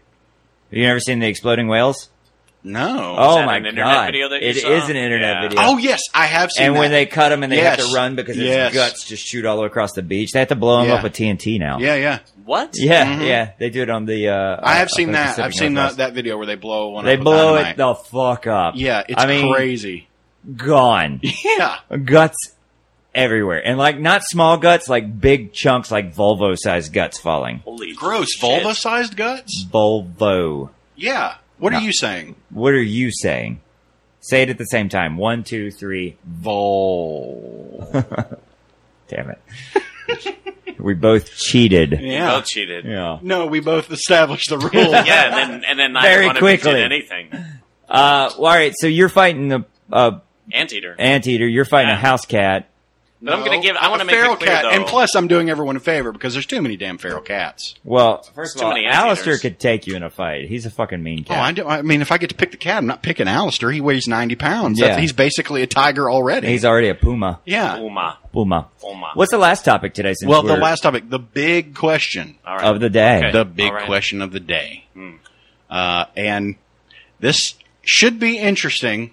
Speaker 1: Have you ever seen the exploding whales?
Speaker 2: No.
Speaker 1: Oh
Speaker 4: that
Speaker 1: my
Speaker 4: an internet
Speaker 1: god!
Speaker 4: video that you
Speaker 1: It is
Speaker 4: saw?
Speaker 1: an internet
Speaker 4: Yeah.
Speaker 1: video.
Speaker 2: Oh yes, I have seen.
Speaker 1: and
Speaker 2: that.
Speaker 1: when they cut them and they have
Speaker 2: Yes.
Speaker 1: to run because its
Speaker 2: Yes.
Speaker 1: guts just shoot all across the beach, they have to blow them
Speaker 2: Yeah.
Speaker 1: up with TNT now.
Speaker 2: yeah, yeah.
Speaker 4: What?
Speaker 1: yeah, yeah. They do it on the. Uh,
Speaker 2: I
Speaker 1: up
Speaker 2: have seen
Speaker 1: in the
Speaker 2: that.
Speaker 1: Pacific
Speaker 2: I've seen that,
Speaker 1: Northwest.
Speaker 2: that video where they blow one.
Speaker 1: They
Speaker 2: up with
Speaker 1: blow
Speaker 2: dynamite.
Speaker 1: it the fuck up.
Speaker 2: Yeah, it's
Speaker 1: I mean,
Speaker 2: crazy.
Speaker 1: gone
Speaker 2: Yeah,
Speaker 1: guts everywhere, and like not small guts, like big chunks, like Volvo sized guts falling.
Speaker 4: Holy
Speaker 2: gross.
Speaker 4: shit.
Speaker 2: Vulva-sized guts.
Speaker 1: Volvo.
Speaker 2: Yeah. What are you saying?
Speaker 1: What are you saying? Say it at the same time. One, two, three.
Speaker 2: Vol.
Speaker 1: Damn it. we both cheated.
Speaker 4: You
Speaker 2: Yeah.
Speaker 4: both cheated. Yeah,
Speaker 1: Yeah.
Speaker 2: No, we both established the rule.
Speaker 4: and then and then
Speaker 1: Very
Speaker 4: neither one of you did
Speaker 1: quickly.
Speaker 4: anything.
Speaker 1: Uh, well, all right. So you're fighting the uh,
Speaker 4: Anteater.
Speaker 1: anteater. You're fighting a house cat.
Speaker 4: But I'm gonna give- I
Speaker 2: I'm
Speaker 4: wanna
Speaker 2: a
Speaker 4: make it
Speaker 2: feral
Speaker 4: clear,
Speaker 2: cat.
Speaker 4: though.
Speaker 2: And plus, I'm doing everyone a favor because there's too many damn feral cats.
Speaker 1: Well, first of
Speaker 4: too
Speaker 1: all,
Speaker 4: many
Speaker 1: Alistair
Speaker 4: anteaters.
Speaker 1: could take you in a fight. He's a fucking mean
Speaker 2: Oh, I,
Speaker 1: cat.
Speaker 2: do, I mean, if I get to pick the cat, I'm not picking Alistair. He weighs 90 pounds.
Speaker 1: Yeah.
Speaker 2: That's- he's basically a tiger already.
Speaker 1: He's already a puma.
Speaker 2: yeah.
Speaker 4: Uma.
Speaker 1: Puma.
Speaker 4: Uma.
Speaker 1: What's the last topic today? Since
Speaker 2: Well, the
Speaker 1: we're-
Speaker 2: last topic, the big question.
Speaker 4: All right.
Speaker 1: of the day.
Speaker 4: Okay.
Speaker 2: The big
Speaker 4: All right. Hmm.
Speaker 2: question of the day. Uh, and this should be interesting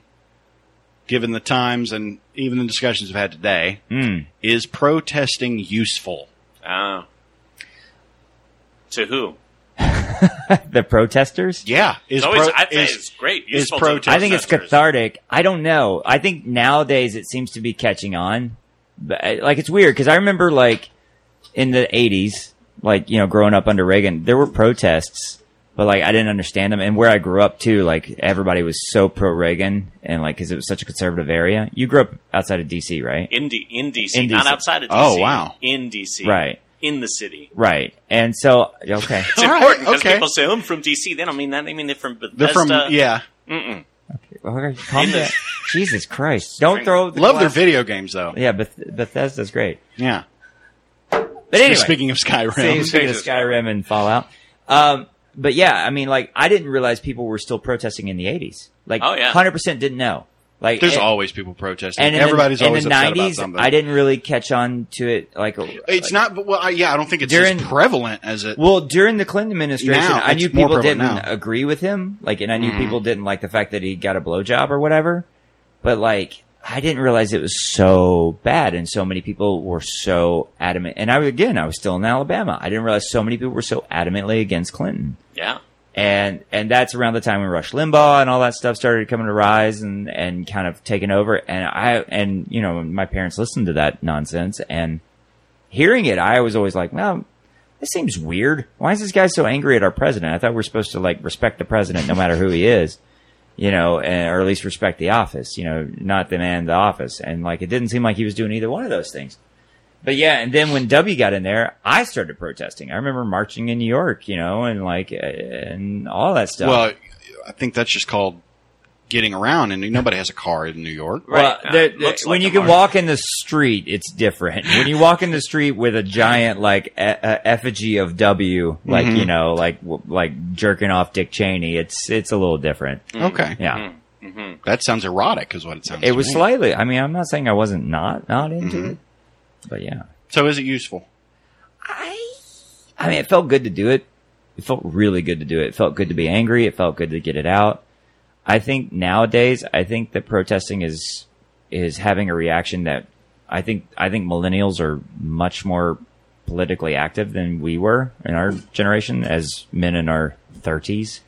Speaker 2: given the times and even the discussions we've had today.
Speaker 1: Hmm.
Speaker 2: Is protesting useful?
Speaker 4: Ah. to who?
Speaker 1: The protesters.
Speaker 2: Yeah. Is
Speaker 4: It's always,
Speaker 2: pro-
Speaker 4: I think
Speaker 2: is-
Speaker 4: it's great.
Speaker 2: is
Speaker 4: Useful
Speaker 2: protest-
Speaker 4: to
Speaker 1: I think it's
Speaker 4: protesters.
Speaker 1: cathartic. I don't know. I think nowadays it seems to be catching on. But, uh, Like it's weird because I remember like in the '80s, like you know, growing up under Reagan, there were protests, but like I didn't understand them. And where I grew up too, like everybody was so pro Reagan, and like because it was such a conservative area. You grew up outside of DC, right?
Speaker 4: In, D- in DC,
Speaker 1: In
Speaker 4: not
Speaker 1: DC.
Speaker 4: outside of DC.
Speaker 2: Oh, wow.
Speaker 4: In DC.
Speaker 1: Right.
Speaker 4: In the city.
Speaker 1: Right. And so okay,
Speaker 4: It's
Speaker 2: All right,
Speaker 4: important because
Speaker 2: okay.
Speaker 4: people say, "Oh, I'm from DC. They don't mean that. They mean they're from Bethesda.
Speaker 2: They're from, yeah.
Speaker 1: okay calm down. Jesus Christ! Don't throw. The
Speaker 2: Love their
Speaker 1: glass-
Speaker 2: video games, though.
Speaker 1: Yeah, Beth- Bethesda's great.
Speaker 2: Yeah.
Speaker 1: But anyway,
Speaker 2: Speaking of Skyrim.
Speaker 1: Same speaking of
Speaker 4: Jesus.
Speaker 1: Skyrim and Fallout. Um, but yeah, I mean, like, I didn't realize people were still protesting in the 80s. Like,
Speaker 4: Oh, yeah.
Speaker 1: 100% didn't know. Like,
Speaker 2: There's
Speaker 1: and-
Speaker 2: always people protesting.
Speaker 1: and in the-
Speaker 2: Everybody's always
Speaker 1: in the
Speaker 2: upset about something.
Speaker 1: I didn't really catch on to it. Like,
Speaker 2: It's not, but, well, I, yeah, I don't think it's
Speaker 1: During-
Speaker 2: as prevalent as it.
Speaker 1: well, during the Clinton administration,
Speaker 2: Now,
Speaker 1: I knew
Speaker 2: it's more
Speaker 1: people didn't
Speaker 2: prevalent now.
Speaker 1: agree with him. Like, and I knew people didn't like the fact that he got a blowjob or whatever. But like, I didn't realize it was so bad, and so many people were so adamant. And I again, I was still in Alabama. I didn't realize so many people were so adamantly against Clinton.
Speaker 4: Yeah.
Speaker 1: and and that's around the time when Rush Limbaugh and all that stuff started coming to rise and and kind of taking over. And I and you know my parents listened to that nonsense and hearing it, I was always like, well. This seems weird. Why is this guy so angry at our president? I thought we are supposed to like respect the president no matter who he is, you know, and, or at least respect the office, you know, not the man, in the office. And like, it didn't seem like he was doing either one of those things. But yeah, and then when W got in there, I started protesting. I remember marching in New York, you know, and like, uh, and all that stuff.
Speaker 2: Well, I think that's just called getting around, and nobody has a car in New York.
Speaker 1: Well,
Speaker 4: right.
Speaker 1: there-
Speaker 4: Uh, looks
Speaker 1: when
Speaker 4: like
Speaker 1: you
Speaker 4: a
Speaker 1: can
Speaker 4: march.
Speaker 1: walk in the street, it's different. When you walk in the street with a giant like e- uh, effigy of W, like
Speaker 4: Mm-hmm.
Speaker 1: you know, like w- like jerking off Dick Cheney, it's it's a little different.
Speaker 2: Okay,
Speaker 1: Mm-hmm. Yeah,
Speaker 4: Mm-hmm.
Speaker 2: that sounds erotic, is what it sounds.
Speaker 1: it was
Speaker 2: to me.
Speaker 1: slightly. I mean, I'm not saying I wasn't not not into
Speaker 4: Mm-hmm.
Speaker 1: it, but yeah,
Speaker 2: So, is it useful?
Speaker 1: I I mean, it felt good to do it. It felt really good to do it. It felt good to be angry. It felt good to get it out. I think nowadays, I think that protesting is is having a reaction that I think I think millennials are much more politically active than we were in our generation as men in our thirties.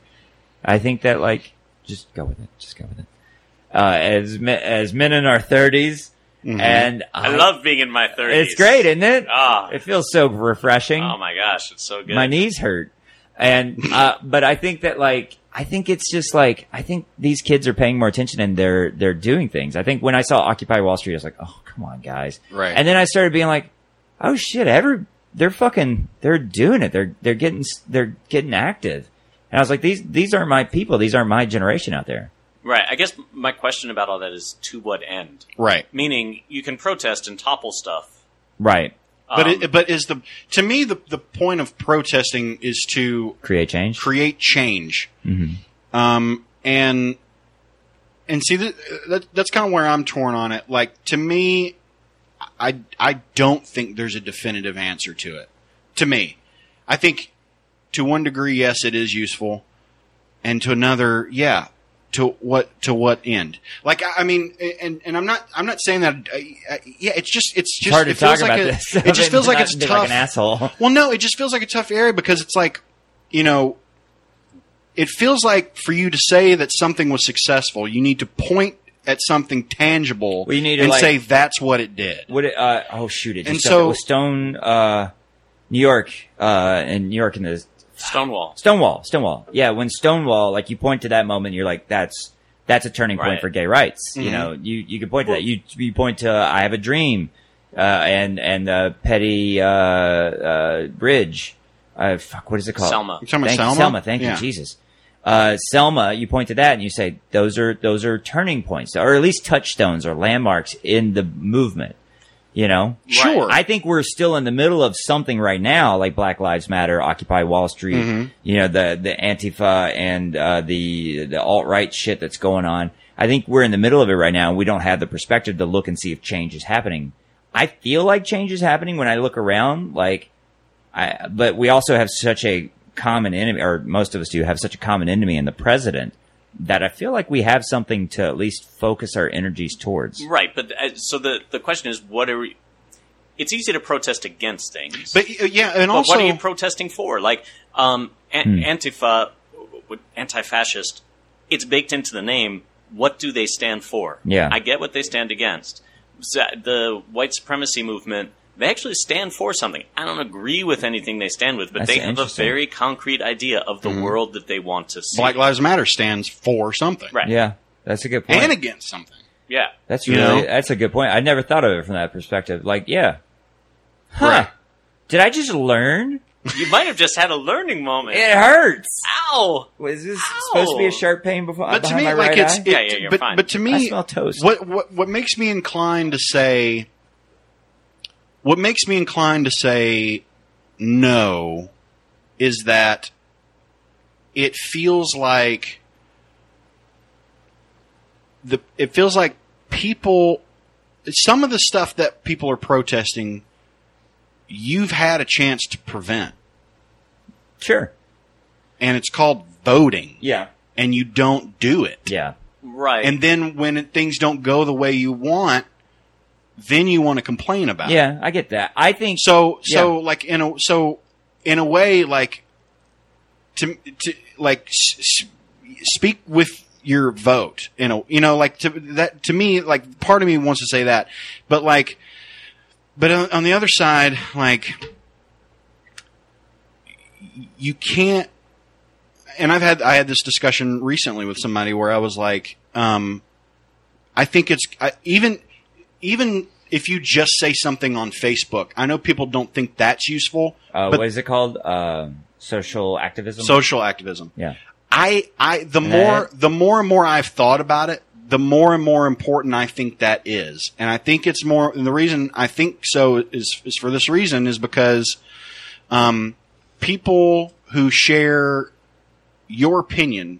Speaker 1: I think that like just go with it, just go with it. Uh, as me, as men in our 30s and
Speaker 4: I love being in my 30s.
Speaker 1: Uh, it's great, isn't it?
Speaker 4: Ah.
Speaker 1: It feels so refreshing
Speaker 4: Oh, my gosh. It's so good.
Speaker 1: my knees hurt and uh but i think that like i think it's just like i think these kids are paying more attention and they're they're doing things i think when i saw occupy wall street i was like oh come on guys
Speaker 2: Right.
Speaker 1: and then i started being like oh shit every they're fucking they're doing it they're they're getting s- they're getting active and i was like these these aren't my people these aren't my generation out there
Speaker 4: Right. I guess my question about all that is to what end?
Speaker 2: Right,
Speaker 4: Meaning, you can protest and topple stuff.
Speaker 1: right
Speaker 2: but
Speaker 4: Um,
Speaker 2: it, but is the to me the the point of protesting is to
Speaker 1: create change Mm-hmm.
Speaker 2: create change. Um, and and see that, that that's kind of where I'm torn on it. Like to me, I I don't think there's a definitive answer to it. To me, I think to one degree, yes, it is useful, and to another, yeah. To what to what end? Like I, I mean, and and I'm not I'm not saying that. Uh, uh, yeah, it's just it's just
Speaker 1: it's hard to
Speaker 2: it feels
Speaker 1: talk about
Speaker 2: like a-
Speaker 1: this
Speaker 2: It just feels like
Speaker 1: Not
Speaker 2: it's
Speaker 1: be
Speaker 2: tough.
Speaker 1: like an asshole
Speaker 2: Well, no, it just feels like a tough area because it's like, you know, it feels like for you to say that something was successful, you need to point at something tangible
Speaker 1: Well, you need to,
Speaker 2: and
Speaker 1: like-
Speaker 2: say that's what it did.
Speaker 1: What? It, uh, oh shoot! It just
Speaker 2: And
Speaker 1: jumped-
Speaker 2: so-
Speaker 1: it was Stone, uh, New York, uh, in New York in the
Speaker 4: Stonewall.
Speaker 1: Stonewall, Stonewall. Yeah, when Stonewall, like you point to that moment, you're like, that's that's a turning point
Speaker 4: Right.
Speaker 1: for gay rights.
Speaker 2: Mm-hmm.
Speaker 1: You know, you you can point to that. You you point to I have a dream, uh, and and uh, Petty uh, uh, Bridge. Uh, fuck, what is it called?
Speaker 4: Selma.
Speaker 2: You're talking about
Speaker 1: Thank
Speaker 2: Selma?
Speaker 1: You, Selma. Thank
Speaker 2: Yeah.
Speaker 1: you, Jesus. Uh, Selma, you point to that and you say those are those are turning points, or at least touchstones or landmarks in the movement. You know,
Speaker 2: Sure.
Speaker 1: I think we're still in the middle of something right now, like Black Lives Matter, Occupy Wall Street, you know, the, the Antifa and, uh, the, the alt-right shit that's going on. I think we're in the middle of it right now and we don't have the perspective to look and see if change is happening. I feel like change is happening when I look around, like, I, but we also have such a common enemy, or most of us do have such a common enemy in the president that I feel like we have something to at least focus our energies towards.
Speaker 4: Right, but uh, so the the question is, what are we? It's easy to protest against things,
Speaker 2: But uh, yeah, and
Speaker 4: but
Speaker 2: also
Speaker 4: what are you protesting for? Like um, an-
Speaker 1: Hmm.
Speaker 4: Antifa, w- anti-fascist. It's baked into the name. What do they stand for?
Speaker 1: Yeah.
Speaker 4: I get what they stand against. So, The white supremacy movement. They actually stand for something. I don't agree with anything they stand with, but
Speaker 1: That's
Speaker 4: they have a
Speaker 1: interesting. Hmm.
Speaker 4: very concrete idea of the world that they want to see.
Speaker 2: Black Lives Matter stands for something
Speaker 4: Right.
Speaker 1: Yeah, that's a good point.
Speaker 2: and against something.
Speaker 4: yeah.
Speaker 1: That's
Speaker 2: You
Speaker 1: really
Speaker 2: know?
Speaker 1: that's a good point. I never thought of it from that perspective. Like, yeah, huh?
Speaker 2: Right.
Speaker 1: Did I just learn?
Speaker 4: You might have just had a learning moment.
Speaker 1: It hurts.
Speaker 4: Ow!
Speaker 1: Was this
Speaker 4: Ow.
Speaker 1: supposed to be a sharp pain before
Speaker 2: But to
Speaker 1: behind
Speaker 2: me,
Speaker 1: my
Speaker 2: like
Speaker 1: right
Speaker 2: it's
Speaker 1: eye?
Speaker 2: it-
Speaker 4: Yeah, yeah, you're
Speaker 2: but,
Speaker 4: fine.
Speaker 2: but to me,
Speaker 1: I smell toast.
Speaker 2: What, what what makes me inclined to say, what makes me inclined to say no, is that it feels like the it feels like people some of the stuff that people are protesting you've had a chance to prevent
Speaker 1: Sure.
Speaker 2: and it's called voting
Speaker 1: Yeah.
Speaker 2: and you don't do it
Speaker 1: Yeah.
Speaker 4: Right.
Speaker 2: and then when it- things don't go the way you want, then you want to complain about. It.
Speaker 1: Yeah. I get that. I think.
Speaker 2: So so like in a so in a way like to to like s- s- speak with your vote. You know you know like to that to me like part of me wants to say that, but like but on, on the other side like you can't and I've had I had this discussion recently with somebody where I was like, um, I think it's I, even even if you just say something on Facebook. I know people don't think that's useful.
Speaker 1: Uh,
Speaker 2: but
Speaker 1: what is it called? Um social activism.
Speaker 2: social activism.
Speaker 1: Yeah.
Speaker 2: I I the
Speaker 1: Nah.
Speaker 2: more the more and more I've thought about it, the more and more important I think that is. And I think it's more and the reason I think so is is for this reason is because um people who share your opinion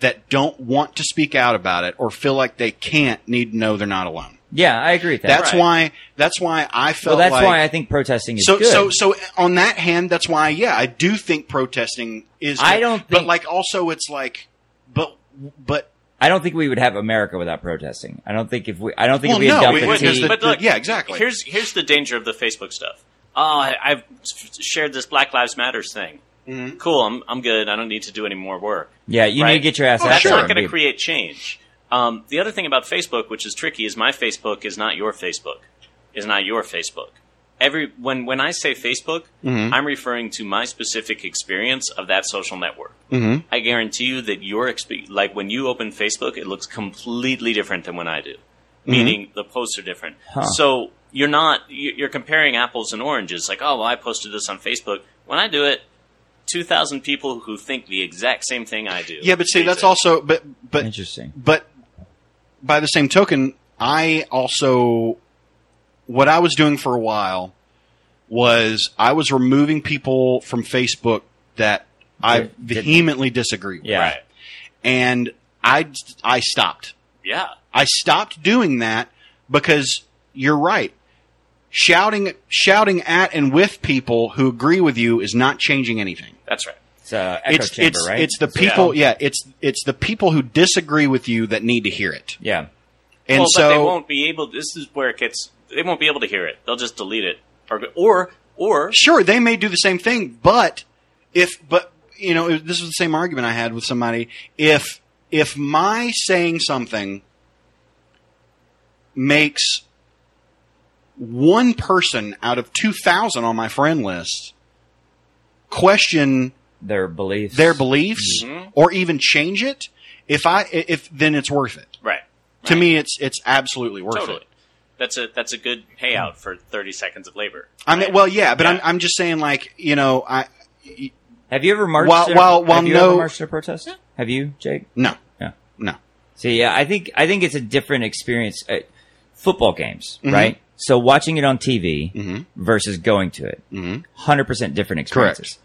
Speaker 2: that don't want to speak out about it or feel like they can't need to know they're not alone.
Speaker 1: Yeah, I agree with that.
Speaker 2: That's
Speaker 4: Right.
Speaker 2: why that's why I
Speaker 1: well,
Speaker 2: felt
Speaker 1: that's
Speaker 2: like
Speaker 1: why I think protesting is
Speaker 2: so
Speaker 1: good.
Speaker 2: so so on that hand, that's why yeah, I do think protesting is.
Speaker 1: I don't
Speaker 2: but
Speaker 1: think-
Speaker 2: like also it's like, but but
Speaker 1: I don't think we would have America without protesting. I don't think if we. I don't think
Speaker 2: well
Speaker 1: if we
Speaker 2: no,
Speaker 1: had
Speaker 2: it-
Speaker 1: dumped the
Speaker 2: because
Speaker 1: tea-
Speaker 2: the-
Speaker 4: But look,
Speaker 2: the- yeah, exactly.
Speaker 4: Here's here's the danger of the Facebook stuff. Oh, I, I've shared this Black Lives Matters thing.
Speaker 2: Mm-hmm.
Speaker 4: Cool, I'm I'm good. I don't need to do any more work.
Speaker 1: Yeah, you
Speaker 4: Right.
Speaker 1: need to get your ass
Speaker 2: Oh,
Speaker 1: out
Speaker 4: That's
Speaker 2: sure.
Speaker 1: there.
Speaker 4: not going to
Speaker 1: and be-
Speaker 4: create change. Um, the other thing about Facebook, which is tricky, is my Facebook is not your Facebook. Is not your Facebook. Every when when I say Facebook,
Speaker 1: Mm-hmm.
Speaker 4: I'm referring to my specific experience of that social network.
Speaker 1: Mm-hmm.
Speaker 2: Mhm.
Speaker 4: I guarantee you that your exp- like when you open Facebook, it looks completely different than when I do.
Speaker 1: Mm-hmm.
Speaker 4: Meaning the posts are different. So you're not you- you're comparing apples and oranges. Like, oh, well, I posted this on Facebook. When I do it, two thousand people who think the exact same thing I do.
Speaker 2: yeah, but see, that's
Speaker 4: also.
Speaker 2: also but but
Speaker 1: Interesting.
Speaker 2: but by the same token, I also what I was doing for a while was I was removing people from Facebook that I
Speaker 1: Did- did-
Speaker 2: vehemently disagree with,
Speaker 1: Yeah.
Speaker 4: Right.
Speaker 2: and I I stopped.
Speaker 4: Yeah.
Speaker 2: I stopped doing that because you're right. Shouting, shouting at and with people who agree with you is not changing anything.
Speaker 4: That's right.
Speaker 1: It's uh, echo
Speaker 2: it's
Speaker 1: chamber,
Speaker 2: it's
Speaker 1: right?
Speaker 2: it's the
Speaker 1: So-
Speaker 2: people, yeah. It's it's the people who disagree with you that need to hear it.
Speaker 1: Yeah.
Speaker 2: And
Speaker 4: well,
Speaker 2: so,
Speaker 4: but they won't be able. This is where it gets. They won't be able to hear it. They'll just delete it, or or or
Speaker 2: sure they may do the same thing but if but you know this was the same argument i had with somebody if if my saying something makes one person out of 2000 on my friend list question
Speaker 1: Their beliefs.
Speaker 2: their beliefs
Speaker 4: Mm-hmm.
Speaker 2: or even change it if i if then it's worth it
Speaker 4: right.
Speaker 2: to me it's it's absolutely worth
Speaker 4: Totally.
Speaker 2: it
Speaker 4: That's a that's a good payout for thirty seconds of labor.
Speaker 2: i mean
Speaker 4: right?
Speaker 2: well yeah but I'm,
Speaker 4: Yeah.
Speaker 2: I'm just saying like you know i
Speaker 1: Have you ever marched?
Speaker 2: While-
Speaker 1: in a-
Speaker 2: while- while
Speaker 1: have you
Speaker 2: no-
Speaker 1: ever marched in a protest? Have you, Jake?
Speaker 2: no
Speaker 1: Yeah.
Speaker 2: no Mm-hmm.
Speaker 1: See, yeah, I think I think it's a different experience. Uh, football games, right? So watching it on TV
Speaker 2: Mhm.
Speaker 1: versus going to it,
Speaker 2: Mhm.
Speaker 1: 100% different
Speaker 2: Correct.
Speaker 1: experiences.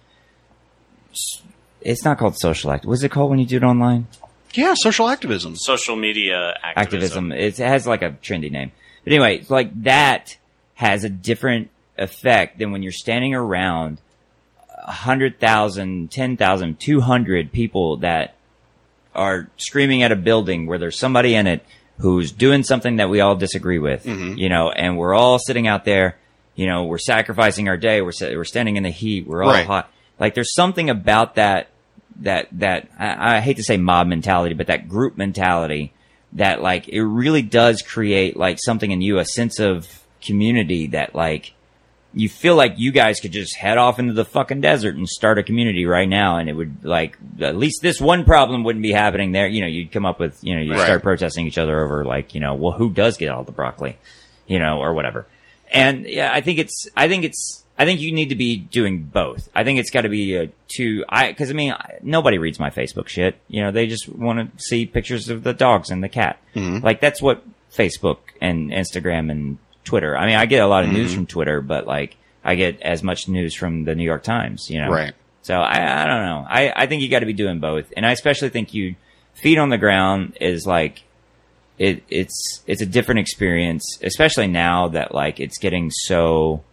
Speaker 1: S- It's not called social act. What's it called when you do it online?
Speaker 2: Yeah, social activism.
Speaker 4: Social media activism.
Speaker 1: Activism. It's- It has like a trendy name. But anyway, it's like that has a different effect than when you're standing around 100,000, 10,000, 200 people that are screaming at a building where there's somebody in it who's doing something that we all disagree with, you know, and we're all sitting out there, you know, we're sacrificing our day, we're, sa- we're standing in the heat, we're all
Speaker 2: Right.
Speaker 1: hot. Like there's something about that, that, that, I, I hate to say mob mentality, but that group mentality that like, it really does create like something in you, a sense of community that like, you feel like you guys could just head off into the fucking desert and start a community right now and it would like at least this one problem wouldn't be happening there you know you'd come up with you know you
Speaker 2: Right.
Speaker 1: start protesting each other over like you know well who does get all the broccoli you know or whatever and yeah i think it's i think it's i think you need to be doing both i think it's got to be a two i because i mean I- nobody reads my facebook shit you know they just want to see pictures of the dogs and the cat like that's what facebook and instagram and twitter i mean i get a lot of news from twitter but like i get as much news from the new york times you know
Speaker 2: Right.
Speaker 1: so I, I don't know. I, I think you got to be doing both, and I especially think you feet on the ground is like it it's it's a different experience, especially now that like it's getting so.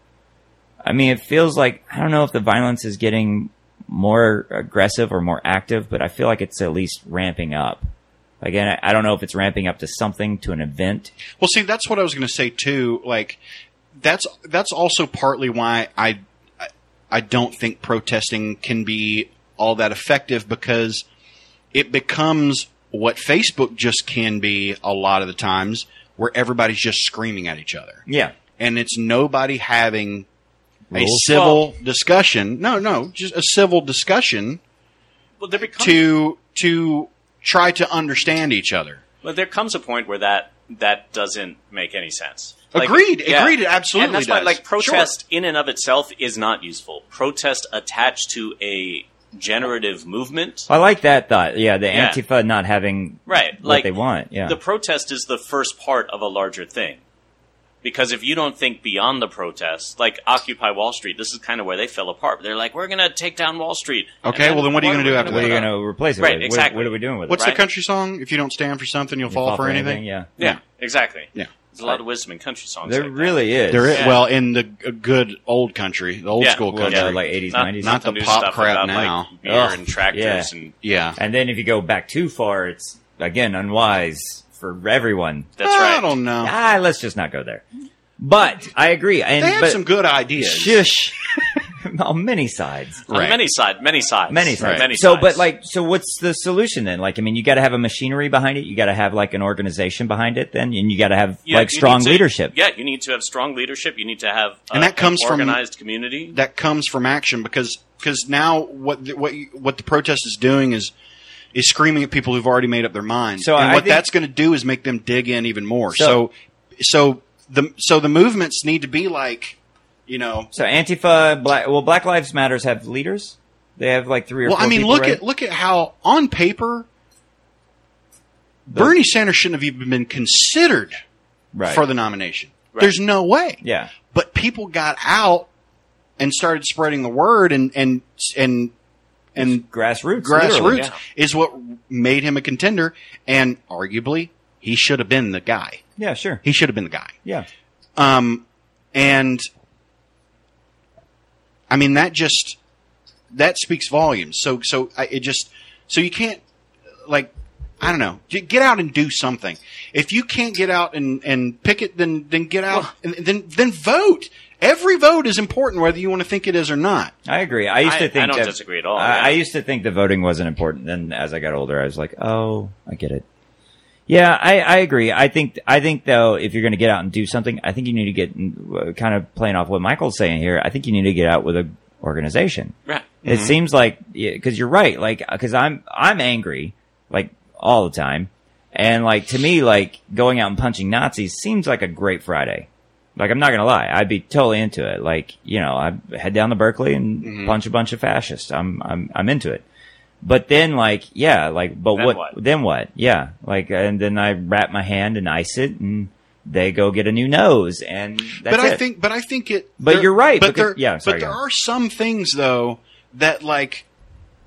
Speaker 1: I mean, it feels like I don't know if the violence is getting more aggressive or more active, but I feel like it's at least ramping up. Again, I, I don't know if it's ramping up to something to an event.
Speaker 2: Well, see, that's what I was going to say too. Like, that's that's also partly why I I- I don't think protesting can be all that effective because it becomes what Facebook just can be a lot of the times, where everybody's just screaming at each other,
Speaker 1: Yeah,
Speaker 2: and it's nobody having a
Speaker 1: Rules.
Speaker 2: civil discussion. No, no, just a civil discussion
Speaker 4: Well, there becomes
Speaker 2: to to try to understand each other.
Speaker 4: But there comes a point where that that doesn't make any sense.
Speaker 2: Agreed, agreed, it absolutely
Speaker 4: And that's why,
Speaker 2: does.
Speaker 4: like, protest in and of itself is not useful. Protest attached to a generative movement,
Speaker 1: I like that thought. Yeah, the
Speaker 4: Yeah.
Speaker 1: Antifa not having
Speaker 4: right?
Speaker 1: what
Speaker 4: like
Speaker 1: they want. Yeah,
Speaker 4: the protest is the first part of a larger thing. Because if you don't think beyond the protest, like Occupy Wall Street, this is kind of where they fell apart. They're like, we're going to take down Wall Street. And
Speaker 2: Okay, well, then what are you
Speaker 4: are
Speaker 2: gonna do
Speaker 4: we
Speaker 2: after
Speaker 1: what are
Speaker 4: gonna
Speaker 1: you
Speaker 2: that?
Speaker 1: going to replace it
Speaker 4: Right,
Speaker 1: with? What-
Speaker 4: exactly.
Speaker 1: What, are we doing with it?
Speaker 2: What's
Speaker 4: Right.
Speaker 2: the country song? If you don't stand for something, you'll
Speaker 1: You
Speaker 2: fall, for anything.
Speaker 1: Yeah.
Speaker 4: Yeah, exactly.
Speaker 2: Yeah.
Speaker 4: There's a lot of wisdom in country songs.
Speaker 1: There
Speaker 4: like that.
Speaker 1: really is.
Speaker 2: There is,
Speaker 4: Yeah.
Speaker 2: well, in the g- good old country, the old
Speaker 4: Yeah.
Speaker 2: school
Speaker 1: Well,
Speaker 4: Well,
Speaker 2: country.
Speaker 1: yeah, like 80s,
Speaker 4: Not-
Speaker 1: 90s.
Speaker 2: not- the
Speaker 4: new
Speaker 2: pop
Speaker 4: stuff
Speaker 2: crap
Speaker 4: about,
Speaker 2: now.
Speaker 4: Like, beer
Speaker 1: Ugh,
Speaker 4: and tractors and
Speaker 2: yeah.
Speaker 1: and then if you go back too far, it's, again, unwise for everyone.
Speaker 4: that's
Speaker 2: I
Speaker 4: right.
Speaker 2: don't know.
Speaker 1: Ah, let's just not go there. But I agree. And,
Speaker 2: they have
Speaker 1: but,
Speaker 2: some good ideas.
Speaker 1: Shush. On many sides.
Speaker 4: On
Speaker 2: Right.
Speaker 4: many side, many sides,
Speaker 1: Many sides.
Speaker 4: many
Speaker 1: So,
Speaker 4: sides.
Speaker 1: but like, so what's the solution then? Like, I mean, you got to have a machinery behind it. You got to have like an organization behind it then. And you got to have
Speaker 4: Yeah,
Speaker 1: like
Speaker 4: you
Speaker 1: strong
Speaker 4: need to-
Speaker 1: leadership.
Speaker 4: Yeah, you need to have strong leadership. You need to have a,
Speaker 2: And that comes
Speaker 4: an
Speaker 2: from-
Speaker 4: organized community.
Speaker 2: That comes from action because because now what the, what you- what the protest is doing is is screaming at people who've already made up their minds.
Speaker 1: So
Speaker 2: and
Speaker 1: I
Speaker 2: what
Speaker 1: think-
Speaker 2: that's going to do is make them dig in even more.
Speaker 1: So-
Speaker 2: So so the so the movements need to be like you know
Speaker 1: So Antifa, Black, well, Black Lives Matters have leaders. They have like three or
Speaker 2: Well,
Speaker 1: four
Speaker 2: I mean,
Speaker 1: people,
Speaker 2: look
Speaker 1: right?
Speaker 2: at look at how on paper Bernie Sanders shouldn't have even been considered
Speaker 1: right.
Speaker 2: for the nomination.
Speaker 4: Right.
Speaker 2: There's no way.
Speaker 1: yeah.
Speaker 2: But people got out and started spreading the word, and and and and
Speaker 1: grassroots.
Speaker 2: grassroots
Speaker 1: literally.
Speaker 4: yeah.
Speaker 2: is what made him a contender. And arguably, he should have been the guy.
Speaker 1: Yeah, sure.
Speaker 2: He should have been the guy.
Speaker 1: Yeah.
Speaker 2: Um, and I mean that just that speaks volumes. So so I, it just so you can't like I don't know J- get out and do something. If you can't get out and and pick it, then then get out and then then vote. Every vote is important, whether you want to think it is or not.
Speaker 1: I agree. I used
Speaker 4: I-
Speaker 1: to think
Speaker 4: I don't
Speaker 1: that-
Speaker 4: disagree at all,
Speaker 1: I,
Speaker 4: yeah.
Speaker 1: I used to think the voting wasn't important. Then as I got older, I was like, oh, I get it. Yeah, I, I agree. I think I think though, if you're going to get out and do something, I think you need to get uh, kind of playing off what Michael's saying here. I think you need to get out with an organization.
Speaker 4: Right.
Speaker 1: It
Speaker 2: Mm-hmm.
Speaker 1: seems like because you're right, like because I'm I'm angry like all the time, and like to me, like going out and punching Nazis seems like a great Friday. Like I'm not gonna lie, I'd be totally into it. Like you know, I head down to Berkeley and
Speaker 2: Mm-hmm.
Speaker 1: punch a bunch of fascists. I'm I'm I'm into it. But then, like, yeah, like, but
Speaker 4: Then
Speaker 1: what,
Speaker 4: what?
Speaker 1: Then what? Yeah, like, and then I wrap my hand and ice it and they go get a new nose, and that's
Speaker 2: but I
Speaker 1: it.
Speaker 2: think, but I think it.
Speaker 1: But
Speaker 2: there-
Speaker 1: you're right,
Speaker 2: But
Speaker 1: because-
Speaker 2: there,
Speaker 1: yeah, sorry,
Speaker 2: but there
Speaker 1: go on.
Speaker 2: are some things though that like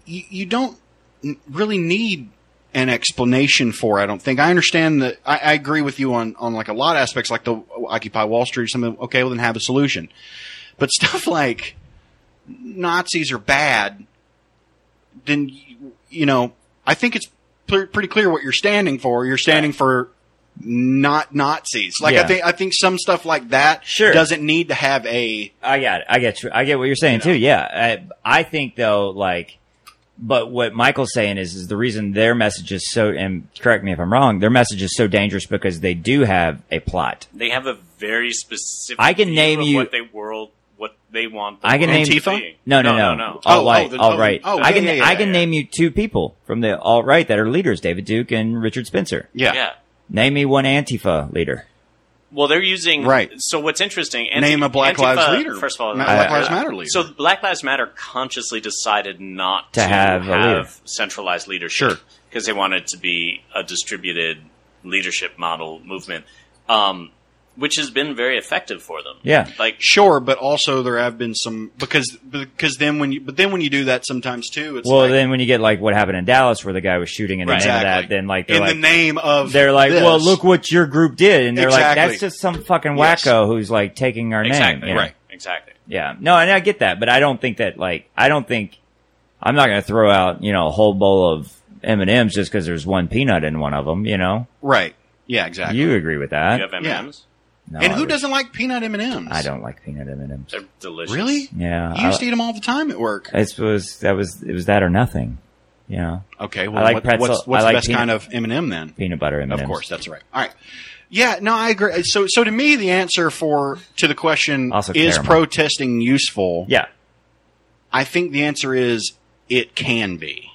Speaker 2: you, you don't n- really need an explanation for. I don't think I understand that. I, I agree with you on on like a lot of aspects, like the Occupy Wall Street or something. Okay, well then have a solution. But stuff like Nazis are bad, then you- you know I think it's pl- pretty clear what you're standing for. You're standing for not Nazis. Like I
Speaker 1: Yeah.
Speaker 2: think I think some stuff like that
Speaker 1: Sure.
Speaker 2: doesn't need to have a
Speaker 1: I got it. I get you. I get what you're saying too. Yeah. I, I think though, like, but what Michael's saying is, is the reason their message is so, and correct me if I'm wrong, their message is so dangerous because they do have a plot.
Speaker 4: They have a very specific.
Speaker 1: I can
Speaker 4: view
Speaker 1: name
Speaker 4: of
Speaker 1: you-
Speaker 4: what they world what they want. The
Speaker 1: I can
Speaker 4: world
Speaker 1: name-
Speaker 4: to be.
Speaker 1: No, no, no,
Speaker 4: no, no.
Speaker 1: Alt
Speaker 2: Oh,
Speaker 1: right,
Speaker 2: oh, the-
Speaker 1: alt
Speaker 2: oh,
Speaker 1: right.
Speaker 2: oh,
Speaker 1: I
Speaker 2: yeah,
Speaker 1: can,
Speaker 2: yeah, yeah,
Speaker 1: I can
Speaker 2: yeah.
Speaker 1: name you two people from the alt right that are leaders: David Duke and Richard Spencer.
Speaker 2: yeah.
Speaker 4: yeah.
Speaker 1: Name me one Antifa leader.
Speaker 4: Well, they're using
Speaker 2: Right.
Speaker 4: So what's interesting?
Speaker 2: Name a Black Lives leader.
Speaker 4: First of all, uh,
Speaker 2: Ma-
Speaker 1: Black
Speaker 2: Lives Matter leader.
Speaker 4: So Black Lives Matter consciously decided not
Speaker 1: To
Speaker 4: to,
Speaker 1: have
Speaker 4: have,
Speaker 1: a leader.
Speaker 4: centralized leadership
Speaker 2: Sure.
Speaker 4: because they wanted to be a distributed leadership model movement, um, which has been very effective for them.
Speaker 1: Yeah.
Speaker 4: like
Speaker 2: Sure, but also there have been some because because then when you but then when you do that sometimes too, it's
Speaker 1: well,
Speaker 2: like,
Speaker 1: then when you get like what happened in Dallas, where the guy was shooting in the name of
Speaker 2: exactly.
Speaker 1: that, then like they're
Speaker 2: in
Speaker 1: like,
Speaker 2: the name of
Speaker 1: they're like,
Speaker 2: this.
Speaker 1: well, look what your group did, and they're like,
Speaker 2: Exactly.
Speaker 1: that's just some fucking
Speaker 2: Yes.
Speaker 1: wacko who's like taking our
Speaker 4: exactly
Speaker 1: name, Yeah.
Speaker 2: Right.
Speaker 4: exactly.
Speaker 1: Yeah, no, and I get that, but I don't think that like I don't think I'm not going to throw out you know a whole bowl of M and M's just because there's one peanut in one of them. You know,
Speaker 2: right, yeah, exactly.
Speaker 1: you agree with that?
Speaker 4: You have M
Speaker 2: Yeah.
Speaker 4: Ms.
Speaker 1: No,
Speaker 2: and
Speaker 1: I
Speaker 2: who
Speaker 1: would-
Speaker 2: doesn't like peanut M and M's?
Speaker 1: I don't like peanut M and M's.
Speaker 4: They're delicious.
Speaker 2: really.
Speaker 1: Yeah,
Speaker 2: You used to
Speaker 1: I,
Speaker 2: eat them all the time at work.
Speaker 1: it was that was it was that or nothing. You know,
Speaker 2: Okay, well,
Speaker 1: I like
Speaker 2: what-
Speaker 1: pretzel-
Speaker 2: what's, what's
Speaker 1: I like
Speaker 2: the best
Speaker 1: peanut-
Speaker 2: kind of M and M then?
Speaker 1: peanut butter M and
Speaker 2: Of
Speaker 1: M's.
Speaker 2: course, that's right. All right. Yeah, no, I agree. So, so to me, the answer for to the question
Speaker 1: Also
Speaker 2: is
Speaker 1: caramel.
Speaker 2: protesting useful.
Speaker 1: Yeah.
Speaker 2: I think the answer is it can be.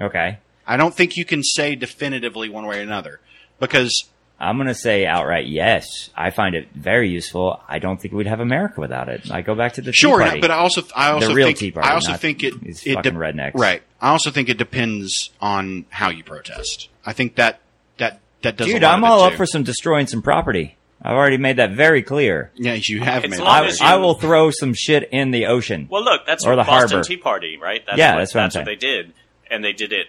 Speaker 1: Okay.
Speaker 2: I don't think you can say definitively one way or another because
Speaker 1: I'm gonna say outright yes. I find it very useful. I don't think we'd have America without it. I go back to the Tea
Speaker 2: sure,
Speaker 1: Party.
Speaker 2: but I also I also
Speaker 1: real
Speaker 2: think
Speaker 1: Tea Party,
Speaker 2: I also
Speaker 1: not
Speaker 2: think it
Speaker 1: these
Speaker 2: it
Speaker 1: fucking rednecks.
Speaker 2: right. I also think it depends on how you protest. I think that that that does. a
Speaker 1: dude,
Speaker 2: lot
Speaker 1: I'm
Speaker 2: of it,
Speaker 1: all up
Speaker 2: too.
Speaker 1: for some destroying some property. I've already made that very clear.
Speaker 2: Yeah, you have
Speaker 4: It's
Speaker 2: made.
Speaker 4: a
Speaker 2: it.
Speaker 4: lot
Speaker 1: I,
Speaker 4: as you-
Speaker 1: I will throw some shit in the ocean.
Speaker 4: Well, look, that's
Speaker 1: Or the
Speaker 4: what Boston
Speaker 1: harbor.
Speaker 4: Tea Party, right? That's
Speaker 1: Yeah,
Speaker 4: what,
Speaker 1: that's what I'm
Speaker 4: what they
Speaker 1: saying.
Speaker 4: did, and they did it.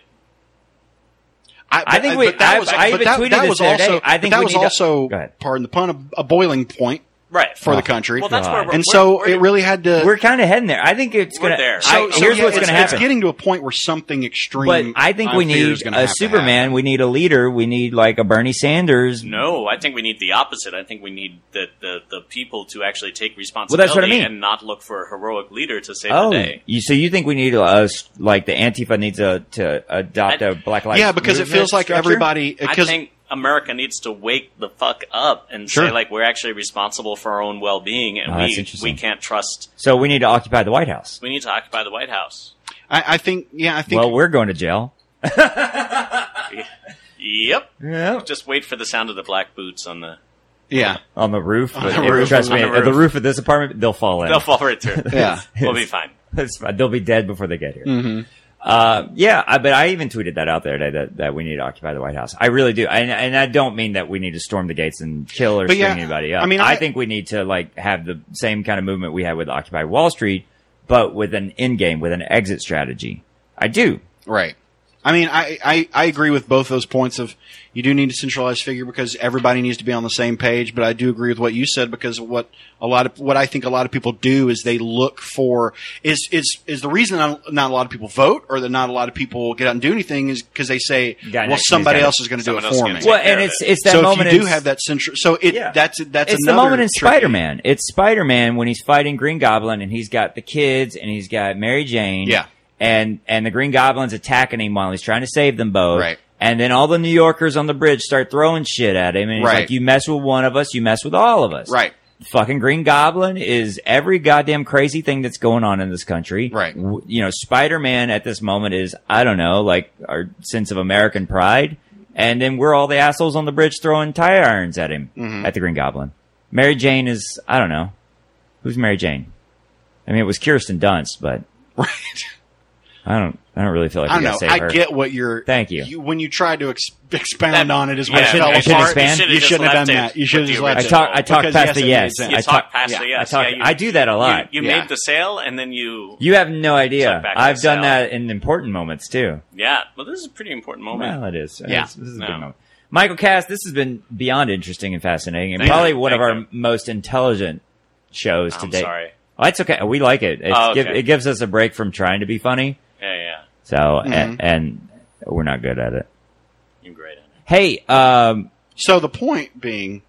Speaker 1: I think
Speaker 2: but-
Speaker 1: we-
Speaker 2: but that
Speaker 1: I-
Speaker 2: was,
Speaker 1: I
Speaker 2: but
Speaker 1: even
Speaker 2: that,
Speaker 1: tweeted
Speaker 2: that
Speaker 1: this
Speaker 2: was
Speaker 1: the other
Speaker 2: also
Speaker 1: day. I think
Speaker 2: but that
Speaker 1: we
Speaker 2: was
Speaker 1: need to-
Speaker 2: also
Speaker 1: Go ahead. Ah.
Speaker 2: pardon the pun a, a boiling point
Speaker 4: Right
Speaker 2: for the country.
Speaker 4: Well, that's where
Speaker 1: God.
Speaker 4: we're,
Speaker 2: and
Speaker 4: we're-
Speaker 2: so
Speaker 4: we're-
Speaker 2: it really had to.
Speaker 1: We're kind of heading there. I think it's
Speaker 4: We're
Speaker 1: gonna.
Speaker 4: there.
Speaker 1: I,
Speaker 4: So- so
Speaker 1: here's
Speaker 2: yeah,
Speaker 1: what's
Speaker 2: it's,
Speaker 1: gonna
Speaker 2: it's
Speaker 1: happen.
Speaker 2: getting to a point where something
Speaker 1: but
Speaker 2: extreme.
Speaker 1: I think
Speaker 2: I
Speaker 1: we
Speaker 2: fear is
Speaker 1: need
Speaker 2: gonna
Speaker 1: a
Speaker 2: have to
Speaker 1: Superman.
Speaker 2: happen.
Speaker 1: We need a leader. We need like a Bernie Sanders.
Speaker 4: No, I think we need the opposite. I think we need the, the, the people to actually take
Speaker 1: what
Speaker 4: responsibility
Speaker 1: I mean.
Speaker 4: and not look for a heroic leader to save
Speaker 1: Oh,
Speaker 4: the day.
Speaker 1: you so you think we need us like the Antifa needs a, to adopt a Black Lives?
Speaker 2: yeah, because it
Speaker 1: Movement
Speaker 2: feels like
Speaker 1: structure?
Speaker 2: everybody.
Speaker 4: I
Speaker 2: Because
Speaker 4: think America needs to wake the fuck up and
Speaker 2: Sure.
Speaker 4: say, like, we're actually responsible for our own well being, and
Speaker 1: Oh, that's
Speaker 4: we,
Speaker 1: interesting.
Speaker 4: we can't trust.
Speaker 1: So we need to occupy the White House.
Speaker 4: We need to occupy the White House.
Speaker 2: I, I think. Yeah, I think.
Speaker 1: Well, we're going to jail.
Speaker 4: Yep.
Speaker 1: Yeah.
Speaker 4: Just wait for the sound of the black boots on the.
Speaker 2: yeah.
Speaker 1: On the roof. but
Speaker 2: the
Speaker 1: if-
Speaker 2: roof.
Speaker 1: Trust
Speaker 4: On
Speaker 1: me,
Speaker 4: the
Speaker 1: the,
Speaker 4: roof.
Speaker 1: roof of this apartment, they'll fall in.
Speaker 4: They'll fall right through.
Speaker 2: Yeah.
Speaker 4: We'll be fine.
Speaker 1: That's fine. They'll be dead before they get here.
Speaker 2: Mm-hmm.
Speaker 1: Uh, yeah, I, but I even tweeted that out there today that, that we need to occupy the White House. I really do, and, and I don't mean that we need to storm the gates and kill or
Speaker 2: But
Speaker 1: string
Speaker 2: yeah,
Speaker 1: anybody up.
Speaker 2: I mean, I-
Speaker 1: think we need to like have the same kind of movement we had with Occupy Wall Street, but with an end game, with an exit strategy. I do.
Speaker 2: Right. I mean, I, I, I agree with both those points of you do need a centralized figure because everybody needs to be on the same page. But I do agree with what you said because what a lot of what I think a lot of people do is they look for is is is the reason not, not a lot of people vote or that not a lot of people get out and do anything is because they say,
Speaker 1: Got it.
Speaker 2: well,
Speaker 1: He's
Speaker 2: somebody
Speaker 1: got it.
Speaker 2: else is going to do it
Speaker 4: Someone else
Speaker 2: for
Speaker 4: can
Speaker 2: me.
Speaker 4: take
Speaker 1: Well,
Speaker 4: care
Speaker 1: and
Speaker 4: of
Speaker 1: it's
Speaker 4: it.
Speaker 1: it's that
Speaker 2: so
Speaker 1: moment.
Speaker 2: if you do
Speaker 1: in-
Speaker 2: have that central, so it
Speaker 1: Yeah.
Speaker 2: that's that's
Speaker 1: it's the
Speaker 2: another
Speaker 1: moment in
Speaker 2: tricky-
Speaker 1: Spider Man. It's Spider Man when he's fighting Green Goblin and he's got the kids and he's got Mary Jane.
Speaker 2: Yeah.
Speaker 1: And and the Green Goblin's attacking him while he's trying to save them both.
Speaker 2: Right.
Speaker 1: And then all the New Yorkers on the bridge start throwing shit at him, and he's
Speaker 2: Right.
Speaker 1: like, "You mess with one of us, you mess with all of us."
Speaker 2: Right.
Speaker 1: Fucking Green Goblin is every goddamn crazy thing that's going on in this country.
Speaker 2: Right.
Speaker 1: W- you know, Spider Man at this moment is I don't know, like our sense of American pride, and then we're all the assholes on the bridge throwing tire irons at him
Speaker 2: Mm-hmm.
Speaker 1: at the Green Goblin. Mary Jane is I don't know, who's Mary Jane? I mean, it was Kirsten Dunst, but
Speaker 2: Right.
Speaker 1: I don't. I don't really feel like
Speaker 2: I
Speaker 1: I,
Speaker 2: don't know.
Speaker 1: gotta say
Speaker 2: I
Speaker 1: her.
Speaker 2: get what is
Speaker 1: Thank you.
Speaker 2: when you tried to ex- expound
Speaker 4: That-
Speaker 2: on it, is
Speaker 4: Yeah,
Speaker 2: what
Speaker 1: I
Speaker 2: fell
Speaker 1: shouldn't- I shouldn't
Speaker 2: apart.
Speaker 1: expand?
Speaker 2: You
Speaker 4: just
Speaker 2: shouldn't have
Speaker 4: left
Speaker 2: done
Speaker 4: it
Speaker 2: that. You
Speaker 4: with
Speaker 2: should have
Speaker 4: the
Speaker 2: just left
Speaker 1: I
Speaker 2: it.
Speaker 4: original.
Speaker 1: talk. I talk
Speaker 2: Because
Speaker 1: past the
Speaker 2: it made
Speaker 1: yes.
Speaker 2: sense.
Speaker 4: You
Speaker 1: I
Speaker 4: talk
Speaker 1: talk.
Speaker 4: past
Speaker 2: yeah,
Speaker 4: the yes.
Speaker 1: I talk.
Speaker 4: Yeah, you,
Speaker 1: I do that a lot.
Speaker 4: You, you
Speaker 2: Yeah.
Speaker 4: made the sale, and then you.
Speaker 1: You have no idea.
Speaker 4: Talk back
Speaker 1: I've
Speaker 4: to
Speaker 1: done
Speaker 4: Sal.
Speaker 1: that in important moments too.
Speaker 4: Yeah. Well, this is a pretty important moment.
Speaker 1: Well, it is.
Speaker 2: Yeah.
Speaker 1: This, this is a
Speaker 4: No.
Speaker 1: good moment. Michael Cass, this has been beyond interesting and fascinating, and
Speaker 4: Thank
Speaker 1: probably
Speaker 4: you.
Speaker 1: one of
Speaker 4: Thank
Speaker 1: our most intelligent shows to
Speaker 4: I'm
Speaker 1: date.
Speaker 4: sorry.
Speaker 1: Oh, it's okay. We like it. It's
Speaker 4: Oh,
Speaker 1: give,
Speaker 4: okay.
Speaker 1: it gives us a break from trying to be funny.
Speaker 4: Yeah, yeah.
Speaker 1: So,
Speaker 4: Mm-hmm.
Speaker 1: a- and, we're not good at it.
Speaker 4: You're great at it.
Speaker 1: Hey, um,
Speaker 2: So the point being,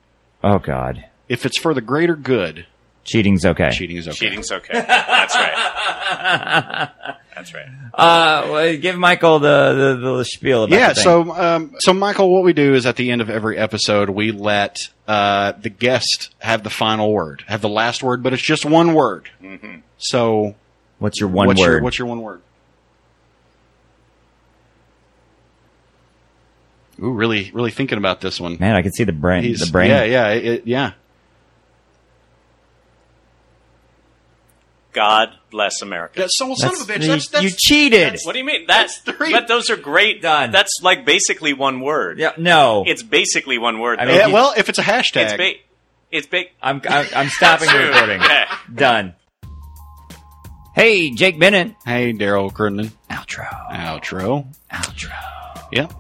Speaker 1: oh god,
Speaker 2: if it's for the greater good,
Speaker 1: cheating's okay.
Speaker 2: cheating is okay.
Speaker 4: Cheating's okay. That's right. That's right.
Speaker 1: Uh, well, give Michael the, the, the spiel about
Speaker 2: yeah
Speaker 1: the thing.
Speaker 2: so um, so michael what we do is at the end of every episode we let uh, the guest have the final word have the last word but it's just one word
Speaker 4: Mm-hmm.
Speaker 2: so
Speaker 1: what's your one
Speaker 2: what's
Speaker 1: word?
Speaker 2: your what's your one word Ooh, really really thinking about this one
Speaker 1: Man, I can see the brain.
Speaker 2: He's-
Speaker 1: the brain.
Speaker 2: yeah yeah it, it- yeah
Speaker 4: God bless America.
Speaker 2: that soul son of a bitch
Speaker 1: you-
Speaker 2: that's, that's
Speaker 1: you cheated.
Speaker 4: what do you mean? That's,
Speaker 2: That's three.
Speaker 4: But those are great.
Speaker 1: Done.
Speaker 4: That's like basically one word.
Speaker 1: yeah, no,
Speaker 4: It's basically one word.
Speaker 1: I
Speaker 4: though.
Speaker 1: mean,
Speaker 2: yeah,
Speaker 1: you-
Speaker 2: well if it's a hashtag
Speaker 4: it's ba- It's big.
Speaker 1: I'm, I'm, I'm stopping the recording.
Speaker 4: Yeah.
Speaker 1: Done. Hey, Jake Bennett.
Speaker 2: hey daryl Crittenden.
Speaker 1: Outro.
Speaker 2: outro
Speaker 1: Outro.
Speaker 2: yep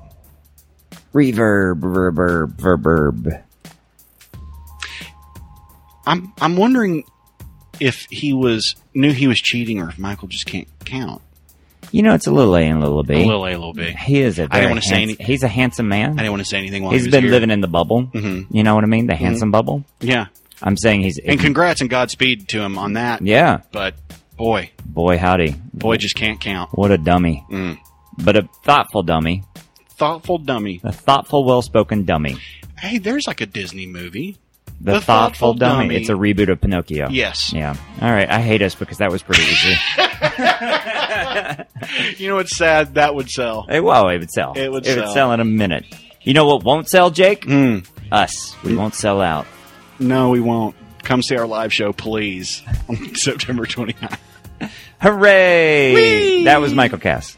Speaker 1: Reverb, reverb, reverb.
Speaker 2: I'm I'm wondering if he was knew he was cheating or if Michael just can't count.
Speaker 1: You know, it's a little A and a little B.
Speaker 2: a little B. I
Speaker 1: He is a very
Speaker 2: wanna say
Speaker 1: hands-
Speaker 2: any-
Speaker 1: He's a handsome man.
Speaker 2: didn't want to say anything while
Speaker 1: He's
Speaker 2: he was
Speaker 1: been
Speaker 2: here.
Speaker 1: living in the bubble.
Speaker 2: Mhm.
Speaker 1: You know what I mean? The handsome bubble.
Speaker 2: Yeah,
Speaker 1: I'm saying he's.
Speaker 2: and congrats and Godspeed to him on that.
Speaker 1: yeah.
Speaker 2: But boy,
Speaker 1: Boy, howdy.
Speaker 2: boy, just can't count.
Speaker 1: What a dummy.
Speaker 2: Mm.
Speaker 1: But a thoughtful dummy.
Speaker 2: Thoughtful dummy.
Speaker 1: A thoughtful, well spoken dummy.
Speaker 2: Hey, there's like a Disney movie.
Speaker 1: The,
Speaker 2: The
Speaker 1: thoughtful,
Speaker 2: Thoughtful
Speaker 1: dummy.
Speaker 2: Dummy.
Speaker 1: It's a reboot of Pinocchio.
Speaker 2: Yes.
Speaker 1: Yeah. All right. I hate us because that was pretty easy.
Speaker 2: You know what's sad? That would sell.
Speaker 1: It, well, it would sell.
Speaker 2: It would sell.
Speaker 1: in a minute. You know what won't sell, Jake?
Speaker 2: Mm.
Speaker 1: Us. We won't sell out.
Speaker 2: No, we won't. Come see our live show, please, on September 29th.
Speaker 1: Hooray! That was Michael Cass.